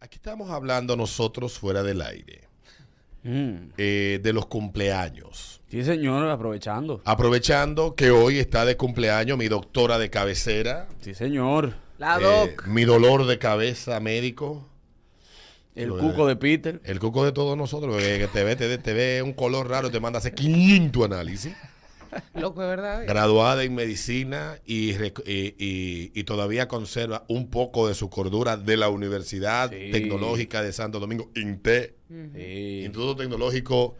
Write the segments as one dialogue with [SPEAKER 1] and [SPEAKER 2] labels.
[SPEAKER 1] Aquí estábamos hablando nosotros fuera del aire
[SPEAKER 2] Mm.
[SPEAKER 1] eh, de los cumpleaños.
[SPEAKER 2] Sí, señor, aprovechando.
[SPEAKER 1] Aprovechando que hoy está de cumpleaños mi doctora de cabecera,
[SPEAKER 2] Sí, señor.
[SPEAKER 3] La
[SPEAKER 1] eh,
[SPEAKER 3] doc.
[SPEAKER 1] mi dolor de cabeza médico,
[SPEAKER 2] El
[SPEAKER 1] Lo
[SPEAKER 2] cuco
[SPEAKER 1] de-
[SPEAKER 2] de Peter.
[SPEAKER 1] el coco de todos nosotros, porque que te ve, te, ve- te ve un color raro, te manda a hacer 500 análisis.
[SPEAKER 3] Loco, es verdad.
[SPEAKER 1] graduada en medicina y, rec- y- y- y todavía conserva un poco de su cordura de la Universidad
[SPEAKER 2] Sí.
[SPEAKER 1] Tecnológica de Santo Domingo, INTE,
[SPEAKER 2] Sí.
[SPEAKER 1] Instituto Tecnológico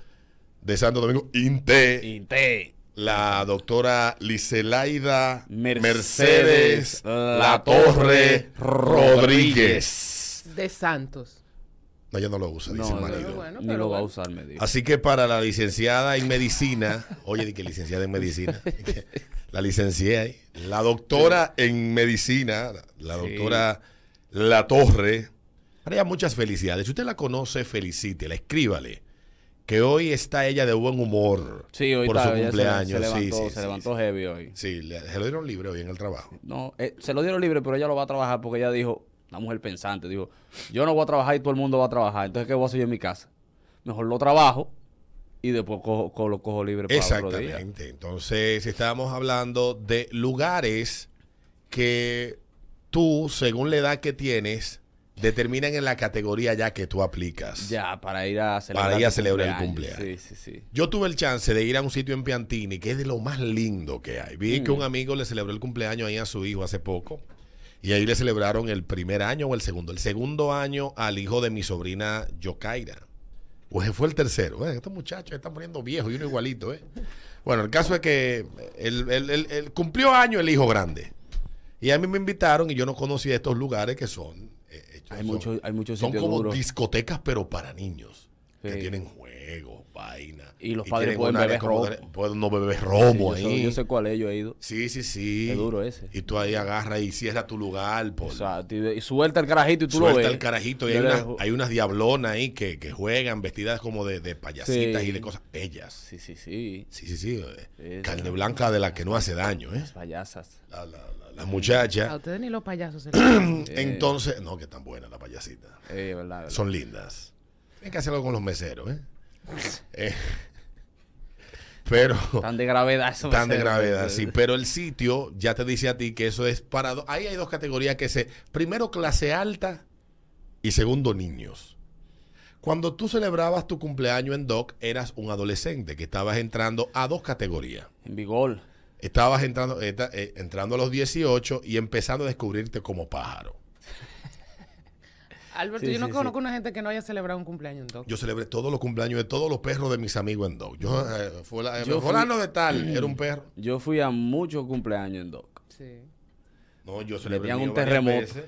[SPEAKER 1] de Santo Domingo, INTE,
[SPEAKER 2] Inte.
[SPEAKER 1] la doctora Liselaida
[SPEAKER 2] Mercedes
[SPEAKER 1] Mercedes, La Torre
[SPEAKER 2] Torre
[SPEAKER 1] Rodríguez.
[SPEAKER 3] De Santos.
[SPEAKER 1] No, ella no lo usa, dice el
[SPEAKER 2] No,
[SPEAKER 1] marido.
[SPEAKER 3] no, bueno,
[SPEAKER 2] ni
[SPEAKER 3] pero
[SPEAKER 2] lo va a
[SPEAKER 3] bueno.
[SPEAKER 2] usar, me dijo.
[SPEAKER 1] Así que para la licenciada en medicina, oye, di que licenciada en medicina, la licenciada, ahí, la doctora en medicina, la
[SPEAKER 2] Sí.
[SPEAKER 1] doctora La Torre, para ella muchas felicidades. Si usted la conoce, felicítela, escríbale. Que hoy está ella de buen humor
[SPEAKER 2] Sí, hoy
[SPEAKER 1] por
[SPEAKER 2] está,
[SPEAKER 1] su
[SPEAKER 2] ella se-
[SPEAKER 1] cumpleaños.
[SPEAKER 2] Se, levantó,
[SPEAKER 1] sí, sí,
[SPEAKER 2] se
[SPEAKER 1] sí,
[SPEAKER 2] levantó
[SPEAKER 1] sí.
[SPEAKER 2] heavy hoy.
[SPEAKER 1] Sí, le- se lo dieron libre hoy en el trabajo.
[SPEAKER 2] No, eh, se lo dieron libre, pero ella lo va a trabajar porque ella dijo, la mujer pensante, dijo, yo no voy a trabajar y todo el mundo va a trabajar, entonces ¿qué voy a hacer yo en mi casa? Mejor lo trabajo y después cojo, co- lo cojo libre para otro día.
[SPEAKER 1] Exactamente. Entonces, estábamos hablando de lugares que tú, según la edad que tienes, determinan en la categoría ya que tú aplicas.
[SPEAKER 2] Ya, para ir a celebrar,
[SPEAKER 1] Para ir a
[SPEAKER 2] tu
[SPEAKER 1] celebrar el cumpleaños.
[SPEAKER 2] Sí, sí, sí.
[SPEAKER 1] Yo tuve el chance de ir a un sitio en Piantini que es de lo más lindo que hay. Vi que un amigo le celebró el cumpleaños ahí a su hijo hace poco. Y ahí le celebraron el primer año o el segundo. El segundo año al hijo de mi sobrina Yokaira. O ese fue el tercero. Eh, estos muchachos se están poniendo viejos y uno igualito. eh. Bueno, el caso es que el, el- el- el- cumplió año el hijo grande. Y a mí me invitaron y yo no conocía estos lugares que son. eh, hechos-
[SPEAKER 2] Hay
[SPEAKER 1] son-
[SPEAKER 2] muchos- hay muchos
[SPEAKER 1] Son
[SPEAKER 2] sitios
[SPEAKER 1] como
[SPEAKER 2] duros.
[SPEAKER 1] discotecas, pero para niños. Que
[SPEAKER 2] Sí.
[SPEAKER 1] tienen juegos, vainas.
[SPEAKER 2] Y los padres
[SPEAKER 1] tienen
[SPEAKER 2] pueden
[SPEAKER 1] un área
[SPEAKER 2] beber
[SPEAKER 1] como
[SPEAKER 2] romo.
[SPEAKER 1] de- Pueden no beber romo
[SPEAKER 2] Sí, yo,
[SPEAKER 1] ahí.
[SPEAKER 2] sé, yo sé cuál es, yo he ido.
[SPEAKER 1] Sí, sí, sí.
[SPEAKER 2] Qué duro ese.
[SPEAKER 1] Y tú ahí agarras y cierras tu lugar. Por,
[SPEAKER 2] O sea, tú- y suelta el carajito y tú lo
[SPEAKER 1] suelta
[SPEAKER 2] ves.
[SPEAKER 1] el carajito. Y hay,
[SPEAKER 2] Yo le
[SPEAKER 1] unas,
[SPEAKER 2] dejo-
[SPEAKER 1] hay unas diablonas ahí que, que juegan vestidas como de, de payasitas
[SPEAKER 2] Sí.
[SPEAKER 1] y de cosas bellas.
[SPEAKER 2] Sí, sí, sí.
[SPEAKER 1] Sí, sí, sí. eh.
[SPEAKER 2] Sí,
[SPEAKER 1] Carne
[SPEAKER 2] sí.
[SPEAKER 1] blanca de la que no hace daño, ¿eh?
[SPEAKER 2] Las payasas.
[SPEAKER 1] La, la- la- la
[SPEAKER 3] A
[SPEAKER 1] muchacha.
[SPEAKER 3] ustedes ni los payasos se les...
[SPEAKER 1] Entonces, no, que tan buenas las payasitas.
[SPEAKER 2] Eh, verdad, verdad.
[SPEAKER 1] Son lindas. Hay que hacerlo con los meseros, ¿eh? Eh, pero
[SPEAKER 2] Tan de gravedad eso.
[SPEAKER 1] tan de gravedad, sí. Pero el sitio ya te dice a ti que eso es para... do- Ahí hay dos categorías que se... Primero, clase alta y segundo, niños. Cuando tú celebrabas tu cumpleaños en DOC, eras un adolescente que estabas entrando a dos categorías.
[SPEAKER 2] En vigor.
[SPEAKER 1] Estabas entrando, eta- eh, entrando a los 18 y empezando a descubrirte como pájaro.
[SPEAKER 3] Alberto,
[SPEAKER 2] Sí,
[SPEAKER 3] yo no
[SPEAKER 2] sí, sí.
[SPEAKER 3] conozco una gente que no haya celebrado un cumpleaños en Doc.
[SPEAKER 1] Yo celebré todos los cumpleaños de todos los perros de mis amigos en DOC. Yo, eh, fula- eh,
[SPEAKER 2] Yo fui-
[SPEAKER 1] fulano de tal, era un perro.
[SPEAKER 2] Yo fui a muchos cumpleaños en Doc.
[SPEAKER 3] Sí.
[SPEAKER 1] No, yo celebré el
[SPEAKER 2] tenían
[SPEAKER 1] mío
[SPEAKER 2] un
[SPEAKER 1] varias
[SPEAKER 2] terremoto.
[SPEAKER 1] veces.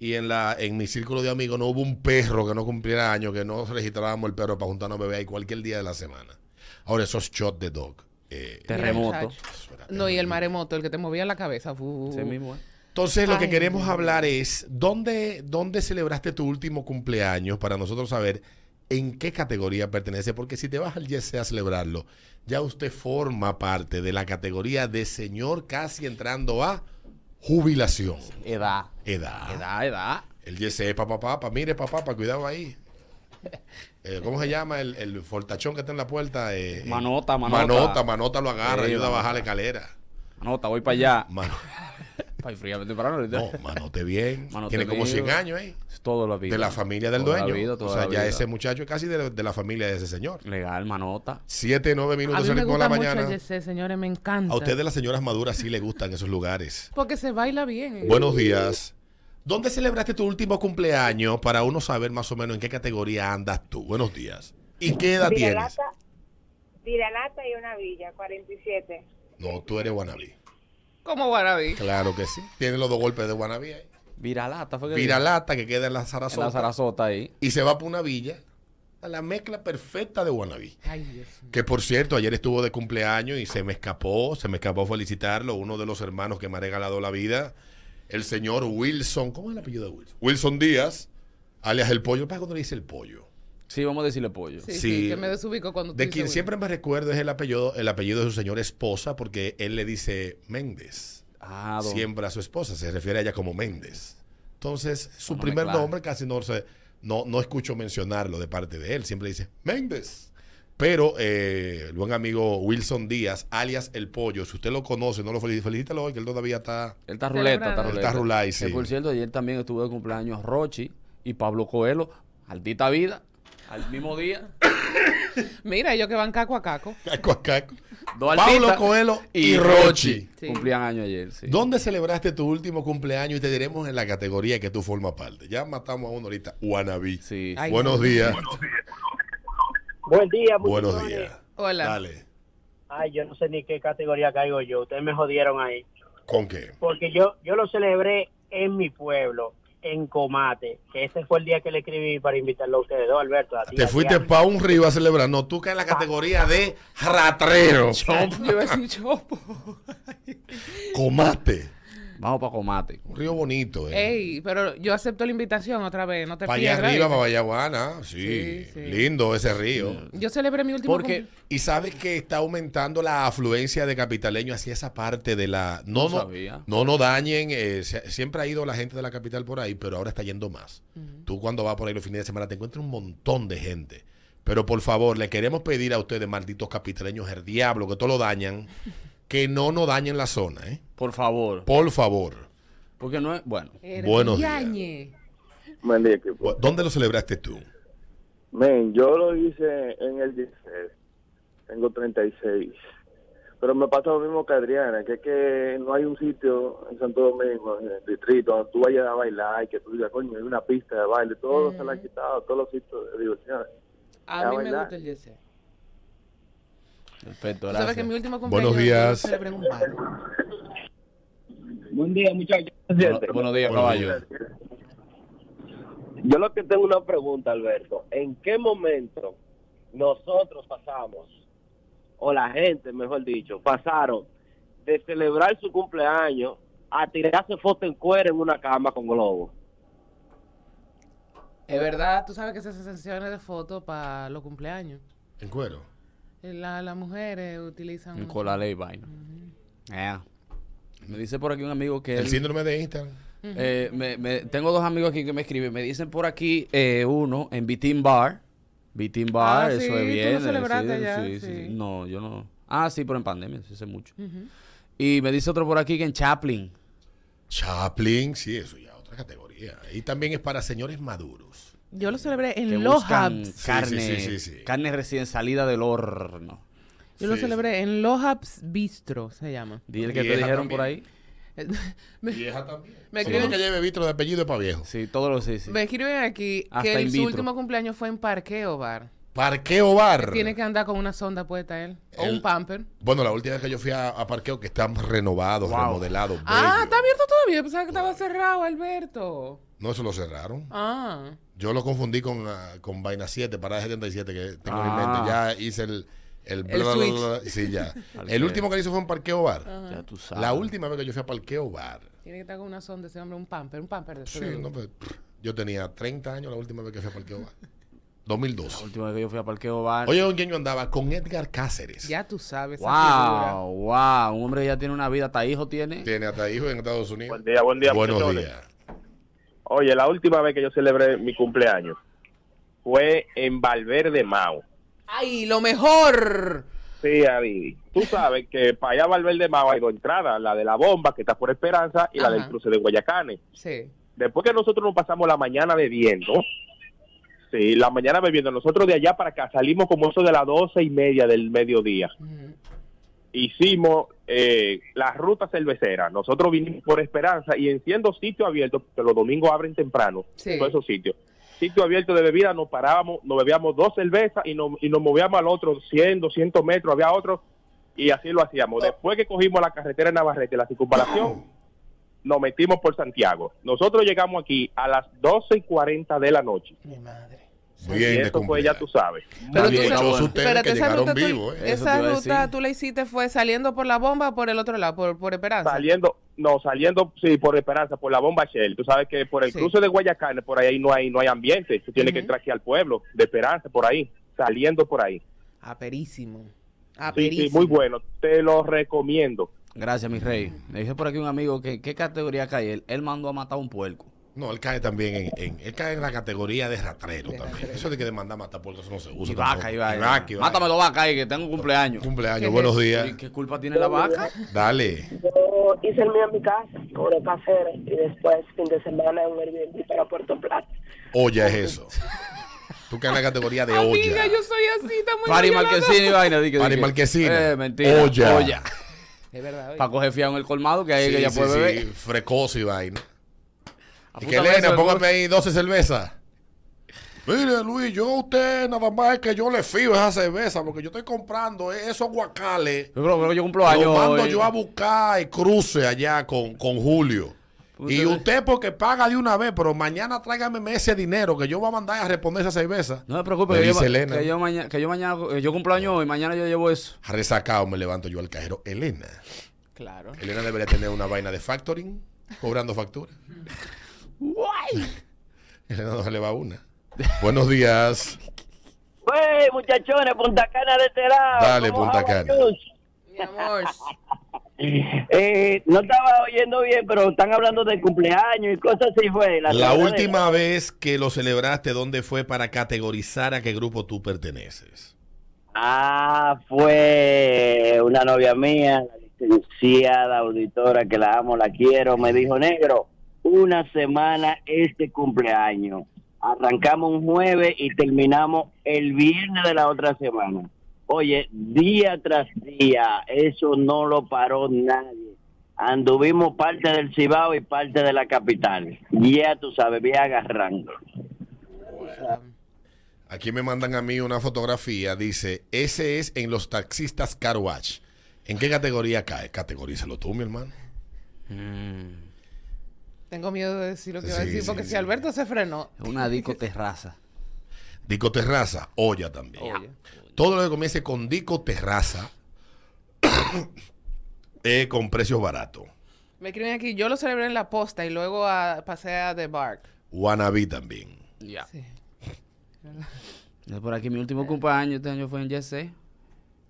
[SPEAKER 1] Y en, la, en mi círculo de amigos no hubo un perro que no cumpliera años, que no registrábamos el perro para juntarnos a beber ahí cualquier día de la semana. Ahora, esos shots de dog. eh,
[SPEAKER 2] Te- Terremoto.
[SPEAKER 3] Mira, muchacho.
[SPEAKER 1] eso era
[SPEAKER 3] No, y el
[SPEAKER 1] terrible.
[SPEAKER 3] maremoto, el que te movía la cabeza. fu-
[SPEAKER 2] Ese mismo, ¿eh?
[SPEAKER 1] Entonces, lo que
[SPEAKER 3] Ay,
[SPEAKER 1] queremos
[SPEAKER 3] Dios.
[SPEAKER 1] hablar es, ¿dónde, ¿dónde celebraste tu último cumpleaños para nosotros saber en qué categoría pertenece? Porque si te vas al YC a celebrarlo, ya usted forma parte de la categoría de señor casi entrando a jubilación.
[SPEAKER 2] Edad.
[SPEAKER 1] Edad.
[SPEAKER 2] Edad, edad.
[SPEAKER 1] El YC, papá, papá, mire, papá, papá, cuidado ahí. Eh, ¿Cómo se llama el, el fortachón que está en la puerta? Eh, eh,
[SPEAKER 2] Manota, manota.
[SPEAKER 1] Manota, manota lo agarra,
[SPEAKER 2] Sí,
[SPEAKER 1] ayuda a
[SPEAKER 2] manota.
[SPEAKER 1] bajar la escalera.
[SPEAKER 2] Anota, voy para allá.
[SPEAKER 1] Mano,
[SPEAKER 2] Para enfriarme temprano ahorita.
[SPEAKER 1] no, manote bien.
[SPEAKER 2] Manote
[SPEAKER 1] Tiene como
[SPEAKER 2] bien.
[SPEAKER 1] 100 años ahí.
[SPEAKER 2] Es todo la vida.
[SPEAKER 1] De la familia del
[SPEAKER 2] Toda la
[SPEAKER 1] dueño.
[SPEAKER 2] vida, toda
[SPEAKER 1] o sea,
[SPEAKER 2] la
[SPEAKER 1] ya
[SPEAKER 2] vida.
[SPEAKER 1] ese muchacho es casi de, de la familia de ese señor.
[SPEAKER 2] Legal, manota.
[SPEAKER 1] Siete, nueve
[SPEAKER 3] A
[SPEAKER 1] minutos
[SPEAKER 3] mí
[SPEAKER 1] se
[SPEAKER 3] me
[SPEAKER 1] le
[SPEAKER 3] gusta
[SPEAKER 1] coge la
[SPEAKER 3] mucho
[SPEAKER 1] mañana.
[SPEAKER 3] el Yesé, señores, me encanta.
[SPEAKER 1] A ustedes las señoras maduras sí les gustan esos lugares.
[SPEAKER 3] Porque se baila bien.
[SPEAKER 1] Buenos días. ¿Dónde celebraste tu último cumpleaños para uno saber más o menos en qué categoría andas tú? Buenos días. ¿Y qué edad tienes?
[SPEAKER 4] Viralata, Viralata y una villa, 47.
[SPEAKER 1] No, tú eres wannabe.
[SPEAKER 3] Como Guarabí.
[SPEAKER 1] Claro que sí. Tiene los dos golpes de wannabe ahí.
[SPEAKER 2] Viralata fue que
[SPEAKER 1] Viralata que queda en la
[SPEAKER 2] dijo. En la
[SPEAKER 1] Sarasota.
[SPEAKER 2] zarazota ahí.
[SPEAKER 1] Y se va para una villa. A la mezcla perfecta de wannabe.
[SPEAKER 3] Ay, Dios mío.
[SPEAKER 1] Que por cierto, ayer estuvo de cumpleaños y se me escapó, se me escapó felicitarlo, uno de los hermanos que me ha regalado la vida, el señor Wilson, ¿cómo es el apellido de Wilson? Wilson Díaz, alias el pollo, ¿para cuando le dice el pollo?
[SPEAKER 2] Sí, vamos a decirle pollo.
[SPEAKER 3] Sí, sí,
[SPEAKER 1] Sí.
[SPEAKER 3] que me desubico cuando tú
[SPEAKER 1] De
[SPEAKER 3] dices,
[SPEAKER 1] quien
[SPEAKER 3] bueno.
[SPEAKER 1] siempre me recuerdo es el apellido, el apellido de su señora esposa, porque él le dice Méndez.
[SPEAKER 2] Ah, don.
[SPEAKER 1] Siempre a su esposa, se refiere a ella como Méndez. Entonces, su
[SPEAKER 2] no me
[SPEAKER 1] primer
[SPEAKER 2] claro.
[SPEAKER 1] nombre casi no se- no, no escucho mencionarlo de parte de él. Siempre dice Méndez. Pero eh, el buen amigo Wilson Díaz, alias El Pollo, si usted lo conoce, no lo felicita, felicítalo hoy, que él todavía está.
[SPEAKER 2] Él está ruleta, está
[SPEAKER 3] Celebrando.
[SPEAKER 2] ruleta.
[SPEAKER 1] Está rulay, sí.
[SPEAKER 2] Que, por cierto, ayer también estuvo de cumpleaños Rochi y Pablo Coelho, altita vida, al mismo día.
[SPEAKER 3] Mira, ellos que van caco a caco.
[SPEAKER 1] Caco a caco.
[SPEAKER 2] Dos
[SPEAKER 1] Pablo
[SPEAKER 2] altitas
[SPEAKER 1] Coelho y, Rochi.
[SPEAKER 3] Sí.
[SPEAKER 2] Cumplían año ayer, sí.
[SPEAKER 1] ¿Dónde celebraste tu último cumpleaños? Y te diremos en la categoría que tú formas parte. Ya matamos a uno ahorita, Wannabe.
[SPEAKER 2] Sí.
[SPEAKER 3] Ay,
[SPEAKER 1] Buenos días.
[SPEAKER 5] Buen día,
[SPEAKER 1] Buenos
[SPEAKER 5] muchachones.
[SPEAKER 1] días.
[SPEAKER 3] Hola.
[SPEAKER 1] Dale.
[SPEAKER 5] Ay, yo no sé ni qué categoría caigo yo. Ustedes me jodieron ahí.
[SPEAKER 1] ¿Con qué?
[SPEAKER 5] Porque yo, yo lo celebré en mi pueblo, en Comate. Que ese fue el día que le escribí para invitarlo a ustedes dos, Alberto. a ti,
[SPEAKER 1] Te
[SPEAKER 5] a ti,
[SPEAKER 1] fuiste
[SPEAKER 5] a mí.
[SPEAKER 1] para un río a celebrar. No, tú caes en la categoría de ratrero.
[SPEAKER 3] Yo iba a decir chopo.
[SPEAKER 1] Comate.
[SPEAKER 2] Vamos para Comate.
[SPEAKER 1] Un río bonito, eh.
[SPEAKER 3] Ey, pero yo acepto la invitación otra vez, no te
[SPEAKER 1] para allá
[SPEAKER 3] pierdas.
[SPEAKER 1] arriba, para Vallaguana.
[SPEAKER 3] Sí,
[SPEAKER 1] Sí,
[SPEAKER 3] sí.
[SPEAKER 1] lindo ese río.
[SPEAKER 3] Yo celebré mi último
[SPEAKER 2] Porque
[SPEAKER 3] cumple-
[SPEAKER 1] Y sabes que está aumentando la afluencia de capitaleños hacia esa parte de la. No,
[SPEAKER 2] No
[SPEAKER 1] no,
[SPEAKER 2] sabía.
[SPEAKER 1] no, nos dañen. eh, se- siempre ha ido la gente de la capital por ahí, pero ahora está yendo más. Tú cuando vas por ahí los fines de semana te encuentras un montón de gente. Pero por favor, le queremos pedir a ustedes, malditos capitaleños, el diablo, que todo lo dañan, que no nos dañen la zona, ¿eh?
[SPEAKER 2] Por favor.
[SPEAKER 1] Por favor.
[SPEAKER 2] Porque no es. Bueno.
[SPEAKER 1] Buenos
[SPEAKER 3] Erdiañe.
[SPEAKER 6] Buen día, equipo.
[SPEAKER 1] ¿Dónde lo celebraste tú?
[SPEAKER 6] Men, yo lo hice en el 16. Tengo 36. Pero me pasa lo mismo que Adriana, que es que no hay un sitio en Santo Domingo, en el distrito, donde tú vayas a bailar y que tú digas, coño, hay una pista de baile. Todos se la han quitado, todos los sitios de diversión.
[SPEAKER 3] A
[SPEAKER 6] Ya
[SPEAKER 3] mí me
[SPEAKER 6] bailar.
[SPEAKER 3] gusta el yesé.
[SPEAKER 2] Perfecto,
[SPEAKER 3] Tú sabes que
[SPEAKER 2] gracias.
[SPEAKER 3] mi último
[SPEAKER 1] Buenos
[SPEAKER 3] cumpleaños
[SPEAKER 1] días.
[SPEAKER 3] yo celebré en un bar.
[SPEAKER 5] Buen día, muchachos.
[SPEAKER 2] Bueno, buenos días,
[SPEAKER 1] Buenos
[SPEAKER 2] caballo.
[SPEAKER 1] días.
[SPEAKER 5] Yo lo que tengo una pregunta, Alberto. ¿En qué momento nosotros pasamos, o la gente, mejor dicho, pasaron de celebrar su cumpleaños a tirarse foto en cuero en una cama con globo?
[SPEAKER 3] Es verdad, tú sabes que esas sesiones de fotos para los cumpleaños.
[SPEAKER 1] En cuero.
[SPEAKER 3] Eh, la- las mujeres utilizan.
[SPEAKER 2] Un colalé y vaina. Eh. Me dice por aquí un amigo que.
[SPEAKER 1] El
[SPEAKER 2] él-
[SPEAKER 1] síndrome de Instagram.
[SPEAKER 2] Eh, me- me- tengo dos amigos aquí que me escriben. Me dicen por aquí, eh, uno, en Bitin Bar. Bitin Bar,
[SPEAKER 3] Ah, sí,
[SPEAKER 2] eso
[SPEAKER 3] tú lo
[SPEAKER 2] es bien.
[SPEAKER 3] celebraste allá, sí.
[SPEAKER 2] No, yo no. Ah, sí, pero en pandemia, sí, sé mucho. Y me dice otro por aquí que en Chaplin.
[SPEAKER 1] Chaplin, sí, eso ya otra categoría. Y también es para señores maduros.
[SPEAKER 3] Yo lo celebré
[SPEAKER 2] que
[SPEAKER 3] en
[SPEAKER 2] buscan
[SPEAKER 3] Lojaps.
[SPEAKER 2] carne,
[SPEAKER 1] Sí, sí, sí, sí, sí.
[SPEAKER 2] carne recién salida del horno.
[SPEAKER 3] Yo lo
[SPEAKER 1] Sí,
[SPEAKER 3] celebré en Lojaps Bistro, se llama. Eh,
[SPEAKER 2] Di el que
[SPEAKER 1] Vieja
[SPEAKER 2] te dijeron
[SPEAKER 1] también.
[SPEAKER 2] por ahí.
[SPEAKER 3] me,
[SPEAKER 1] Vieja también.
[SPEAKER 3] me
[SPEAKER 1] Todo lo
[SPEAKER 3] escriben,
[SPEAKER 1] que lleve vitro de apellido es para viejo.
[SPEAKER 2] Sí, todos los sí, sí.
[SPEAKER 3] me escriben aquí
[SPEAKER 2] Hasta
[SPEAKER 3] que el-
[SPEAKER 2] in
[SPEAKER 3] su
[SPEAKER 2] vitro.
[SPEAKER 3] último cumpleaños fue en Parqueo Bar.
[SPEAKER 1] Parqueo bar.
[SPEAKER 3] Tiene que andar con una sonda puesta él. O
[SPEAKER 1] El-
[SPEAKER 3] un pamper.
[SPEAKER 1] Bueno, la última vez que yo fui a, a parqueo, que están renovados,
[SPEAKER 2] Wow.
[SPEAKER 1] remodelados.
[SPEAKER 3] Ah,
[SPEAKER 1] bello.
[SPEAKER 3] está abierto todavía. Pensaba que estaba cerrado, Alberto.
[SPEAKER 1] No, eso lo cerraron.
[SPEAKER 3] Ah.
[SPEAKER 1] Yo lo confundí con, ah, con Vaina 7, Parada 77, que tengo
[SPEAKER 2] Ah.
[SPEAKER 1] en mente. Ya hice el. El,
[SPEAKER 3] El switch. Ah.
[SPEAKER 1] Sí, ya.
[SPEAKER 2] Al
[SPEAKER 1] el
[SPEAKER 2] que-
[SPEAKER 1] último que hizo fue en Parqueo Bar.
[SPEAKER 2] Ya tú sabes.
[SPEAKER 1] La última vez que yo fui a Parqueo Bar.
[SPEAKER 3] Tiene que estar con una sonda ese hombre, un pamper, un pamper de
[SPEAKER 1] Sí,
[SPEAKER 3] seguro.
[SPEAKER 1] no, pues, pff, yo tenía 30 años la última vez que fui a Parqueo Bar. 2002.
[SPEAKER 2] Última vez que yo fui a Parqueo Bar.
[SPEAKER 1] Oye, ¿con quién yo andaba? Con Edgar Cáceres.
[SPEAKER 3] Ya tú sabes. esa figura.
[SPEAKER 2] wow, wow. Un hombre que ya tiene una vida, hasta hijo tiene.
[SPEAKER 1] Tiene hasta hijos en Estados Unidos.
[SPEAKER 6] Buen día, buen día,
[SPEAKER 1] Buenos
[SPEAKER 6] muchachones.
[SPEAKER 1] días.
[SPEAKER 6] Oye, la última vez que yo celebré mi cumpleaños fue en Valverde Mau.
[SPEAKER 3] ¡Ay, lo mejor!
[SPEAKER 6] Sí, Ari. Tú sabes que para allá Valverde Mau hay dos entradas, la de la bomba que está por Esperanza y la
[SPEAKER 3] Ajá.
[SPEAKER 6] del cruce de Guayacanes.
[SPEAKER 3] Sí.
[SPEAKER 6] Después que nosotros nos pasamos la mañana bebiendo, sí, la mañana bebiendo, nosotros de allá para acá salimos como eso de las doce y media del mediodía.
[SPEAKER 3] Ujú.
[SPEAKER 6] Hicimos eh, la ruta cervecera. Nosotros vinimos por Esperanza y en siendo sitio abierto, porque los domingos abren temprano,
[SPEAKER 3] Sí.
[SPEAKER 6] todos esos sitios. Sitio abierto de bebida, nos parábamos, nos bebíamos dos cervezas y nos, y nos movíamos al otro 100, 200 metros, había otro, y así lo hacíamos. Después que cogimos la carretera de Navarrete, la circunvalación, nos metimos por Santiago. Nosotros llegamos aquí a las 12 y 40 de la noche.
[SPEAKER 3] Mi madre.
[SPEAKER 6] y
[SPEAKER 1] Bien, de
[SPEAKER 6] eso fue, ya tú
[SPEAKER 1] cumpleaños.
[SPEAKER 6] sabes.
[SPEAKER 1] Está
[SPEAKER 3] Pero tú
[SPEAKER 1] bien,
[SPEAKER 3] sabes-
[SPEAKER 1] dichosos ustedes
[SPEAKER 3] espérate,
[SPEAKER 1] que
[SPEAKER 3] esa
[SPEAKER 1] llegaron
[SPEAKER 3] ruta, tú,
[SPEAKER 1] vivos. eh.
[SPEAKER 2] Eso
[SPEAKER 3] esa
[SPEAKER 2] te iba a
[SPEAKER 3] ruta
[SPEAKER 2] decir.
[SPEAKER 3] tú la hiciste fue saliendo por la bomba o por el otro lado, por, por Esperanza.
[SPEAKER 6] Saliendo, no, saliendo, sí, por Esperanza, por la bomba Shell. Tú sabes que por el
[SPEAKER 3] Sí.
[SPEAKER 6] cruce de Guayacanes, por ahí no hay no hay ambiente. Tú tienes
[SPEAKER 3] Ujú.
[SPEAKER 6] que entrar aquí al pueblo, de Esperanza, por ahí, saliendo por ahí.
[SPEAKER 3] Aperísimo.
[SPEAKER 6] Sí,
[SPEAKER 3] Aperísimo.
[SPEAKER 6] sí, muy bueno. Te lo recomiendo.
[SPEAKER 2] Gracias, mi rey. Me dice por aquí un amigo que qué categoría cae él. Él mandó a matar a un puerco.
[SPEAKER 1] No, él cae también en, en- él cae en la categoría de ratrero también. Eso de que demanda matar puerco, eso no se usa.
[SPEAKER 2] Y vaca,
[SPEAKER 1] tampoco.
[SPEAKER 2] y
[SPEAKER 1] Y
[SPEAKER 2] vaca.
[SPEAKER 1] vaca, y vaca.
[SPEAKER 2] Mátamelo vaca ahí, que tengo un cumpleaños.
[SPEAKER 1] Cumpleaños,
[SPEAKER 3] ¿Qué
[SPEAKER 1] buenos
[SPEAKER 3] es?
[SPEAKER 1] días.
[SPEAKER 2] ¿Y ¿Qué culpa tiene la vaca?
[SPEAKER 1] Dale.
[SPEAKER 7] Yo Oh, hice el mío en mi casa, con los caseros, y después fin de semana en un Airbnb para Puerto Plata.
[SPEAKER 1] Olla es eso. Tú caes en la categoría de olla.
[SPEAKER 3] Amiga, yo soy así, estamos
[SPEAKER 2] Pari
[SPEAKER 3] igual que las
[SPEAKER 2] Marquesina y vaina. di que- di
[SPEAKER 1] Pari
[SPEAKER 2] que-
[SPEAKER 1] Marquesina.
[SPEAKER 2] Eh, mentira.
[SPEAKER 1] Olla.
[SPEAKER 2] Olla.
[SPEAKER 3] dos. Es verdad, oye.
[SPEAKER 2] Para coger fiado en el colmado, que ahí
[SPEAKER 1] Sí,
[SPEAKER 2] que ella
[SPEAKER 1] sí,
[SPEAKER 2] puede
[SPEAKER 1] sí,
[SPEAKER 2] beber.
[SPEAKER 1] frecoso y vaina. Y que
[SPEAKER 2] Apúntame eso,
[SPEAKER 1] Elena, póngame
[SPEAKER 2] Luis.
[SPEAKER 1] ahí 12 cervezas. Mire, Luis, yo a usted nada más es que yo le fío esa cerveza porque yo estoy comprando esos guacales.
[SPEAKER 2] Pero, pero yo cumplo años.
[SPEAKER 1] Lo mando
[SPEAKER 2] hoy.
[SPEAKER 1] yo a buscar el cruce allá con, con Julio. Y usted porque paga de una vez, pero mañana tráigame ese dinero que yo voy a mandar a responder esa cerveza.
[SPEAKER 2] No me preocupes,
[SPEAKER 1] Me
[SPEAKER 2] que yo,
[SPEAKER 1] dice Elena.
[SPEAKER 2] que yo mañana, que yo mañana, eh, yo cumplo años hoy, mañana yo llevo eso.
[SPEAKER 1] Resacado me levanto yo al cajero. Elena.
[SPEAKER 3] Claro.
[SPEAKER 1] Elena debería tener una vaina de factoring, cobrando factura. Elena no se le va una. Buenos días.
[SPEAKER 7] Wey, muchachones, Punta Cana de este lado.
[SPEAKER 1] Dale,
[SPEAKER 7] ¿cómo
[SPEAKER 1] Punta
[SPEAKER 7] vamos,
[SPEAKER 1] Cana.
[SPEAKER 7] Jus?
[SPEAKER 3] Mi amor.
[SPEAKER 7] Eh, no estaba oyendo bien, pero están hablando de cumpleaños y cosas así, fue.
[SPEAKER 1] La
[SPEAKER 7] saludadera.
[SPEAKER 1] última vez que lo celebraste, ¿dónde fue para categorizar a qué grupo tú perteneces?
[SPEAKER 7] Ah, fue una novia mía, la licenciada auditora que la amo, la quiero. Me dijo, negro, una semana este cumpleaños. Arrancamos un jueves y terminamos el viernes de la otra semana. Oye, día tras día, eso no lo paró nadie. Anduvimos parte del Cibao y parte de la capital. Ya tú sabes, bien agarrando.
[SPEAKER 1] Aquí me mandan a mí una fotografía, dice, ese es en los taxistas car wash. ¿En qué categoría cae? Categorízalo tú, mi hermano. Mm.
[SPEAKER 3] Tengo miedo de decir lo que va a
[SPEAKER 1] Sí,
[SPEAKER 3] decir,
[SPEAKER 1] sí,
[SPEAKER 3] porque
[SPEAKER 1] sí.
[SPEAKER 3] si Alberto se frenó.
[SPEAKER 2] Es una disco terraza.
[SPEAKER 1] Dico Terraza, olla también.
[SPEAKER 3] Oye.
[SPEAKER 1] Todo lo que comience con Dico Terraza eh, con precios baratos.
[SPEAKER 3] Me escriben aquí, yo lo celebré en la posta y luego a- pasé a The Bark.
[SPEAKER 1] Wannabe también.
[SPEAKER 2] Ya.
[SPEAKER 3] Sí.
[SPEAKER 2] Yo Por aquí mi último cumpleaños este año fue en Jesse.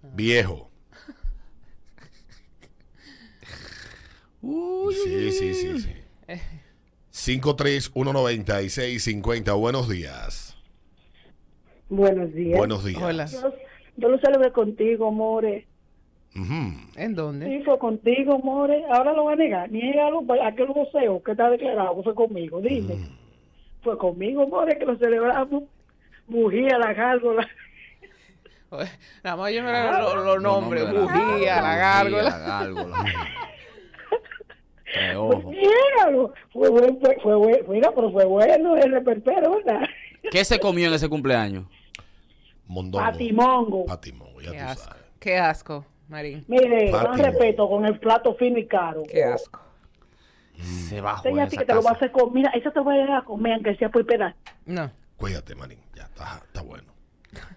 [SPEAKER 1] Viejo.
[SPEAKER 2] Uy,
[SPEAKER 1] Sí, sí, sí, sí. 5319650. Buenos días.
[SPEAKER 8] Buenos días.
[SPEAKER 1] Buenos días.
[SPEAKER 3] Hola.
[SPEAKER 8] Yo, yo lo celebré contigo, More.
[SPEAKER 1] Ujú.
[SPEAKER 3] ¿En dónde?
[SPEAKER 8] Sí, fue contigo, More. Ahora lo va a negar. Niégalo, pues, aquel voceo que está declarado que fue conmigo. Dime. Fue conmigo, More, que lo celebramos. Bujía, la gárgola.
[SPEAKER 3] Oye, Nada más yo me los los nombres.
[SPEAKER 2] de la-
[SPEAKER 3] Bujía, la
[SPEAKER 2] La
[SPEAKER 3] gárgola.
[SPEAKER 2] gárgola. Tres
[SPEAKER 8] Pues,
[SPEAKER 2] ojos.
[SPEAKER 8] niégalo. Fue bueno, fue, fue bueno. Mira, pero fue bueno el repertorio, ¿verdad?
[SPEAKER 2] ¿Qué se comió en ese cumpleaños?
[SPEAKER 1] Mondongo.
[SPEAKER 8] Patimongo.
[SPEAKER 1] Patimón, ya
[SPEAKER 3] Qué
[SPEAKER 1] tú
[SPEAKER 3] asco.
[SPEAKER 1] sabes.
[SPEAKER 3] Qué asco, Marín.
[SPEAKER 8] Mire, con
[SPEAKER 1] Patimongo.
[SPEAKER 8] respeto, con el plato fino y caro.
[SPEAKER 3] Qué asco.
[SPEAKER 2] Se bajó en
[SPEAKER 8] Enseña a ti
[SPEAKER 2] esa
[SPEAKER 8] que te lo vas a
[SPEAKER 2] casa.
[SPEAKER 8] hacer comer. Mira, eso te voy a dejar comer, aunque sea por pedazos.
[SPEAKER 3] No.
[SPEAKER 1] Cuídate, Marín. Ya está, está bueno. Ya,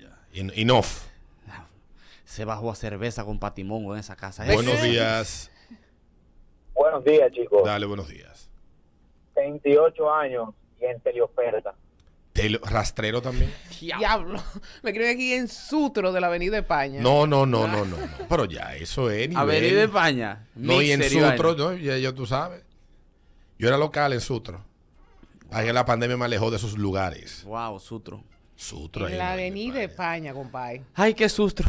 [SPEAKER 1] ya. En- Enough.
[SPEAKER 2] Se bajó a cerveza con patimongo en esa casa.
[SPEAKER 1] Buenos días.
[SPEAKER 9] Buenos días, chicos.
[SPEAKER 1] Dale, buenos días.
[SPEAKER 9] 28 años y en teleoferta.
[SPEAKER 1] Tele- rastrero también.
[SPEAKER 3] Diablo. Me escriben aquí en Sutro de la Avenida España.
[SPEAKER 1] No, no, no, no, no. no. Pero ya, eso es. nivel.
[SPEAKER 2] Avenida España.
[SPEAKER 1] No, y en
[SPEAKER 2] Mixer vaina.
[SPEAKER 1] Sutro, no, ya, ya tú sabes. Yo era local en Sutro. Ahí en la pandemia me alejó de esos lugares.
[SPEAKER 2] Wow, sutro.
[SPEAKER 1] Sutro. ahí
[SPEAKER 3] En la
[SPEAKER 1] no,
[SPEAKER 3] Avenida
[SPEAKER 1] ahí no.
[SPEAKER 3] España, compadre.
[SPEAKER 2] Ay, qué sustro.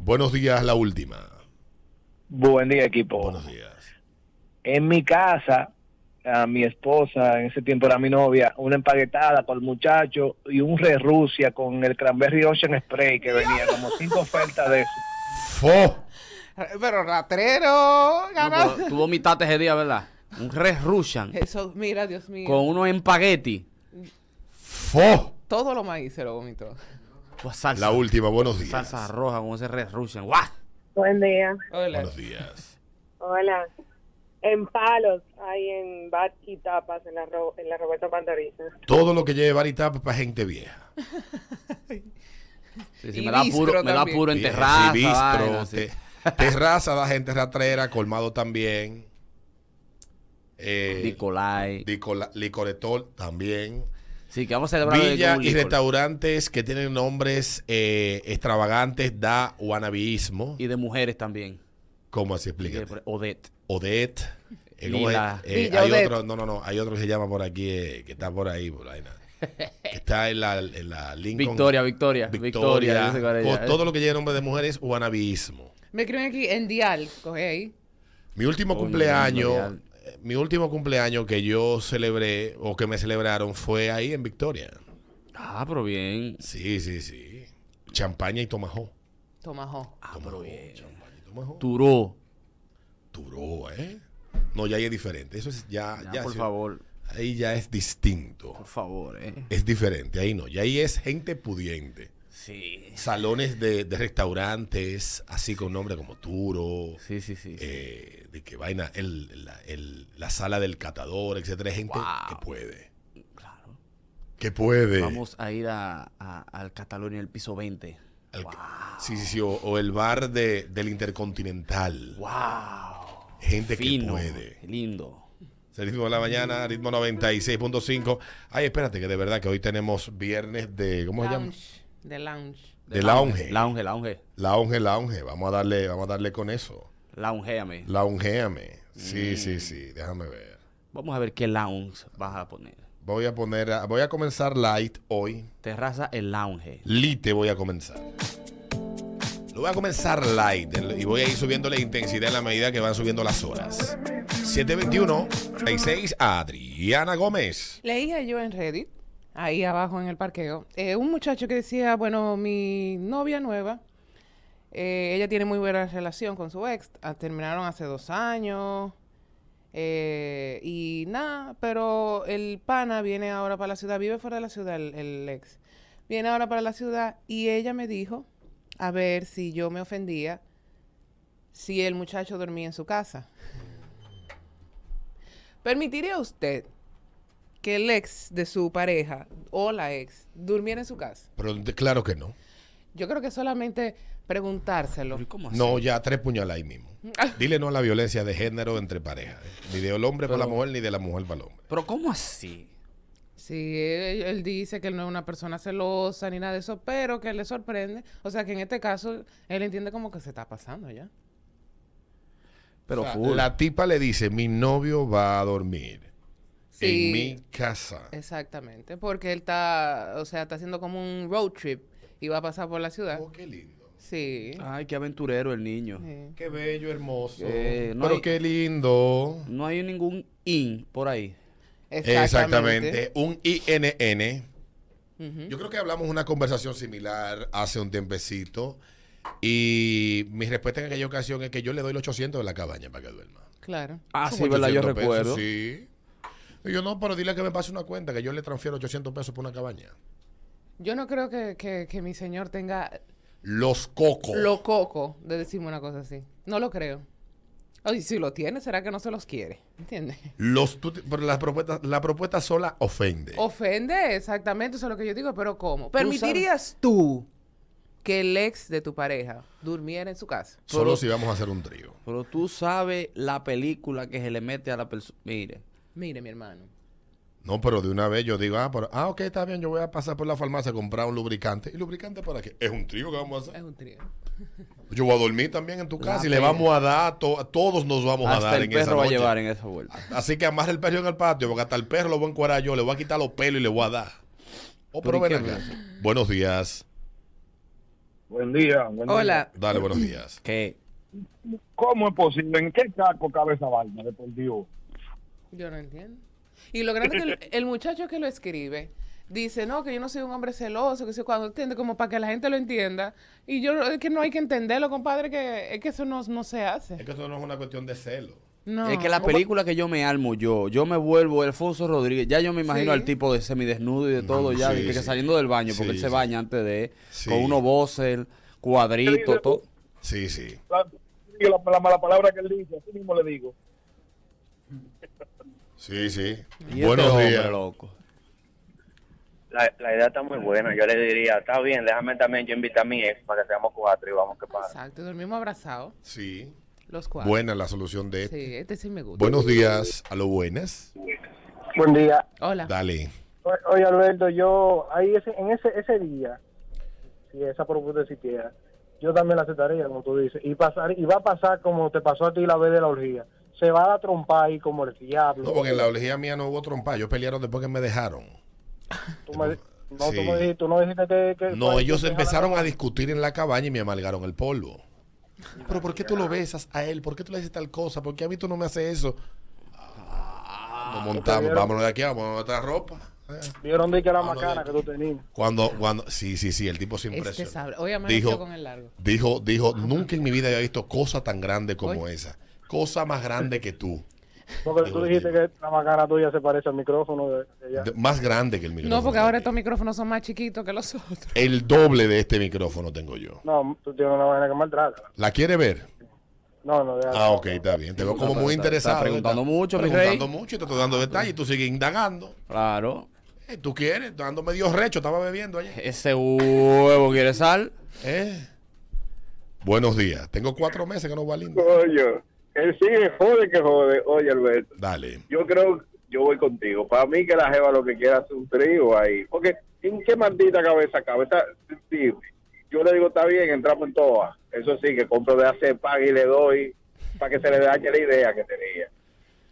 [SPEAKER 1] Buenos días, la última.
[SPEAKER 10] Buen día, equipo.
[SPEAKER 2] Oh.
[SPEAKER 1] Buenos días.
[SPEAKER 10] En mi casa, a mi esposa, en ese tiempo era mi novia, una empaguetada para el muchacho y un re Rusia con el Cranberry Ocean Spray que venía, como cinco ofertas de eso.
[SPEAKER 1] ¡Fo!
[SPEAKER 3] Pero ratrero,
[SPEAKER 2] No,
[SPEAKER 3] ganado.
[SPEAKER 2] pero tú vomitaste ese día, ¿verdad? Un res Russian
[SPEAKER 3] Eso, mira, Dios mío.
[SPEAKER 2] con unos empagueti.
[SPEAKER 1] ¡Fo!
[SPEAKER 3] Todo lo maíz se lo vomitó.
[SPEAKER 2] Pues salsa.
[SPEAKER 1] La última, buenos días.
[SPEAKER 2] Salsa roja con ese res Russian. ¡Guau!
[SPEAKER 11] Buen día.
[SPEAKER 3] Hola.
[SPEAKER 1] Buenos días.
[SPEAKER 11] Hola. En Palos, ahí en Bat y Tapas, en la, Ro- en la Roberto Pandoriza.
[SPEAKER 1] Todo lo que lleve bar y tapa para gente vieja.
[SPEAKER 2] Sí,
[SPEAKER 3] Y
[SPEAKER 2] sí, me, da
[SPEAKER 3] bistro
[SPEAKER 2] puro, me da
[SPEAKER 3] también.
[SPEAKER 2] puro en
[SPEAKER 1] Bien,
[SPEAKER 2] terraza.
[SPEAKER 1] sí, bistro,
[SPEAKER 2] vaina, sí.
[SPEAKER 1] te- terraza da gente ratrera, colmado también. Eh,
[SPEAKER 2] Nicolai.
[SPEAKER 1] Dicola- licoretol también.
[SPEAKER 2] Sí, que vamos a celebrar
[SPEAKER 1] Villa
[SPEAKER 2] con un
[SPEAKER 1] y
[SPEAKER 2] licor.
[SPEAKER 1] restaurantes que tienen nombres eh, extravagantes da wannabiismo.
[SPEAKER 2] Y de mujeres también.
[SPEAKER 1] ¿Cómo así
[SPEAKER 2] Y de-
[SPEAKER 1] explica?
[SPEAKER 2] Odette.
[SPEAKER 1] Odette, Eh, ¿cómo es?
[SPEAKER 2] Lila.
[SPEAKER 1] Eh,
[SPEAKER 3] Villa
[SPEAKER 1] hay
[SPEAKER 3] Odette.
[SPEAKER 1] otro, no, no, no, hay otro que se llama por aquí, eh, que está por ahí, por ahí, nada. Que Está en la, en la Lincoln.
[SPEAKER 2] Victoria, Victoria, Victoria.
[SPEAKER 1] Victoria.
[SPEAKER 2] dice cuál es
[SPEAKER 1] O
[SPEAKER 2] ella.
[SPEAKER 1] todo lo que lleve nombre de mujer es wannabeísmo.
[SPEAKER 3] Me escriben aquí en Dial, coge ahí.
[SPEAKER 1] Mi último
[SPEAKER 2] Coño,
[SPEAKER 1] cumpleaños,
[SPEAKER 2] Victoria.
[SPEAKER 1] eh, mi último cumpleaños que yo celebré o que me celebraron fue ahí en Victoria.
[SPEAKER 2] Ah, pero bien.
[SPEAKER 1] Sí, sí, sí. Champaña y tomajó.
[SPEAKER 3] Tomajo.
[SPEAKER 1] Ah, pero bien. Champaña y tomajó.
[SPEAKER 2] Duró.
[SPEAKER 1] Duró, ¿eh? No, ya ahí es diferente. Eso es ya,
[SPEAKER 2] Ya,
[SPEAKER 1] Ah, ya
[SPEAKER 2] por
[SPEAKER 1] sí.
[SPEAKER 2] favor,
[SPEAKER 1] Ahí ya es distinto.
[SPEAKER 2] por favor, eh.
[SPEAKER 1] Es diferente, ahí no. Y ahí es gente pudiente.
[SPEAKER 2] Sí.
[SPEAKER 1] Salones de, de restaurantes, así con nombre como Turo,
[SPEAKER 2] Sí, sí, sí. sí.
[SPEAKER 1] eh, de que vaina, el, la, el- la sala del catador, etcétera. Es gente
[SPEAKER 2] Wow.
[SPEAKER 1] que puede.
[SPEAKER 2] Claro.
[SPEAKER 1] Que puede.
[SPEAKER 2] Vamos a ir a, a- al Catalonia, el piso 20.
[SPEAKER 1] Al- Sí, sí, sí. O, o el bar de, del Intercontinental.
[SPEAKER 2] ¡Wow!
[SPEAKER 1] Gente
[SPEAKER 2] Fino.
[SPEAKER 1] que puede.
[SPEAKER 2] Lindo.
[SPEAKER 1] Es el ritmo de la mañana, ritmo 96.5. Ay, espérate, que de verdad que hoy tenemos viernes de. ¿Cómo se llama?
[SPEAKER 3] Lounge. De lounge.
[SPEAKER 1] De lounge.
[SPEAKER 2] Lounge, lounge.
[SPEAKER 1] Lounge, lounge. Vamos a darle, vamos a darle con eso.
[SPEAKER 2] Loungeame.
[SPEAKER 1] Loungeame. Sí, sí, sí. Déjame ver.
[SPEAKER 2] Vamos a ver qué lounge vas a poner.
[SPEAKER 1] Voy a poner, a- voy a comenzar light hoy.
[SPEAKER 2] Terraza el lounge.
[SPEAKER 1] Lite voy a comenzar. Lo voy a comenzar light el- y voy a ir subiendo la intensidad en la medida que van subiendo las horas. 721 36 Adriana Gómez.
[SPEAKER 3] Leía yo en Reddit, ahí abajo en el parqueo, eh, un muchacho que decía, bueno, mi novia nueva, eh, ella tiene muy buena relación con su ex, ah, terminaron hace dos años, eh, y nada, pero el pana viene ahora para la ciudad, vive fuera de la ciudad el, el ex, viene ahora para la ciudad y ella me dijo, a ver si yo me ofendía, si el muchacho dormía en su casa. ¿Permitiría usted que el ex de su pareja o la ex durmiera en su casa?
[SPEAKER 1] Pero de- claro que no.
[SPEAKER 3] Yo creo que solamente preguntárselo.
[SPEAKER 2] Pero, ¿y cómo
[SPEAKER 1] No,
[SPEAKER 2] así?
[SPEAKER 1] ya tres puñaladas ahí mismo. Dile no a la violencia de género entre parejas. ¿eh? Ni del hombre para la mujer, ni de la mujer para el hombre.
[SPEAKER 2] Pero ¿cómo así?
[SPEAKER 3] Sí, él, él dice que él no es una persona celosa ni nada de eso, pero que le sorprende. O sea, que en este caso él entiende como que se está pasando ya.
[SPEAKER 2] Pero
[SPEAKER 1] O sea,
[SPEAKER 2] full.
[SPEAKER 1] la tipa le dice, mi novio va a dormir
[SPEAKER 3] Sí,
[SPEAKER 1] en mi casa.
[SPEAKER 3] exactamente, porque él está, o sea, está haciendo como un road trip y va a pasar por la ciudad.
[SPEAKER 1] Oh, Ah. qué lindo.
[SPEAKER 3] Sí.
[SPEAKER 2] Ay, qué aventurero el niño.
[SPEAKER 3] sí.
[SPEAKER 1] Qué bello, hermoso.
[SPEAKER 2] Eh, no
[SPEAKER 1] Pero
[SPEAKER 2] hay-
[SPEAKER 1] qué lindo.
[SPEAKER 2] No hay ningún in por ahí.
[SPEAKER 1] Exactamente. Un INN.
[SPEAKER 3] Ujú.
[SPEAKER 1] Yo creo que hablamos una conversación similar hace un tiempecito. Y mi respuesta en aquella ocasión es que yo le doy los 800 de la cabaña para que duerma.
[SPEAKER 3] Claro.
[SPEAKER 2] Ah,
[SPEAKER 1] Son
[SPEAKER 2] sí, ¿verdad? Yo
[SPEAKER 1] 800 pesos,
[SPEAKER 2] recuerdo.
[SPEAKER 1] Sí. Y yo no, pero dile que me pase una cuenta, que yo le transfiero 800 pesos por una cabaña.
[SPEAKER 3] Yo no creo que, que- que mi señor tenga
[SPEAKER 1] Los cocos.
[SPEAKER 3] lo coco de decirme una cosa así. No lo creo. Oye, si lo tiene, será que no se los quiere. ¿Entiendes?
[SPEAKER 1] Los, tú- pero la propuesta, la propuesta sola ofende.
[SPEAKER 3] Oh, Ofende, exactamente, eso es lo que yo digo, pero ¿cómo? ¿Permitirías tú que el ex de tu pareja durmiera en su casa?
[SPEAKER 1] Solo si vamos a hacer un trío.
[SPEAKER 2] Pero tú sabes la película que se le mete a la persona. Mire,
[SPEAKER 3] Mire, mi hermano.
[SPEAKER 1] No, pero de una vez yo digo, ah, pero, ah, ok, está bien, yo voy a pasar por la farmacia a comprar un lubricante. ¿Y lubricante para qué? Es un trío que vamos a
[SPEAKER 3] Es
[SPEAKER 1] hacer.
[SPEAKER 3] un trío.
[SPEAKER 1] Yo voy a dormir también en tu
[SPEAKER 2] La
[SPEAKER 1] casa y le
[SPEAKER 2] pena.
[SPEAKER 1] vamos a dar, to- a todos nos vamos a
[SPEAKER 2] hasta
[SPEAKER 1] dar
[SPEAKER 2] el
[SPEAKER 1] en esa
[SPEAKER 2] perro va a
[SPEAKER 1] noche.
[SPEAKER 2] llevar en esa vuelta.
[SPEAKER 1] Así que amarra el perro en el patio, porque hasta el perro lo voy a encuadrar yo, le voy a quitar los pelos y le voy a dar. Oh, pero
[SPEAKER 2] Pero ¿y
[SPEAKER 1] ven
[SPEAKER 2] qué
[SPEAKER 1] acá. Buenos días.
[SPEAKER 12] Buen día. buen día.
[SPEAKER 3] Hola.
[SPEAKER 1] Dale, buenos días.
[SPEAKER 2] Que
[SPEAKER 12] ¿Cómo es posible? ¿En qué saco cabe esa vaina de por Dios?
[SPEAKER 3] Yo no entiendo. Y lo grande es que el, el muchacho que lo escribe dice, no, que yo no soy un hombre celoso, que sé cuando entiende, como para que la gente lo entienda. Y yo, es que no hay que entenderlo, compadre, que es que eso no, no se hace.
[SPEAKER 1] que esto no es una cuestión de celo.
[SPEAKER 3] No.
[SPEAKER 2] Es que la
[SPEAKER 1] pues
[SPEAKER 2] película que yo me armo yo, yo me vuelvo Alfonso Rodríguez, ya yo me imagino
[SPEAKER 3] Sí.
[SPEAKER 2] al tipo de semidesnudo y de todo, ya
[SPEAKER 1] sí,
[SPEAKER 2] de que
[SPEAKER 1] sí.
[SPEAKER 2] saliendo del baño, porque
[SPEAKER 1] Sí,
[SPEAKER 2] él se
[SPEAKER 1] sí.
[SPEAKER 2] baña antes de,
[SPEAKER 1] Sí.
[SPEAKER 2] con unos bosses, cuadritos, todo.
[SPEAKER 1] Sí, sí.
[SPEAKER 12] La, la, la mala palabra que él dice, así mismo le digo.
[SPEAKER 1] Sí, sí.
[SPEAKER 2] Y este
[SPEAKER 1] buenos
[SPEAKER 2] hombre,
[SPEAKER 1] días.
[SPEAKER 2] loco.
[SPEAKER 5] La, la idea está muy buena. Yo le diría, está bien, déjame también yo invitar a mi ex para que seamos cuatro y vamos que pasa.
[SPEAKER 3] Exacto, dormimos abrazados,
[SPEAKER 1] Sí.
[SPEAKER 3] los cuatro.
[SPEAKER 1] Buena la solución de este.
[SPEAKER 3] Sí, este sí me gusta.
[SPEAKER 1] Buenos días. A lo buenas.
[SPEAKER 12] Buen día.
[SPEAKER 3] Hola.
[SPEAKER 1] Dale.
[SPEAKER 12] O- Oye, Alberto, yo ahí ese, en ese, ese día, si esa propuesta existiera, yo también la aceptaría, como tú dices, y pasar y va a pasar como te pasó a ti la vez de la orgía.
[SPEAKER 13] se va a la trompa ahí como el diablo.
[SPEAKER 1] No, porque en la orgía mía no hubo trompa. Ellos pelearon después que me dejaron.
[SPEAKER 13] Tú me- no,
[SPEAKER 1] Sí.
[SPEAKER 13] tú, me dijiste, tú no dijiste que... que-
[SPEAKER 1] No,
[SPEAKER 13] que-
[SPEAKER 1] ellos
[SPEAKER 13] que-
[SPEAKER 1] empezaron a discutir en la cabaña y me amalgaron el polvo. Pero ¿por qué tú lo besas a él? ¿Por qué tú le dices tal cosa? ¿Por qué a mí tú no me haces eso? Ah, Nos montamos,
[SPEAKER 13] vieron.
[SPEAKER 1] vámonos de aquí, vámonos a nuestra ropa.
[SPEAKER 13] Vieron de que era
[SPEAKER 1] Ah, no,
[SPEAKER 13] macana
[SPEAKER 1] de-
[SPEAKER 13] que tú tenías.
[SPEAKER 1] Cuando, cuando, sí, sí, sí, el tipo se impresionó.
[SPEAKER 3] Este sabe. Hoy amaneció
[SPEAKER 1] dijo,
[SPEAKER 3] con el largo.
[SPEAKER 1] dijo, dijo, nunca en mi vida había visto cosa tan grande como esa. Cosa más grande que tú.
[SPEAKER 13] Porque tú
[SPEAKER 1] Dios
[SPEAKER 13] dijiste que la macana tuya se parece al micrófono de, de allá.
[SPEAKER 1] De- Más grande que el micrófono.
[SPEAKER 3] No, porque ahora estos micrófonos son más chiquitos que los otros.
[SPEAKER 1] El doble de este micrófono tengo yo.
[SPEAKER 13] No, tú tienes una vaina que maltrata.
[SPEAKER 1] ¿La quiere ver?
[SPEAKER 13] No, no, de
[SPEAKER 1] Ah, ok, está bien. Te veo como
[SPEAKER 2] No, pero
[SPEAKER 1] muy
[SPEAKER 2] está-
[SPEAKER 1] interesado.
[SPEAKER 2] está preguntando
[SPEAKER 1] ¿verdad?
[SPEAKER 2] mucho, mi
[SPEAKER 1] Preguntando mucho y te estoy dando detalles. y Tú sigues indagando.
[SPEAKER 2] Claro.
[SPEAKER 1] Eh, ¿Tú quieres? Dando medio recho. Estaba bebiendo ayer.
[SPEAKER 2] Ese huevo quiere sal.
[SPEAKER 1] Eh. Buenos días. Tengo cuatro meses que no va lindo.
[SPEAKER 14] Coño, él sigue jode que jode. Oye, Alberto,
[SPEAKER 1] Dale.
[SPEAKER 14] yo creo, yo voy contigo. Para mí que la jeva lo que quiera es un trío ahí. Porque, ¿en qué maldita cabeza cabe? Está- sí, yo le digo, está bien, entramos en todas. Eso sí, que compro de hacer pan y le doy para que se le dañe la idea que tenía.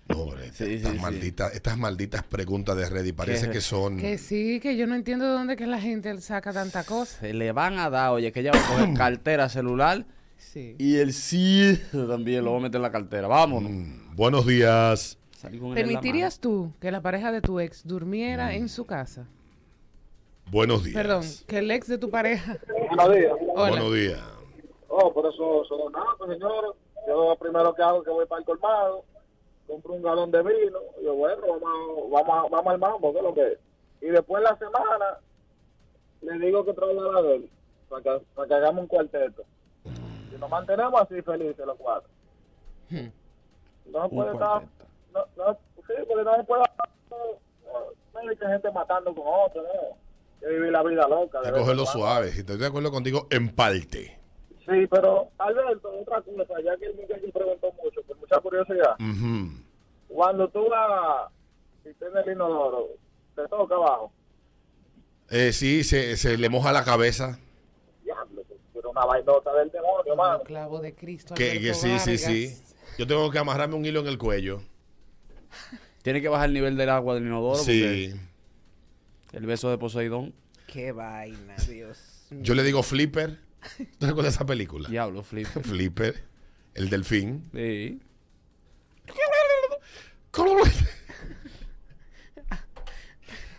[SPEAKER 1] No, hombre,
[SPEAKER 2] Sí,
[SPEAKER 1] estas,
[SPEAKER 2] sí, sí.
[SPEAKER 1] malditas, estas malditas preguntas de Reddy parece
[SPEAKER 2] ¿Qué?
[SPEAKER 1] que son.
[SPEAKER 3] Que sí, que yo no entiendo de dónde que la gente saca tanta cosa.
[SPEAKER 2] Se le van a dar, oye, que ella va a coger cartera, celular
[SPEAKER 3] Sí.
[SPEAKER 2] y el sí también lo va a meter en la cartera. Vámonos.
[SPEAKER 1] Mm, Buenos días.
[SPEAKER 2] Salí con él en la
[SPEAKER 3] ¿Permitirías tú que la pareja de tu ex durmiera
[SPEAKER 1] Mm.
[SPEAKER 3] en su casa?
[SPEAKER 1] Buenos días.
[SPEAKER 3] Perdón, que el ex de tu pareja.
[SPEAKER 13] Buenos días.
[SPEAKER 3] Hola.
[SPEAKER 1] Buenos días.
[SPEAKER 13] Oh, por eso, eso no es nada, pues, señores. Yo primero que hago es que voy para el colmado, compro un galón de vino, y yo, bueno, vamos, vamos, vamos al mambo, que es lo que es. Y después en la semana le digo que traiga la de él, para que, para que hagamos un cuarteto. Y nos mantenemos así felices los cuatro. No
[SPEAKER 2] Hmm. Un
[SPEAKER 13] puede estar,
[SPEAKER 2] cuarteto.
[SPEAKER 13] no, no, sí, porque no se puede estar, no, no hay que gente matando con otro, no. Yo viví la vida loca. de
[SPEAKER 1] Hay que
[SPEAKER 13] vez en
[SPEAKER 1] cogerlo
[SPEAKER 13] cuando.
[SPEAKER 1] suave. Si estoy de acuerdo contigo, en parte.
[SPEAKER 13] Sí, pero Alberto, otra cosa, ya que el muchacho preguntó mucho, con mucha curiosidad,
[SPEAKER 1] Ujú.
[SPEAKER 13] cuando tú vas y tienes el inodoro, te toca abajo,
[SPEAKER 1] Eh, sí, se, se le moja la cabeza.
[SPEAKER 13] diablo, pero una vainota del demonio, mano.
[SPEAKER 3] El clavo de Cristo.
[SPEAKER 1] Que,
[SPEAKER 3] Alberto
[SPEAKER 1] que sí, sí, sí.
[SPEAKER 3] Vargas.
[SPEAKER 1] Yo tengo que amarrarme un hilo en el cuello.
[SPEAKER 2] mano. Tiene que bajar el nivel del agua del inodoro.
[SPEAKER 1] Sí.
[SPEAKER 2] porque El beso de Poseidón.
[SPEAKER 3] Qué vaina, Dios.
[SPEAKER 1] Yo le digo Flipper. ¿Tú recuerdas esa película?
[SPEAKER 2] Diablo, flip.
[SPEAKER 1] Flipper. El delfín.
[SPEAKER 2] Sí.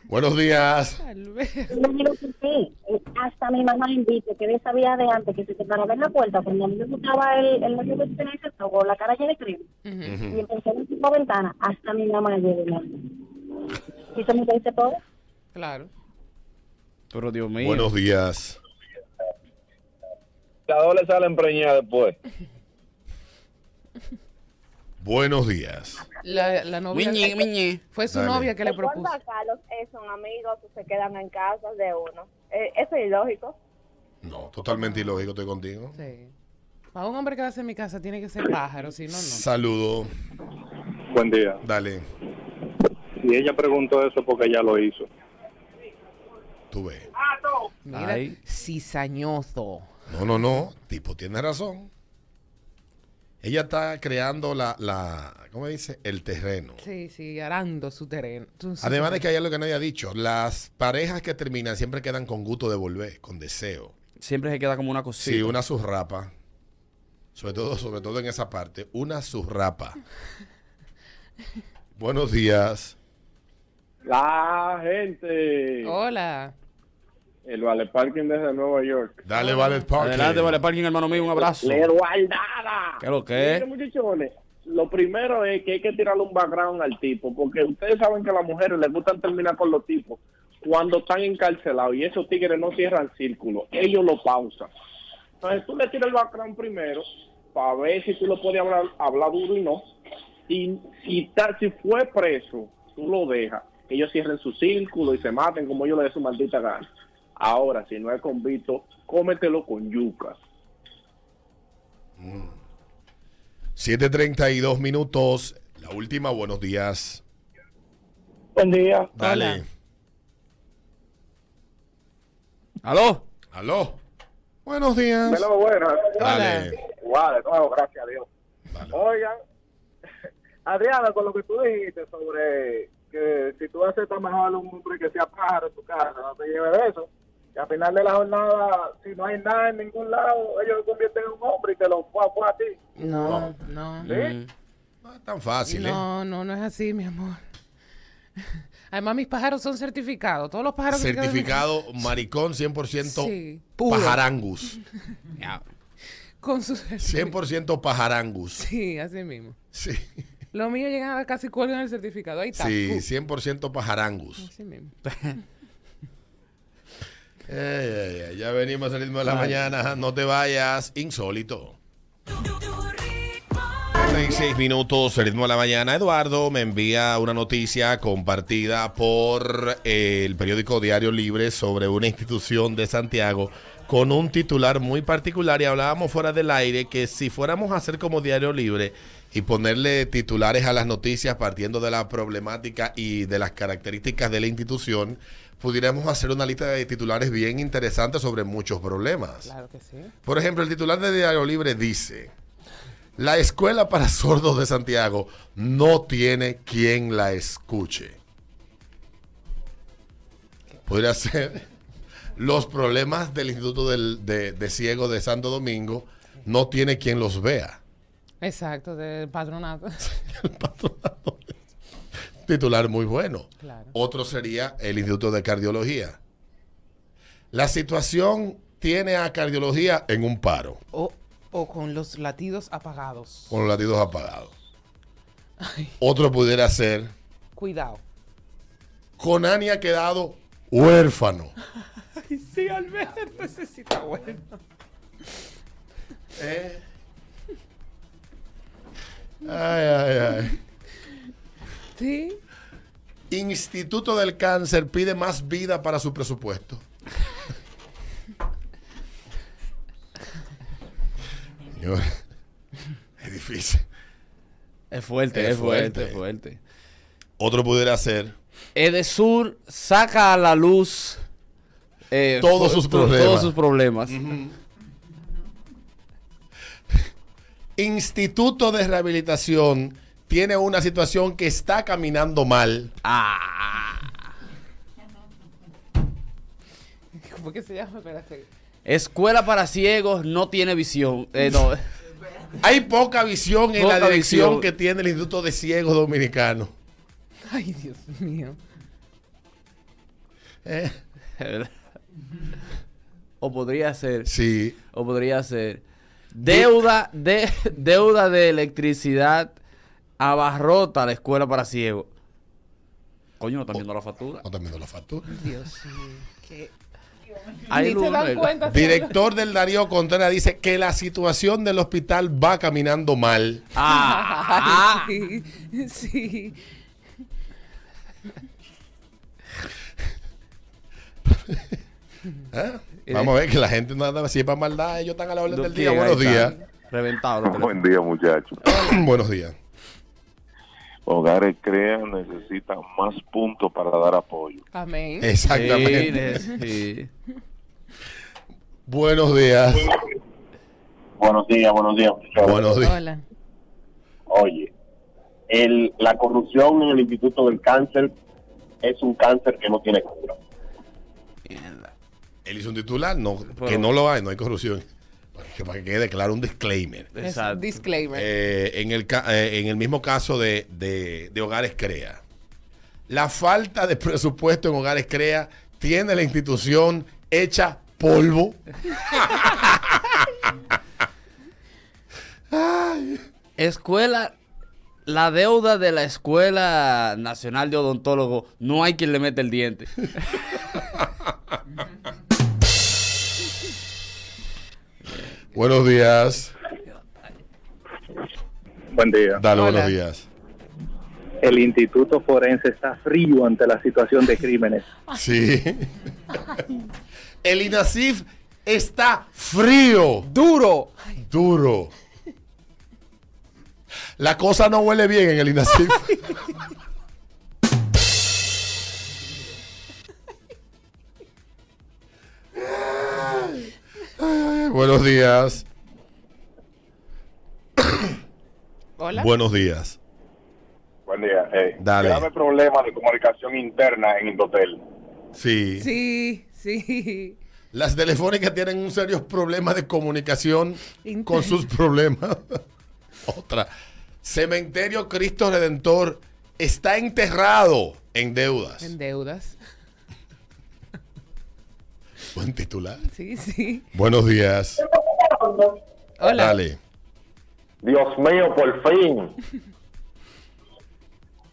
[SPEAKER 1] Buenos días.
[SPEAKER 3] Alberto.
[SPEAKER 12] Sí, eh, hasta mi mamá me dice que ella sabía de antes que si te paraban en la puerta, cuando a mí me gustaba el, el novio que tenía ese toco, la cara llena de crimen,
[SPEAKER 3] Ujú.
[SPEAKER 1] Mm.
[SPEAKER 12] y empecé a tipo ventana, hasta mi mamá llegó. ¿no? ¿Y se me dice todo?
[SPEAKER 3] Claro.
[SPEAKER 2] Pero Dios mío.
[SPEAKER 1] Buenos días.
[SPEAKER 14] La doble sale preñada después.
[SPEAKER 1] Buenos días.
[SPEAKER 3] La, la novia.
[SPEAKER 2] Miñe, miñe.
[SPEAKER 3] Fue su
[SPEAKER 1] Dale.
[SPEAKER 3] novia que le propuso.
[SPEAKER 12] Carlos son amigos se quedan en casa de uno.
[SPEAKER 11] Eh,
[SPEAKER 12] eso es ilógico.
[SPEAKER 1] No, totalmente ilógico, estoy contigo.
[SPEAKER 3] Sí. Para un hombre que hace en mi casa tiene que ser pájaro, si no, no.
[SPEAKER 1] Saludo.
[SPEAKER 14] Buen día.
[SPEAKER 1] Dale,
[SPEAKER 14] Y ella preguntó eso porque ella lo hizo.
[SPEAKER 1] tú ves.
[SPEAKER 3] Mira,
[SPEAKER 2] Ay.
[SPEAKER 3] cizañoso.
[SPEAKER 1] No, no, no. Tipo, tiene razón. Ella está creando la, la ¿cómo dice? El terreno.
[SPEAKER 3] Sí, sí, arando su terreno. su- su
[SPEAKER 1] Además de que
[SPEAKER 3] terreno.
[SPEAKER 1] hay algo que nadie ha dicho, las parejas que terminan siempre quedan con gusto de volver, con deseo.
[SPEAKER 2] Siempre se queda como una cosita.
[SPEAKER 1] Sí, una surrapa. Sobre todo, sobre todo en esa parte, una surrapa. Buenos días.
[SPEAKER 14] La gente.
[SPEAKER 3] Hola.
[SPEAKER 14] El Vale Parking desde Nueva York.
[SPEAKER 1] Dale, Valet Parking.
[SPEAKER 2] Adelante, vale, parking, hermano mío. Un abrazo.
[SPEAKER 6] Le guardada.
[SPEAKER 2] ¿Qué lo que es?
[SPEAKER 6] Miren, muchachones, lo primero es que hay que tirarle un background al tipo, porque ustedes saben que a las mujeres les gustan terminar con los tipos cuando están encarcelados y esos tigres no cierran círculo, ellos lo pausan. Entonces tú le tiras el background primero para ver si tú lo puedes hablar, hablar duro y no. Y si, ta- si fue preso, tú lo dejas. que Ellos cierren su círculo y se maten como ellos le den su maldita gana. Ahora, si no es convicto, cómetelo con yucas.
[SPEAKER 1] 7:32 minutos. La última, buenos días.
[SPEAKER 13] Buen día.
[SPEAKER 1] Dale.
[SPEAKER 3] Hola.
[SPEAKER 2] ¿Aló?
[SPEAKER 1] Aló. Buenos días.
[SPEAKER 13] Pero bueno,
[SPEAKER 1] Dale.
[SPEAKER 13] igual, de nuevo, gracias a Dios.
[SPEAKER 1] Dale.
[SPEAKER 13] Oigan, Adriana, con lo que tú dijiste sobre que si tú aceptas mejor un hombre que sea pájaro en tu casa, no te lleves de eso. Y al final de la jornada, si no hay nada en ningún lado, ellos lo convierten en un hombre y te lo fue a ti.
[SPEAKER 3] No, no.
[SPEAKER 1] Mm. No es tan fácil, ¿eh?
[SPEAKER 3] No, no, no es así, mi amor. Además, mis pájaros son certificados. Todos los pájaros que quedan en mi
[SPEAKER 1] Certificado maricón 100%
[SPEAKER 3] Sí, puro.
[SPEAKER 1] pajarangus.
[SPEAKER 3] casa, Con sus
[SPEAKER 1] 100% pajarangus.
[SPEAKER 3] Sí, así mismo.
[SPEAKER 1] Sí,
[SPEAKER 3] Los míos llegan a casi cuelgan el certificado. Ahí está.
[SPEAKER 1] sí
[SPEAKER 3] Pu.
[SPEAKER 1] 100% pajarangus.
[SPEAKER 3] Así mismo.
[SPEAKER 1] Ey, ey, ey, ya venimos al ritmo de la mañana. No te vayas, insólito. 36 minutos, el ritmo de la mañana. Eduardo me envía una noticia compartida por eh, el periódico Diario Libre sobre una institución de Santiago con un titular muy particular y hablábamos fuera del aire que si fuéramos a hacer como Diario Libre y ponerle titulares a las noticias partiendo de la problemática y de las características de la institución, pudiéramos hacer una lista de titulares bien interesante sobre muchos problemas.
[SPEAKER 3] Claro que sí.
[SPEAKER 1] Por ejemplo, el titular de Diario Libre dice, la escuela para sordos de Santiago no tiene quien la escuche. Podría ser los problemas del Instituto del- de, de Ciego de Santo Domingo, no tiene quien los vea.
[SPEAKER 3] Exacto, del patronato.
[SPEAKER 1] Titular muy bueno.
[SPEAKER 3] Claro.
[SPEAKER 1] Otro sería el Instituto de Cardiología. La situación tiene a cardiología en un paro,
[SPEAKER 3] O, o con los latidos apagados.
[SPEAKER 1] con los latidos apagados. Otro pudiera ser
[SPEAKER 3] Cuidado.
[SPEAKER 1] Conani ha quedado huérfano.
[SPEAKER 3] Ay, sí, Alberto, necesita bueno.
[SPEAKER 1] Eh. Ay, ay, ay.
[SPEAKER 3] Sí.
[SPEAKER 1] Instituto del Cáncer pide más vida para su presupuesto. Señores, es difícil.
[SPEAKER 2] Es fuerte,
[SPEAKER 1] Es
[SPEAKER 2] es fuerte,
[SPEAKER 1] fuerte.
[SPEAKER 2] es fuerte.
[SPEAKER 1] Otro pudiera ser
[SPEAKER 2] Edesur saca a la luz eh,
[SPEAKER 1] Todos
[SPEAKER 2] fu-
[SPEAKER 1] sus
[SPEAKER 2] to-
[SPEAKER 1] problemas.
[SPEAKER 2] Todos sus problemas.
[SPEAKER 1] Instituto de Rehabilitación tiene una situación que está caminando mal.
[SPEAKER 2] Ah,
[SPEAKER 3] ¿Cómo que se llama? este? Espérate.
[SPEAKER 2] Escuela para ciegos no tiene visión. Eh, no.
[SPEAKER 1] Hay poca visión en la
[SPEAKER 2] Poca
[SPEAKER 1] dirección
[SPEAKER 2] visión.
[SPEAKER 1] que tiene el Instituto de Ciegos Dominicano.
[SPEAKER 3] Ay, Dios mío.
[SPEAKER 1] Eh,
[SPEAKER 2] o podría ser.
[SPEAKER 1] Sí.
[SPEAKER 2] O podría ser. Deuda de, deuda de electricidad abarrota la escuela para ciegos. Coño, no están viendo la factura.
[SPEAKER 1] No están viendo la factura.
[SPEAKER 3] Dios mío. ¿Qué?
[SPEAKER 2] Hay
[SPEAKER 3] Ni se
[SPEAKER 2] luz,
[SPEAKER 3] dan
[SPEAKER 2] ¿verdad?
[SPEAKER 3] cuenta.
[SPEAKER 1] Director del Darío Contreras dice que la situación del hospital va caminando mal.
[SPEAKER 2] Ah, ah.
[SPEAKER 3] Ay, sí. sí.
[SPEAKER 1] ¿Eh? Vamos a ver que la gente no anda si es para maldad, ellos están a la orden del día. Buenos
[SPEAKER 2] Ahí está.
[SPEAKER 1] días.
[SPEAKER 2] Reventado. los teléfonos.
[SPEAKER 15] Buen día, muchachos.
[SPEAKER 1] Buenos días.
[SPEAKER 15] Hogares Crean necesitan más puntos para dar apoyo.
[SPEAKER 3] Amén.
[SPEAKER 1] Eh,
[SPEAKER 2] Sí,
[SPEAKER 1] Exactamente.
[SPEAKER 2] ne- sí.
[SPEAKER 1] Buenos días.
[SPEAKER 5] Buenos días, buenos días. muchachos.
[SPEAKER 1] Buenos días.
[SPEAKER 3] Hola.
[SPEAKER 5] Oye, el, la corrupción en el Instituto del Cáncer es un cáncer que no tiene cura.
[SPEAKER 1] Él hizo un titular, no,
[SPEAKER 2] Pero-
[SPEAKER 1] que no lo hay, no hay corrupción. Para que, para que quede claro un disclaimer.
[SPEAKER 3] Es
[SPEAKER 2] Exacto.
[SPEAKER 3] disclaimer.
[SPEAKER 1] Eh, en, el, ca- eh, en el mismo caso de, de- de Hogares Crea. La falta de presupuesto en Hogares Crea tiene la institución hecha polvo.
[SPEAKER 2] Escuela, la deuda de la Escuela Nacional de Odontólogo, no hay quien le mete el diente.
[SPEAKER 1] Buenos días.
[SPEAKER 12] Buen día.
[SPEAKER 1] Dale,
[SPEAKER 3] Hola.
[SPEAKER 1] buenos días.
[SPEAKER 12] El Instituto Forense está frío ante la situación de crímenes.
[SPEAKER 1] Sí. El INASIF está frío,
[SPEAKER 3] Duro.
[SPEAKER 1] duro. La cosa no huele bien en el INASIF. Ay, Buenos días.
[SPEAKER 3] Hola.
[SPEAKER 1] Buenos días.
[SPEAKER 15] eh,
[SPEAKER 1] Dale.
[SPEAKER 15] grave problema de comunicación interna en Indotel.
[SPEAKER 1] Sí.
[SPEAKER 3] Sí, sí.
[SPEAKER 1] Las telefónicas tienen un serio problema de comunicación con sus problemas. Otra. Cementerio Cristo Redentor está enterrado en deudas.
[SPEAKER 3] En deudas.
[SPEAKER 1] Buen titular.
[SPEAKER 3] Sí, sí.
[SPEAKER 1] Buenos días.
[SPEAKER 3] Hola.
[SPEAKER 1] Dale.
[SPEAKER 15] Dios mío, por fin.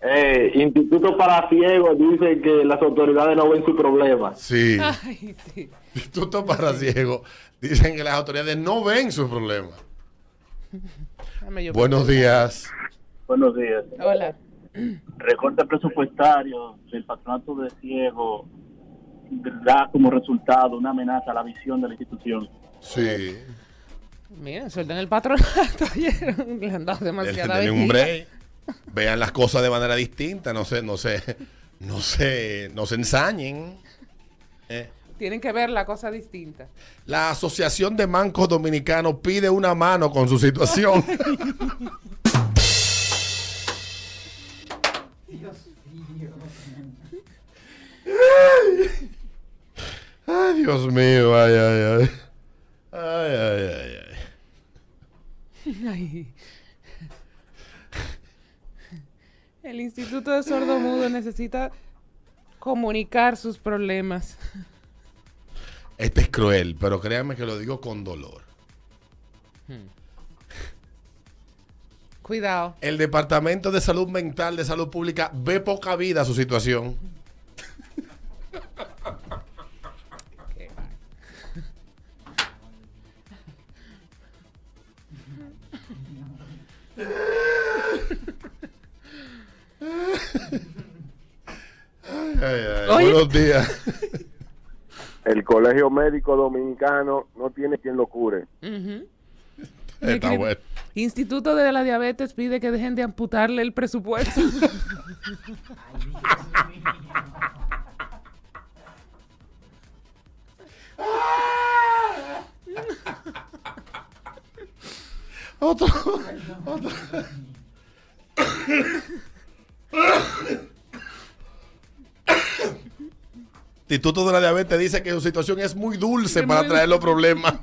[SPEAKER 15] Eh, Instituto para Ciegos dice que las autoridades no ven su problema.
[SPEAKER 1] Sí.
[SPEAKER 3] Ay, sí.
[SPEAKER 1] Instituto para ciego. Dicen que las autoridades no ven sus problemas.
[SPEAKER 3] Dame yo-
[SPEAKER 1] Buenos días.
[SPEAKER 16] Buenos días.
[SPEAKER 3] Hola.
[SPEAKER 16] Recorte presupuestario del patronato de ciego da como resultado una amenaza a la visión de la institución.
[SPEAKER 1] Sí.
[SPEAKER 3] Miren, sueltan el patronato ayer. Le han dado
[SPEAKER 1] Tienen que
[SPEAKER 3] demasiada
[SPEAKER 1] tener un
[SPEAKER 3] vejiga.
[SPEAKER 1] break. Vean las cosas de manera distinta. No sé, no sé. No sé. No se ensañen. Eh.
[SPEAKER 3] Tienen que ver la cosa distinta.
[SPEAKER 1] La Asociación de Mancos Dominicanos pide una mano con su situación. Ay, Dios mío, ay, ay, ay. Ay, ay, ay, ay.
[SPEAKER 3] Ay. El Instituto de Sordo Mudo necesita comunicar sus problemas.
[SPEAKER 1] Este es cruel, pero créanme que lo digo con dolor.
[SPEAKER 3] Cuidado.
[SPEAKER 1] El Departamento de Salud Mental de Salud Pública ve poca vida su situación.
[SPEAKER 15] Ay,
[SPEAKER 1] ay,
[SPEAKER 15] Oye.
[SPEAKER 1] buenos días.
[SPEAKER 15] El Colegio Médico Dominicano no tiene quien lo cure.
[SPEAKER 3] Ujú.
[SPEAKER 15] Está bueno.
[SPEAKER 3] Instituto de la Diabetes pide que dejen de amputarle el presupuesto.
[SPEAKER 1] Otro. Otro. Instituto de la Diabetes dice que su situación es muy dulce para traer los problemas.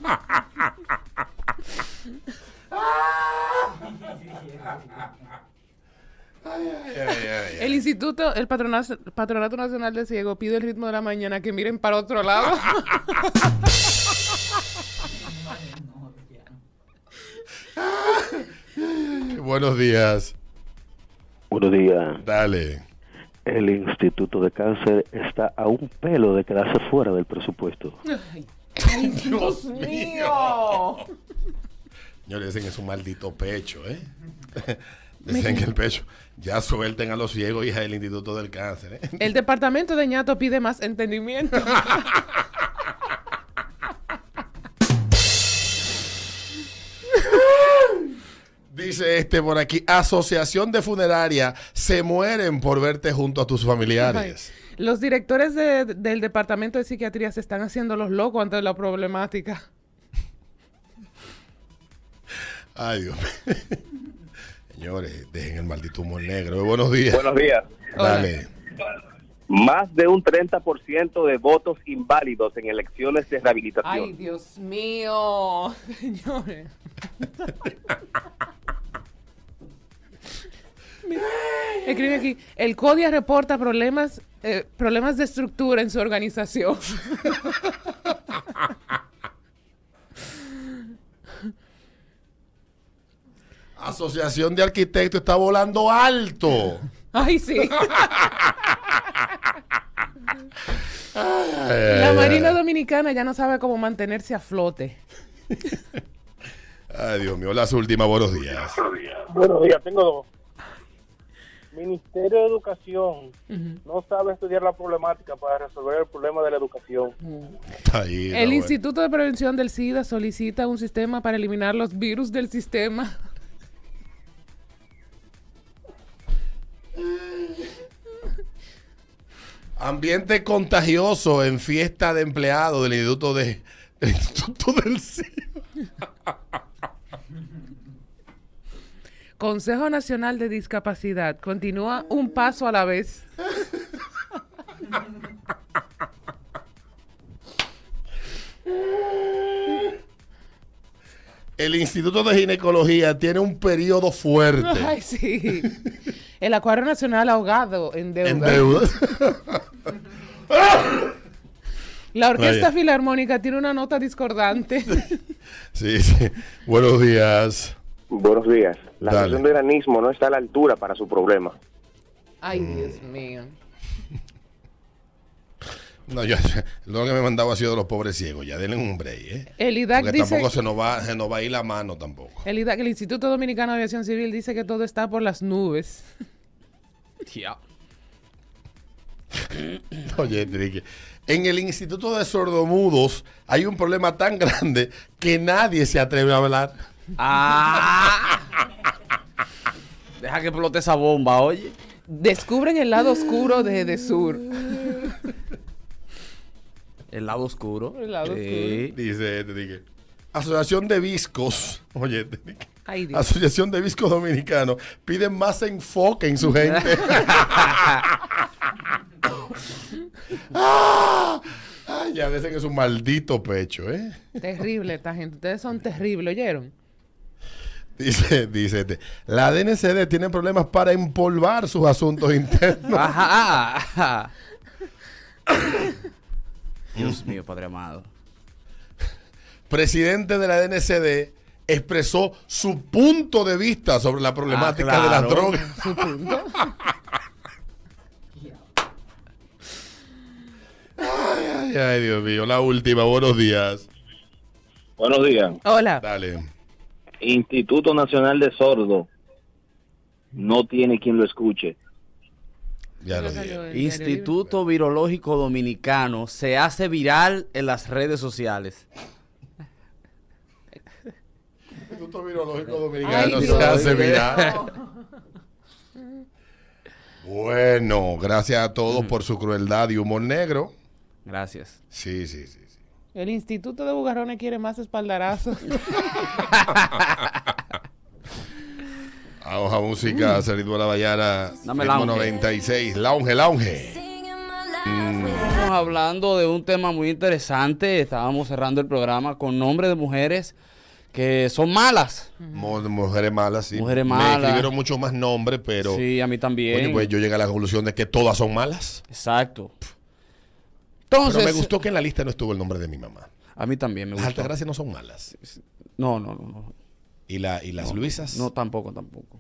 [SPEAKER 3] El Instituto, el Patronato, Patronato Nacional de Ciego pide el ritmo de la mañana que miren para otro lado.
[SPEAKER 1] Buenos días.
[SPEAKER 17] Buenos días.
[SPEAKER 1] Dale.
[SPEAKER 17] El Instituto de Cáncer está a un pelo de quedarse fuera del presupuesto.
[SPEAKER 3] Ay, Dios mío.
[SPEAKER 1] Señores, dicen que es un maldito pecho, ¿eh? Dicen que el pecho. Ya suelten a los ciegos, hija del Instituto del Cáncer, ¿eh?
[SPEAKER 3] El departamento de ñato pide más entendimiento.
[SPEAKER 1] Dice este por aquí, asociación de funeraria, se mueren por verte junto a tus familiares.
[SPEAKER 3] Los directores de- del departamento de psiquiatría se están haciendo los locos ante la problemática.
[SPEAKER 1] Ay, Dios mío. Señores, dejen el maldito humor negro. Eh, Buenos días.
[SPEAKER 18] Buenos días.
[SPEAKER 1] Dale.
[SPEAKER 18] Más de un 30% de votos inválidos en elecciones de
[SPEAKER 3] Ay,
[SPEAKER 18] rehabilitación.
[SPEAKER 3] Dios mío, señores. Mira, Escribe aquí, el CODIA reporta problemas, eh, problemas de estructura en su organización.
[SPEAKER 1] Asociación de arquitectos está volando alto.
[SPEAKER 3] Ay, sí.
[SPEAKER 1] Ay,
[SPEAKER 3] La
[SPEAKER 1] ay,
[SPEAKER 3] Marina
[SPEAKER 1] ay.
[SPEAKER 3] Dominicana ya no sabe cómo mantenerse a flote.
[SPEAKER 1] Ay, Dios mío, las últimas, buenos días.
[SPEAKER 13] Buenos días, tengo dos. Ministerio de Educación no sabe estudiar la problemática para resolver el problema de la educación.
[SPEAKER 1] Está ahí,
[SPEAKER 3] el
[SPEAKER 1] la buena.
[SPEAKER 3] Instituto de Prevención del SIDA solicita un sistema para eliminar los virus del sistema.
[SPEAKER 1] Ambiente contagioso en fiesta de empleados del Instituto de del Instituto del Cine.
[SPEAKER 3] Consejo Nacional de Discapacidad continúa un paso a la vez.
[SPEAKER 1] El Instituto de Ginecología tiene un periodo fuerte.
[SPEAKER 3] Ay, sí. El Acuario Nacional ahogado en deuda.
[SPEAKER 1] En deuda.
[SPEAKER 3] La Orquesta
[SPEAKER 1] Vaya.
[SPEAKER 3] Filarmónica tiene una nota discordante.
[SPEAKER 1] Sí, sí. Buenos días.
[SPEAKER 19] Buenos días. La
[SPEAKER 1] Dale.
[SPEAKER 19] sesión de granismo no está a la altura para su problema.
[SPEAKER 3] Ay,
[SPEAKER 1] Mm.
[SPEAKER 3] Dios mío.
[SPEAKER 1] No, yo, lo que me mandaba ha sido de los pobres ciegos. Ya denle un break, ¿eh?
[SPEAKER 3] El IDAC
[SPEAKER 1] Porque
[SPEAKER 3] dice-
[SPEAKER 1] tampoco se nos, va, se nos va a ir la mano tampoco.
[SPEAKER 3] El, IDAC, el Instituto Dominicano de Aviación Civil dice que todo está por las nubes.
[SPEAKER 1] Oye, Enrique, en el Instituto de Sordomudos hay un problema tan grande que nadie se atreve a hablar.
[SPEAKER 2] Ah. Deja que explote esa bomba, oye.
[SPEAKER 3] Descubren el lado oscuro de, de Sur.
[SPEAKER 2] El lado oscuro.
[SPEAKER 3] El lado
[SPEAKER 2] Sí.
[SPEAKER 1] Dice Enrique. Asociación de Viscos. Oye, Enrique.
[SPEAKER 3] Ay, Dios.
[SPEAKER 1] Asociación de Viscos Dominicanos piden más enfoque en su gente. ¡Ah! Ay, ya dicen que es un maldito pecho, ¿eh?
[SPEAKER 3] Terrible esta gente. Ustedes son terribles, ¿oyeron?
[SPEAKER 1] Dice, dice, este, la DNCD tiene problemas para empolvar sus asuntos internos.
[SPEAKER 2] Ajá, ajá. Dios mío, Padre amado.
[SPEAKER 1] Presidente de la DNCD expresó su punto de vista sobre la problemática
[SPEAKER 2] Ah,
[SPEAKER 1] de las
[SPEAKER 2] claro.
[SPEAKER 1] drogas.
[SPEAKER 3] Su punto.
[SPEAKER 1] Ay, ay, Dios mío, la última, buenos días.
[SPEAKER 18] Buenos días.
[SPEAKER 3] Hola.
[SPEAKER 1] Dale.
[SPEAKER 18] Instituto Nacional de Sordo no tiene quien lo escuche.
[SPEAKER 1] Ya lo
[SPEAKER 2] Instituto Virológico Dominicano se hace viral en las redes sociales.
[SPEAKER 1] Instituto Virológico
[SPEAKER 2] Ay,
[SPEAKER 1] Dominicano
[SPEAKER 2] Dios
[SPEAKER 1] se hace
[SPEAKER 2] mío.
[SPEAKER 1] viral. Bueno, gracias a todos por su crueldad y humor negro.
[SPEAKER 2] Gracias.
[SPEAKER 1] Sí, sí, sí. sí.
[SPEAKER 3] El Instituto de Bugarrones quiere más espaldarazos.
[SPEAKER 1] Vamos a música, Salido a la Bayara,
[SPEAKER 2] Dame
[SPEAKER 1] ritmo
[SPEAKER 2] lounge.
[SPEAKER 1] 96, Lounge, Lounge.
[SPEAKER 2] Estamos hablando de un tema muy interesante. Estábamos cerrando el programa con nombres de mujeres que son malas.
[SPEAKER 1] Mo- Mujeres malas, sí.
[SPEAKER 2] Mujeres
[SPEAKER 1] Me
[SPEAKER 2] malas.
[SPEAKER 1] escribieron muchos más nombres, pero.
[SPEAKER 2] Sí, a mí también.
[SPEAKER 1] Coño, pues yo llegué a la conclusión de que todas son malas.
[SPEAKER 2] Exacto.
[SPEAKER 1] Pero
[SPEAKER 2] Entonces-
[SPEAKER 1] me gustó que en la lista no estuvo el nombre de mi mamá.
[SPEAKER 2] A mí también me
[SPEAKER 1] Las
[SPEAKER 2] gusta.
[SPEAKER 1] Altagracias no son malas.
[SPEAKER 2] No, no, no. no.
[SPEAKER 1] ¿Y, la, y las
[SPEAKER 2] No,
[SPEAKER 1] Luisas?
[SPEAKER 2] No, tampoco, tampoco.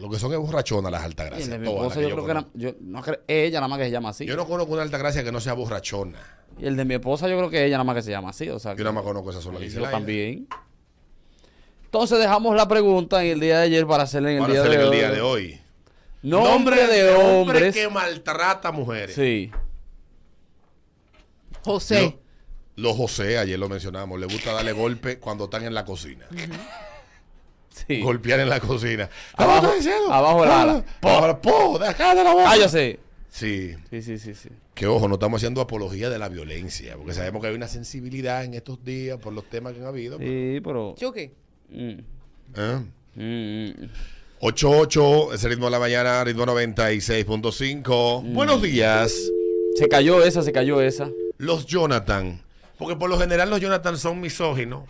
[SPEAKER 1] Lo que son es borrachonas las Altagracias.
[SPEAKER 2] Y la de mi
[SPEAKER 1] todas
[SPEAKER 2] esposa
[SPEAKER 1] las
[SPEAKER 2] yo,
[SPEAKER 1] que
[SPEAKER 2] creo que era- yo- no cre- ella nada más que se llama así.
[SPEAKER 1] Yo no conozco una Altagracia que no sea borrachona.
[SPEAKER 2] Y el de mi esposa yo creo que ella nada más que se llama así. O sea,
[SPEAKER 1] Yo nada más conozco esa sola que dice
[SPEAKER 2] Yo
[SPEAKER 1] Laila.
[SPEAKER 2] también. Entonces dejamos la pregunta en el día de ayer para hacerla en el,
[SPEAKER 1] Para
[SPEAKER 2] día,
[SPEAKER 1] hacerla
[SPEAKER 2] de
[SPEAKER 1] en el
[SPEAKER 2] hoy.
[SPEAKER 1] día de hoy.
[SPEAKER 2] Nombre, de,
[SPEAKER 1] hombre
[SPEAKER 2] hombres.
[SPEAKER 1] que maltrata a mujeres.
[SPEAKER 2] Sí.
[SPEAKER 3] José.
[SPEAKER 1] Los José, ayer lo mencionamos, le gusta darle golpe cuando están en la cocina.
[SPEAKER 2] Sí.
[SPEAKER 1] Golpear en la cocina.
[SPEAKER 2] Abajo, abajo el ala.
[SPEAKER 1] Ahora, po, de acá de la boca.
[SPEAKER 2] Ah, yo sé.
[SPEAKER 1] Sí.
[SPEAKER 2] Sí, sí, sí, sí.
[SPEAKER 1] Que ojo, no estamos haciendo apología de la violencia, porque sabemos que hay una sensibilidad en estos días por los temas que han habido.
[SPEAKER 2] Sí, pero...
[SPEAKER 3] Chucky.
[SPEAKER 2] Mm.
[SPEAKER 1] ¿Eh?
[SPEAKER 2] Mm, mm.
[SPEAKER 1] 88, ese ritmo de la mañana, ritmo 96.5.
[SPEAKER 2] Mm.
[SPEAKER 1] Buenos días.
[SPEAKER 2] Se cayó esa, se cayó esa.
[SPEAKER 1] Los Jonathan. Porque por lo general los Jonathan son misóginos.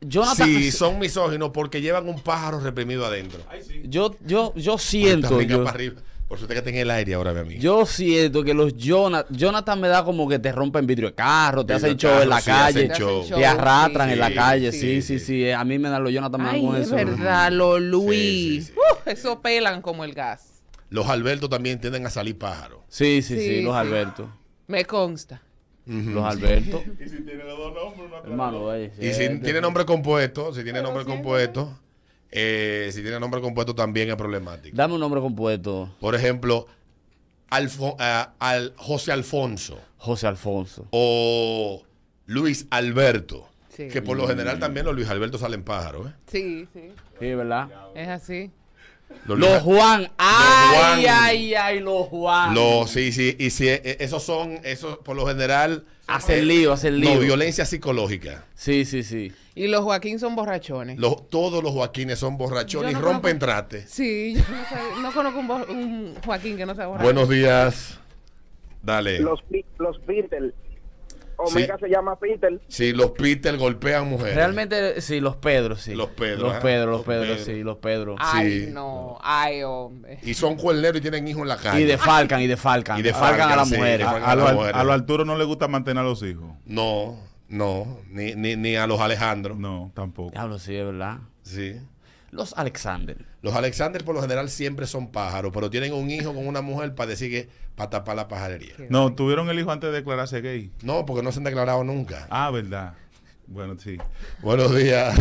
[SPEAKER 2] Jonathan-
[SPEAKER 1] Sí, son misóginos porque llevan un pájaro reprimido adentro.
[SPEAKER 2] Yo, yo, yo
[SPEAKER 1] Ahorita
[SPEAKER 2] siento...
[SPEAKER 1] venga
[SPEAKER 2] Yo,
[SPEAKER 1] para arriba. Por suerte que está en el aire ahora, mi amigo.
[SPEAKER 2] yo siento que los Jonathan... Jonathan me da como que te rompen vidrio de carro, te
[SPEAKER 1] Vidrio
[SPEAKER 2] hacen
[SPEAKER 1] de
[SPEAKER 2] show en
[SPEAKER 1] carro,
[SPEAKER 2] la
[SPEAKER 1] sí,
[SPEAKER 2] calle,
[SPEAKER 1] hacen show.
[SPEAKER 2] te arrastran
[SPEAKER 1] Sí,
[SPEAKER 2] en la calle.
[SPEAKER 1] sí,
[SPEAKER 2] Sí, sí, sí. eh, A mí me dan los Jonathan, me dan
[SPEAKER 3] Ay,
[SPEAKER 2] con
[SPEAKER 3] es
[SPEAKER 2] eso.
[SPEAKER 3] verdad, lo Luis. Uh, eso pelan como el gas.
[SPEAKER 1] Los Alberto también tienden a salir pájaros.
[SPEAKER 2] Sí, sí, sí,
[SPEAKER 3] Sí,
[SPEAKER 2] los
[SPEAKER 3] sí.
[SPEAKER 2] Alberto.
[SPEAKER 3] Me consta.
[SPEAKER 2] Los Alberto.
[SPEAKER 1] Y si tiene dos nombres,
[SPEAKER 2] Hermano, eh, vaya,
[SPEAKER 1] Y si
[SPEAKER 2] siete.
[SPEAKER 1] tiene nombre compuesto, si tiene nombre compuesto, eh, si tiene nombre compuesto también es problemático.
[SPEAKER 2] Dame un nombre compuesto.
[SPEAKER 1] Por ejemplo, Alfo- ah, al José Alfonso
[SPEAKER 2] José Alfonso.
[SPEAKER 1] o Luis Alberto.
[SPEAKER 3] Sí.
[SPEAKER 2] Mm.
[SPEAKER 1] Que por lo general también los Luis Alberto salen pájaros. ¿eh?
[SPEAKER 3] Sí, sí.
[SPEAKER 2] Sí, ¿verdad?
[SPEAKER 3] Es así.
[SPEAKER 1] Los
[SPEAKER 2] Los
[SPEAKER 1] Luna-
[SPEAKER 2] Juan. Ay,
[SPEAKER 1] Juan.
[SPEAKER 2] ay, ay, los Juan.
[SPEAKER 1] Los, sí, sí, y si eh, esos son, esos por lo general. eh,
[SPEAKER 2] Hacen lío, hacen lío.
[SPEAKER 1] No, violencia psicológica.
[SPEAKER 2] Sí, sí, sí.
[SPEAKER 3] Y los Joaquín son borrachones.
[SPEAKER 1] Los, todos los Joaquines son borrachones
[SPEAKER 3] Yo no
[SPEAKER 1] y rompen
[SPEAKER 3] conozco-
[SPEAKER 1] trate.
[SPEAKER 3] Sí, yo no, sab- no conozco un, bo- un Joaquín que no sea borracho.
[SPEAKER 1] Buenos días. Dale.
[SPEAKER 15] Los, pi- los Beatles. Omega se llama Peter.
[SPEAKER 1] Sí, los Peter golpean mujeres.
[SPEAKER 2] Realmente, sí, los Pedros, sí. Los
[SPEAKER 1] Pedro,
[SPEAKER 2] Los
[SPEAKER 1] ajá.
[SPEAKER 2] Pedros, los
[SPEAKER 1] ah, Los
[SPEAKER 2] Pedros,
[SPEAKER 1] Pedro.
[SPEAKER 2] sí, los Pedros.
[SPEAKER 3] Ay,
[SPEAKER 1] Sí.
[SPEAKER 3] no. Ay, hombre.
[SPEAKER 1] Y son cuerneros y tienen hijos en la calle.
[SPEAKER 2] Ah. Y defalcan, y defalcan.
[SPEAKER 1] Y
[SPEAKER 2] Defalcan a las
[SPEAKER 1] sí,
[SPEAKER 2] mujeres.
[SPEAKER 1] defalcan
[SPEAKER 20] A,
[SPEAKER 1] a
[SPEAKER 20] lo-
[SPEAKER 1] las mujeres.
[SPEAKER 20] a lo Arturo no le gusta mantener a los hijos.
[SPEAKER 1] No, no. Ni, ni, ni a los Alejandro.
[SPEAKER 20] No, tampoco.
[SPEAKER 2] Diablo, sí, es verdad.
[SPEAKER 1] Sí.
[SPEAKER 2] Los Alexander.
[SPEAKER 1] Los Alexander por lo general siempre son pájaros, pero tienen un hijo con una mujer para decir que para tapar la pajarería.
[SPEAKER 20] No, tuvieron el hijo antes de declararse gay.
[SPEAKER 1] No, porque no se han declarado nunca.
[SPEAKER 20] Ah, verdad. Bueno, sí.
[SPEAKER 1] Buenos días.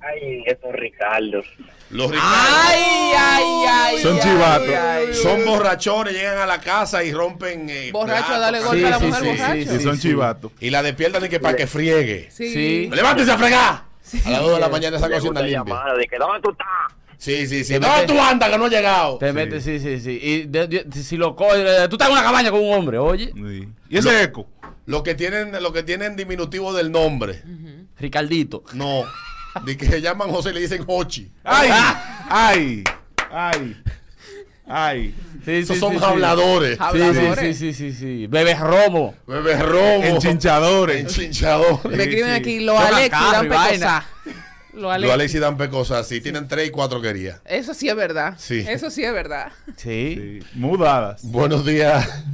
[SPEAKER 5] Ay, esos Ricardo.
[SPEAKER 1] Los
[SPEAKER 2] Ay, ay, ay.
[SPEAKER 1] Son
[SPEAKER 2] ay,
[SPEAKER 1] chivatos.
[SPEAKER 2] ay, ay.
[SPEAKER 1] Son borrachones, llegan a la casa y rompen. eh,
[SPEAKER 3] Borracho,
[SPEAKER 1] platos,
[SPEAKER 3] dale golpe a la Sí, mujer, sí, sí, borracho. sí,
[SPEAKER 1] Y son
[SPEAKER 20] sí.
[SPEAKER 1] chivatos. Y la despiertan y que para que friegue.
[SPEAKER 3] Sí.
[SPEAKER 1] Sí. ¡Levántese a fregar! A las 2 de la mañana esa
[SPEAKER 5] Le
[SPEAKER 1] cocina
[SPEAKER 5] gusta
[SPEAKER 1] limpia.
[SPEAKER 5] llamar, de que, ¿dónde tú estás?
[SPEAKER 1] Sí, sí, sí.
[SPEAKER 2] Te
[SPEAKER 1] ¿Dónde
[SPEAKER 2] metes-
[SPEAKER 1] tú andas que no he llegado?
[SPEAKER 2] Te metes, sí, sí, sí. Y de- de- si lo coges, eh, tú estás en una cabaña con un hombre, oye.
[SPEAKER 1] ¿Y ese eco? Lo que tienen, lo que tienen diminutivo del nombre.
[SPEAKER 2] Ricardito.
[SPEAKER 1] No. De que se llaman José y le dicen Hochi.
[SPEAKER 20] ¡Ay!
[SPEAKER 2] Ah,
[SPEAKER 1] Ah.
[SPEAKER 20] ¡Ay! ¡Ay! ¡Ay!
[SPEAKER 1] Esos son habladores.
[SPEAKER 2] Habladores. Sí, sí, sí, sí, sí. Bebes romo.
[SPEAKER 1] Bebes romo.
[SPEAKER 20] Enchinchadores.
[SPEAKER 1] Enchinchadores.
[SPEAKER 3] Me escriben aquí, lo
[SPEAKER 2] Tocan
[SPEAKER 3] Alex y
[SPEAKER 2] carro y
[SPEAKER 3] dan
[SPEAKER 2] vaina.
[SPEAKER 3] pecosa. Lo
[SPEAKER 1] Los
[SPEAKER 3] Alex.
[SPEAKER 1] Alex y dan pecosas así. Tienen tres y cuatro querías.
[SPEAKER 3] Eso sí es verdad.
[SPEAKER 1] Sí.
[SPEAKER 3] Eso sí es verdad.
[SPEAKER 2] Sí.
[SPEAKER 20] Mudadas.
[SPEAKER 1] Buenos días.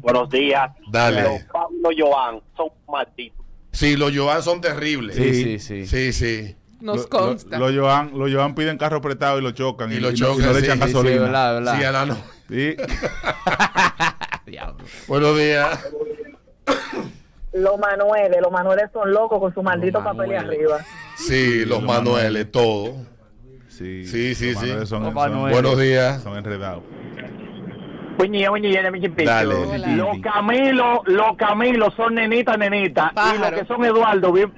[SPEAKER 5] Buenos días.
[SPEAKER 1] Dale.
[SPEAKER 5] Los Pablo Joan son malditos.
[SPEAKER 1] Sí, los Joan son terribles.
[SPEAKER 20] Sí,
[SPEAKER 1] sí, sí. Sí, sí.
[SPEAKER 3] Nos
[SPEAKER 20] Lo-
[SPEAKER 3] consta.
[SPEAKER 20] Lo, lo Joan, lo Joan piden carro prestado y lo chocan.
[SPEAKER 1] Y lo
[SPEAKER 20] no-
[SPEAKER 1] chocan,
[SPEAKER 20] no, le
[SPEAKER 1] sí,
[SPEAKER 20] echan
[SPEAKER 1] sí, sí,
[SPEAKER 20] gasolina.
[SPEAKER 1] verdad, verdad. Sí, a la no-
[SPEAKER 20] Sí.
[SPEAKER 1] Buenos días.
[SPEAKER 11] Los Manueles, los Manueles son locos con su maldito papel y arriba.
[SPEAKER 1] Sí, los Manueles, todo.
[SPEAKER 20] Sí,
[SPEAKER 1] sí, sí.
[SPEAKER 20] Los Manueles son-
[SPEAKER 1] son-
[SPEAKER 20] Manueles.
[SPEAKER 1] Buenos días.
[SPEAKER 20] Son enredados.
[SPEAKER 1] Dale.
[SPEAKER 21] Los Camilo, los Camilo son nenitas, nenitas. Y los que son Eduardo vi-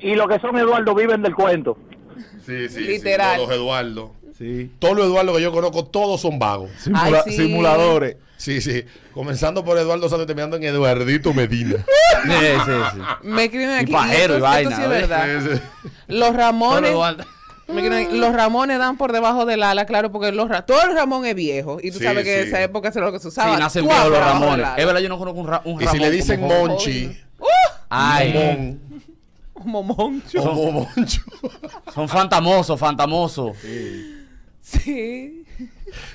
[SPEAKER 21] y los que son Eduardo viven del cuento.
[SPEAKER 1] Sí, sí.
[SPEAKER 21] Literal.
[SPEAKER 1] Literal. Todos los Eduardo. Todos los Eduardo que yo conozco, todos son vagos.
[SPEAKER 20] Simula- Ay, sí. simuladores.
[SPEAKER 1] Sí, sí. Comenzando por Eduardo Santos y terminando en Eduardito Medina.
[SPEAKER 3] Me escriben
[SPEAKER 1] Y
[SPEAKER 3] aquí.
[SPEAKER 1] pajero
[SPEAKER 3] esto-
[SPEAKER 1] y
[SPEAKER 3] esto
[SPEAKER 1] vaina,
[SPEAKER 3] sí es
[SPEAKER 1] ¿ves?
[SPEAKER 3] verdad.
[SPEAKER 1] Sí, sí.
[SPEAKER 3] Los Ramones.
[SPEAKER 1] Todo lo anda.
[SPEAKER 3] me escriben aquí, los Ramones dan por debajo del ala, claro, porque los ra- todo el Ramón es viejo. Y tú
[SPEAKER 2] Sí,
[SPEAKER 3] sabes que en
[SPEAKER 2] sí.
[SPEAKER 3] esa época eso es lo que se
[SPEAKER 2] Sí,
[SPEAKER 3] usaba.
[SPEAKER 2] nacen
[SPEAKER 3] Tú
[SPEAKER 2] viejos los
[SPEAKER 3] por debajo del
[SPEAKER 2] Ramones.
[SPEAKER 3] ala.
[SPEAKER 2] Es verdad, yo no conozco un, ra- un
[SPEAKER 1] Y si
[SPEAKER 2] Ramón
[SPEAKER 1] le dicen
[SPEAKER 2] como joven.
[SPEAKER 1] Monchi,
[SPEAKER 2] Ay.
[SPEAKER 3] Como Moncho.
[SPEAKER 2] Oh.
[SPEAKER 1] Como Moncho.
[SPEAKER 2] Son fantamosos, fantamosos.
[SPEAKER 3] Sí.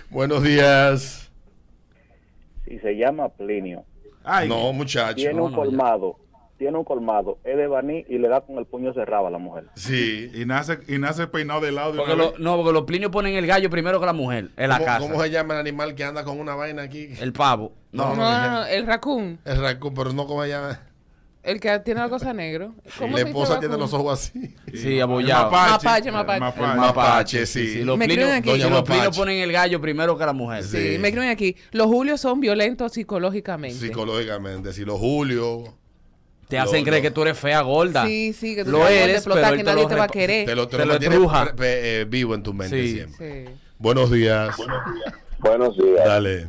[SPEAKER 1] Buenos días.
[SPEAKER 22] Si se llama Plinio.
[SPEAKER 1] No, muchacho.
[SPEAKER 22] Tiene
[SPEAKER 1] No,
[SPEAKER 22] un
[SPEAKER 1] no,
[SPEAKER 22] colmado. Tiene un colmado. Es de Baní y le da con el puño cerrado a la mujer.
[SPEAKER 1] Sí.
[SPEAKER 20] Y nace, y nace peinado de lado. de
[SPEAKER 2] Porque
[SPEAKER 20] una
[SPEAKER 2] lo-
[SPEAKER 20] vez.
[SPEAKER 2] no, porque los plinios ponen el gallo primero que la mujer en la
[SPEAKER 1] ¿Cómo,
[SPEAKER 2] casa.
[SPEAKER 1] ¿Cómo se llama el animal que anda con una vaina aquí?
[SPEAKER 2] El pavo.
[SPEAKER 1] No,
[SPEAKER 3] No,
[SPEAKER 1] no,
[SPEAKER 3] no, no, el raccoon.
[SPEAKER 1] El raccoon, pero no como se llama.
[SPEAKER 3] El que tiene la cosa negro. ¿Cómo
[SPEAKER 1] La
[SPEAKER 3] se dice
[SPEAKER 1] esposa tiene
[SPEAKER 3] raccoon?
[SPEAKER 1] los ojos así.
[SPEAKER 2] Sí, abollado.
[SPEAKER 3] Mapache, mapache.
[SPEAKER 1] El mapache, sí.
[SPEAKER 2] los
[SPEAKER 3] Me escriben
[SPEAKER 2] plinios,
[SPEAKER 3] aquí.
[SPEAKER 2] los
[SPEAKER 3] Doña
[SPEAKER 2] plinios
[SPEAKER 3] Mapache.
[SPEAKER 2] ponen el gallo primero que la mujer.
[SPEAKER 3] Sí, me escriben aquí. Los Julios son violentos psicológicamente.
[SPEAKER 1] Psicológicamente, si los Julio.
[SPEAKER 2] Te hacen creer que tú eres fea, gorda.
[SPEAKER 3] Sí, sí, que tú
[SPEAKER 2] lo
[SPEAKER 3] eres gorda,
[SPEAKER 2] eres,
[SPEAKER 3] explotar,
[SPEAKER 2] pero
[SPEAKER 3] que
[SPEAKER 2] él
[SPEAKER 3] nadie
[SPEAKER 2] lo
[SPEAKER 3] te va a
[SPEAKER 2] rep-
[SPEAKER 3] querer.
[SPEAKER 1] Te lo, te
[SPEAKER 2] Te
[SPEAKER 1] lo
[SPEAKER 2] lo
[SPEAKER 1] mantienes
[SPEAKER 2] estruja.
[SPEAKER 1] pre- pre- eh, vivo en tu mente
[SPEAKER 2] Sí.
[SPEAKER 1] siempre. Buenos días.
[SPEAKER 22] Buenos días.
[SPEAKER 1] Dale.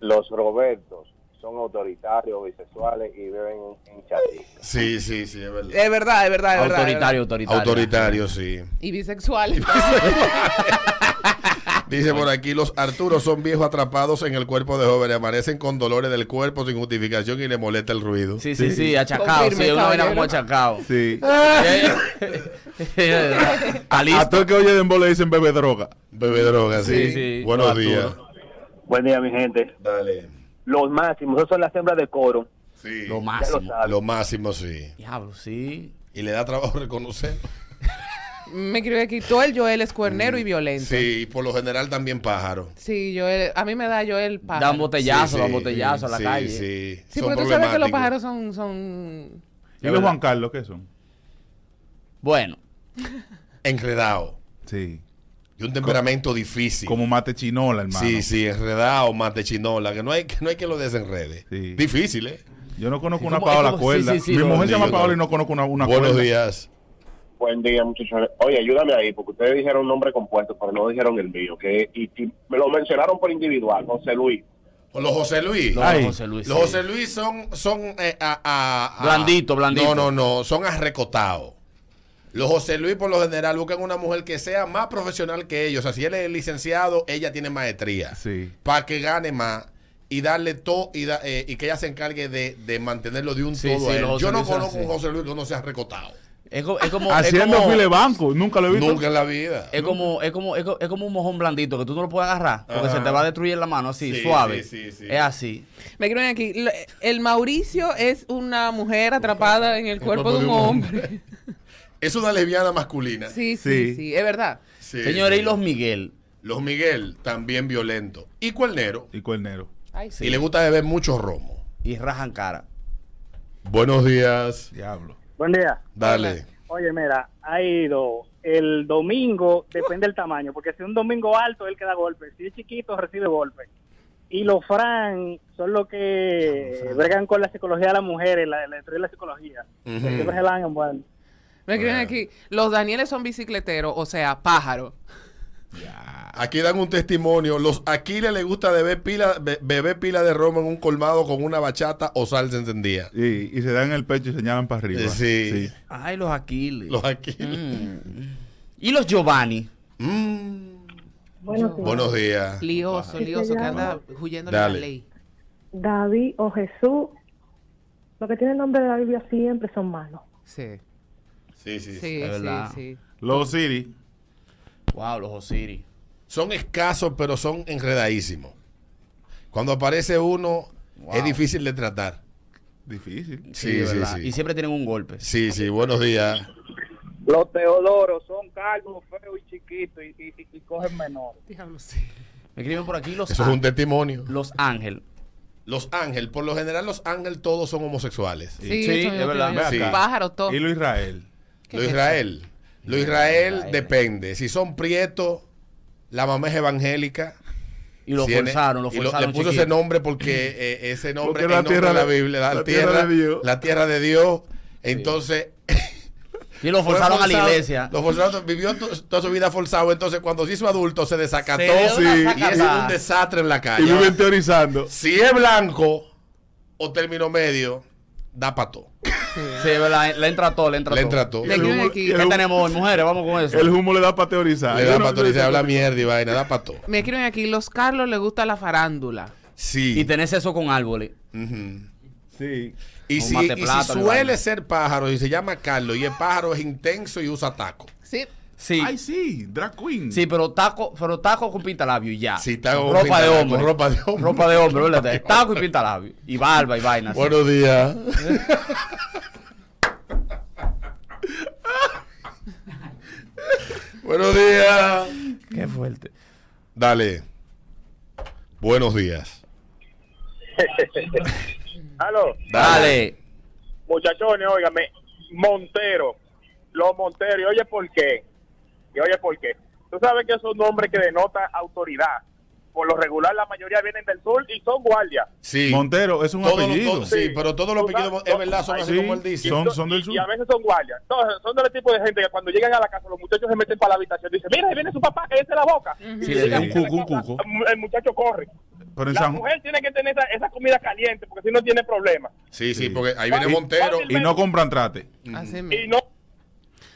[SPEAKER 22] Los Robertos son autoritarios, bisexuales y beben en chatito.
[SPEAKER 1] Sí, sí, sí, es verdad.
[SPEAKER 3] Es verdad, es verdad, es verdad. es verdad.
[SPEAKER 2] autoritario.
[SPEAKER 1] Autoritario, sí.
[SPEAKER 3] Y bisexual.
[SPEAKER 1] Dice por aquí, los Arturos son viejos atrapados en el cuerpo de jóvenes, amanecen con dolores del cuerpo sin justificación y le molesta el ruido.
[SPEAKER 2] Sí, sí, sí, achacado. Sí, una vaina como achacado.
[SPEAKER 20] Sí.
[SPEAKER 2] Calixto.
[SPEAKER 20] A todo el que oye Dembo le dicen bebe droga.
[SPEAKER 1] Bebe droga,
[SPEAKER 20] sí. Buenos días.
[SPEAKER 22] Buen día, mi gente.
[SPEAKER 1] Dale.
[SPEAKER 22] Los máximos, esos son las hembras de coro.
[SPEAKER 1] Sí.
[SPEAKER 2] Lo
[SPEAKER 22] máximo.
[SPEAKER 1] Lo máximo, sí.
[SPEAKER 2] Diablo, sí.
[SPEAKER 1] Y le da trabajo reconocer.
[SPEAKER 3] me escribe aquí. Todo el Joel es cuernero y violento. Sí.
[SPEAKER 1] Mm. Sí, y por lo general también pájaro.
[SPEAKER 3] Joel. A mí me da Joel pájaro.
[SPEAKER 2] Dan botellazo,
[SPEAKER 1] Sí,
[SPEAKER 2] dan
[SPEAKER 1] sí.
[SPEAKER 2] botellazo a la
[SPEAKER 1] Sí,
[SPEAKER 2] calle.
[SPEAKER 1] sí.
[SPEAKER 3] Sí,
[SPEAKER 1] Son
[SPEAKER 3] porque tú sabes que los
[SPEAKER 1] problemáticos.
[SPEAKER 3] pájaros son. son...
[SPEAKER 20] ¿Y los Juan Carlos qué son?
[SPEAKER 2] Bueno.
[SPEAKER 1] Enredado.
[SPEAKER 20] Sí.
[SPEAKER 1] Y un temperamento difícil.
[SPEAKER 20] Como mate chinola, hermano.
[SPEAKER 1] Sí, sí, enredado, mate chinola, que no hay que, no hay que lo desenrede. Difícil, ¿eh?
[SPEAKER 20] Yo no conozco
[SPEAKER 1] Sí,
[SPEAKER 20] una
[SPEAKER 1] ¿cómo-
[SPEAKER 20] Paola
[SPEAKER 1] cómo- sí,
[SPEAKER 20] cuerda.
[SPEAKER 1] sí, sí,
[SPEAKER 20] Mi
[SPEAKER 1] no,
[SPEAKER 20] mujer se
[SPEAKER 1] ni
[SPEAKER 20] llama
[SPEAKER 1] yo
[SPEAKER 20] Paola y
[SPEAKER 1] no.
[SPEAKER 20] no conozco una, una
[SPEAKER 1] Buenos
[SPEAKER 20] cuerda.
[SPEAKER 1] días.
[SPEAKER 15] Buen día, muchachos. Oye, ayúdame ahí, porque ustedes dijeron un nombre compuesto, pero no dijeron el mío. Que, y, y me lo mencionaron por individual, José Luis.
[SPEAKER 1] Los José Luis.
[SPEAKER 2] Los Ay. José Luis,
[SPEAKER 1] Los
[SPEAKER 2] sí.
[SPEAKER 1] José Luis son, son eh, a, a- a-
[SPEAKER 2] Blandito, blandito.
[SPEAKER 1] No, no, no, son arrecotados. Los José Luis, por lo general, buscan una mujer que sea más profesional que ellos. O sea, si él es licenciado, ella tiene maestría.
[SPEAKER 20] Sí.
[SPEAKER 1] Para que gane más y darle todo y, da- eh, y que ella se encargue de, de mantenerlo de un
[SPEAKER 2] Sí,
[SPEAKER 1] todo
[SPEAKER 2] sí,
[SPEAKER 1] a él.
[SPEAKER 2] los José
[SPEAKER 1] Yo no
[SPEAKER 2] Luis son
[SPEAKER 1] conozco un
[SPEAKER 2] así.
[SPEAKER 1] José Luis que no sea recotado.
[SPEAKER 2] Es, co- es como.
[SPEAKER 20] Haciendo
[SPEAKER 2] es como,
[SPEAKER 20] file banco, nunca lo he visto.
[SPEAKER 1] Nunca en la vida.
[SPEAKER 2] Es como, es, como, es, co- es como un mojón blandito que tú no lo puedes agarrar porque
[SPEAKER 1] Ajá.
[SPEAKER 2] se te va a destruir la mano así,
[SPEAKER 1] Sí,
[SPEAKER 2] suave.
[SPEAKER 1] sí, sí, sí.
[SPEAKER 2] Es así.
[SPEAKER 3] Me escriben aquí, lo- el Mauricio es una mujer atrapada en el cuerpo de un hombre.
[SPEAKER 1] Es una lesbiana masculina.
[SPEAKER 3] Sí, sí, sí, es verdad.
[SPEAKER 1] Sí,
[SPEAKER 2] Señores,
[SPEAKER 1] sí.
[SPEAKER 2] y los Miguel.
[SPEAKER 1] Los Miguel, también violento. Y cuernero.
[SPEAKER 20] Y cuernero.
[SPEAKER 3] Ay,
[SPEAKER 1] Y le gusta beber mucho romo.
[SPEAKER 2] Y rajan cara.
[SPEAKER 1] Buenos días.
[SPEAKER 20] Diablo.
[SPEAKER 23] Buen día.
[SPEAKER 1] Dale.
[SPEAKER 23] Oye, mira, ha ido el domingo, depende del tamaño, porque si es un domingo alto, él queda golpe. Si es chiquito, recibe golpe. Y los Fran son los que bregan con la psicología de las mujeres, la, la destruir la psicología.
[SPEAKER 1] Ujú.
[SPEAKER 23] Siempre se la dan en bueno.
[SPEAKER 3] Me escriben aquí, los Danieles son bicicleteros, o sea, pájaros.
[SPEAKER 1] Aquí dan un testimonio. Los Aquiles le gusta beber pila, be- beber pila de romo en un colmado con una bachata o salsa encendida.
[SPEAKER 20] Y, y se dan el pecho y señalan para arriba.
[SPEAKER 1] Sí.
[SPEAKER 2] Ay, los Aquiles.
[SPEAKER 1] Los Aquiles.
[SPEAKER 2] Mm. Y los Giovanni.
[SPEAKER 1] Mm.
[SPEAKER 8] Buenos días. Este
[SPEAKER 1] Buenos días.
[SPEAKER 3] Lioso,
[SPEAKER 8] Sí,
[SPEAKER 3] lioso, que
[SPEAKER 8] señora.
[SPEAKER 3] anda huyendo de la
[SPEAKER 1] Dale.
[SPEAKER 3] ley.
[SPEAKER 8] David o Jesús, lo que tiene el nombre de la Biblia siempre son malos.
[SPEAKER 3] Sí.
[SPEAKER 1] Sí, sí,
[SPEAKER 3] Sí, sí, sí.
[SPEAKER 20] Los Siri.
[SPEAKER 2] Wow, los Osiris.
[SPEAKER 1] Son escasos, pero son enredadísimos. Cuando aparece uno, es difícil de tratar.
[SPEAKER 20] Difícil.
[SPEAKER 1] Sí, sí,
[SPEAKER 2] ¿verdad?
[SPEAKER 1] sí.
[SPEAKER 2] Y siempre tienen un golpe.
[SPEAKER 1] Sí, sí, buenos días.
[SPEAKER 10] Los Teodoros son calvos, feos y chiquitos y, y- y cogen menor.
[SPEAKER 2] Me escriben por aquí los
[SPEAKER 1] Eso es un
[SPEAKER 2] Ángeles.
[SPEAKER 1] testimonio.
[SPEAKER 2] Los Ángel.
[SPEAKER 1] Los Ángel, por lo general los Ángel todos son homosexuales.
[SPEAKER 3] Sí, Sí, eso es verdad.
[SPEAKER 1] Ve acá.
[SPEAKER 3] Pájaro, todo.
[SPEAKER 20] Y lo Israel.
[SPEAKER 3] ¿Qué
[SPEAKER 1] Lo
[SPEAKER 3] es eso?
[SPEAKER 1] Israel. Lo Israel depende. Si son prietos, la mamá es evangélica.
[SPEAKER 2] Y lo
[SPEAKER 1] Tiene-
[SPEAKER 2] forzaron, lo
[SPEAKER 1] y
[SPEAKER 2] forzaron
[SPEAKER 1] le puso
[SPEAKER 2] chiquito.
[SPEAKER 1] ese nombre porque eh, ese nombre
[SPEAKER 20] Porque
[SPEAKER 1] es
[SPEAKER 20] la
[SPEAKER 1] el nombre de
[SPEAKER 20] tierra
[SPEAKER 1] la
[SPEAKER 20] de-
[SPEAKER 1] Biblia, la,
[SPEAKER 20] la
[SPEAKER 1] tierra,
[SPEAKER 20] tierra de Dios.
[SPEAKER 1] La tierra de Dios. Entonces.
[SPEAKER 2] Y lo
[SPEAKER 1] fue
[SPEAKER 2] forzaron a la
[SPEAKER 1] forzado,
[SPEAKER 2] iglesia.
[SPEAKER 1] Lo forzaron, vivió to- toda su vida forzado. Entonces, cuando se hizo adulto, se desacató.
[SPEAKER 2] Se dio una
[SPEAKER 1] Sí. Y es
[SPEAKER 2] sacatada.
[SPEAKER 1] un desastre en la calle.
[SPEAKER 20] Y viven
[SPEAKER 1] Ahora,
[SPEAKER 20] teorizando.
[SPEAKER 1] Si es blanco o término medio, da para todo.
[SPEAKER 2] Sí, ¿verdad? Le entra todo, le entra
[SPEAKER 1] Le
[SPEAKER 2] todo.
[SPEAKER 1] entra todo.
[SPEAKER 2] ¿Qué
[SPEAKER 1] Le escriben
[SPEAKER 3] aquí.
[SPEAKER 2] ¿Qué tenemos hoy, mujeres? Vamos con eso.
[SPEAKER 20] El humo le da para teorizar.
[SPEAKER 1] Le
[SPEAKER 20] Ah, Yo
[SPEAKER 1] da
[SPEAKER 20] no-
[SPEAKER 1] para todo. Y se habla mierda y vaina, da para todo.
[SPEAKER 3] Me escriben aquí, los Carlos le gusta la farándula.
[SPEAKER 1] Sí.
[SPEAKER 2] Y tenés eso con árboles.
[SPEAKER 20] Sí.
[SPEAKER 1] Y
[SPEAKER 2] Con
[SPEAKER 1] si,
[SPEAKER 2] mate
[SPEAKER 1] y si
[SPEAKER 2] plátano y
[SPEAKER 1] suele
[SPEAKER 2] vaina.
[SPEAKER 1] ser pájaro y se llama Carlos y el pájaro es intenso y usa taco.
[SPEAKER 3] Sí.
[SPEAKER 2] Sí.
[SPEAKER 20] Ay, sí, drag queen.
[SPEAKER 2] Sí, pero taco, pero taco con pintalabio y ya.
[SPEAKER 1] Sí, taco con
[SPEAKER 2] ropa de
[SPEAKER 1] pintalabio,
[SPEAKER 2] hombre.
[SPEAKER 1] ropa de hombre.
[SPEAKER 2] Ropa de hombre, ¿verdad? Taco y pintalabio. Y barba y vaina. sí.
[SPEAKER 1] Buenos días. Buenos días.
[SPEAKER 2] Qué fuerte.
[SPEAKER 1] Dale. Buenos días.
[SPEAKER 22] Aló,
[SPEAKER 2] Dale.
[SPEAKER 22] muchachones, óigame, Montero, los Monteros, y oye por qué, y oye por qué. Tú sabes que es un nombre que denota autoridad. Por lo regular, la mayoría vienen del sur y son guardias.
[SPEAKER 1] Sí.
[SPEAKER 20] Montero es un
[SPEAKER 1] Todos los-
[SPEAKER 20] apellido.
[SPEAKER 1] todos- sí, pero todos los apellidos es verdad, son así
[SPEAKER 20] Sí,
[SPEAKER 1] como él dice.
[SPEAKER 20] Son, son del sur.
[SPEAKER 22] Y a veces son guardias. Entonces, son del tipo de gente que cuando llegan a la casa, los muchachos se meten para la habitación. Dicen, mira, ahí viene su papá, cállese la boca. Y
[SPEAKER 20] Sí,
[SPEAKER 22] llegan
[SPEAKER 20] un
[SPEAKER 22] a la
[SPEAKER 20] cuco, un
[SPEAKER 22] casa,
[SPEAKER 20] cuco.
[SPEAKER 22] El muchacho corre.
[SPEAKER 20] Pero en
[SPEAKER 22] La
[SPEAKER 20] San
[SPEAKER 22] mujer tiene que tener esa, esa comida caliente porque si no tiene problema.
[SPEAKER 1] Sí, sí, porque ahí viene
[SPEAKER 20] Y-
[SPEAKER 1] Montero.
[SPEAKER 20] Y no compran trate.
[SPEAKER 3] Así
[SPEAKER 22] Y no.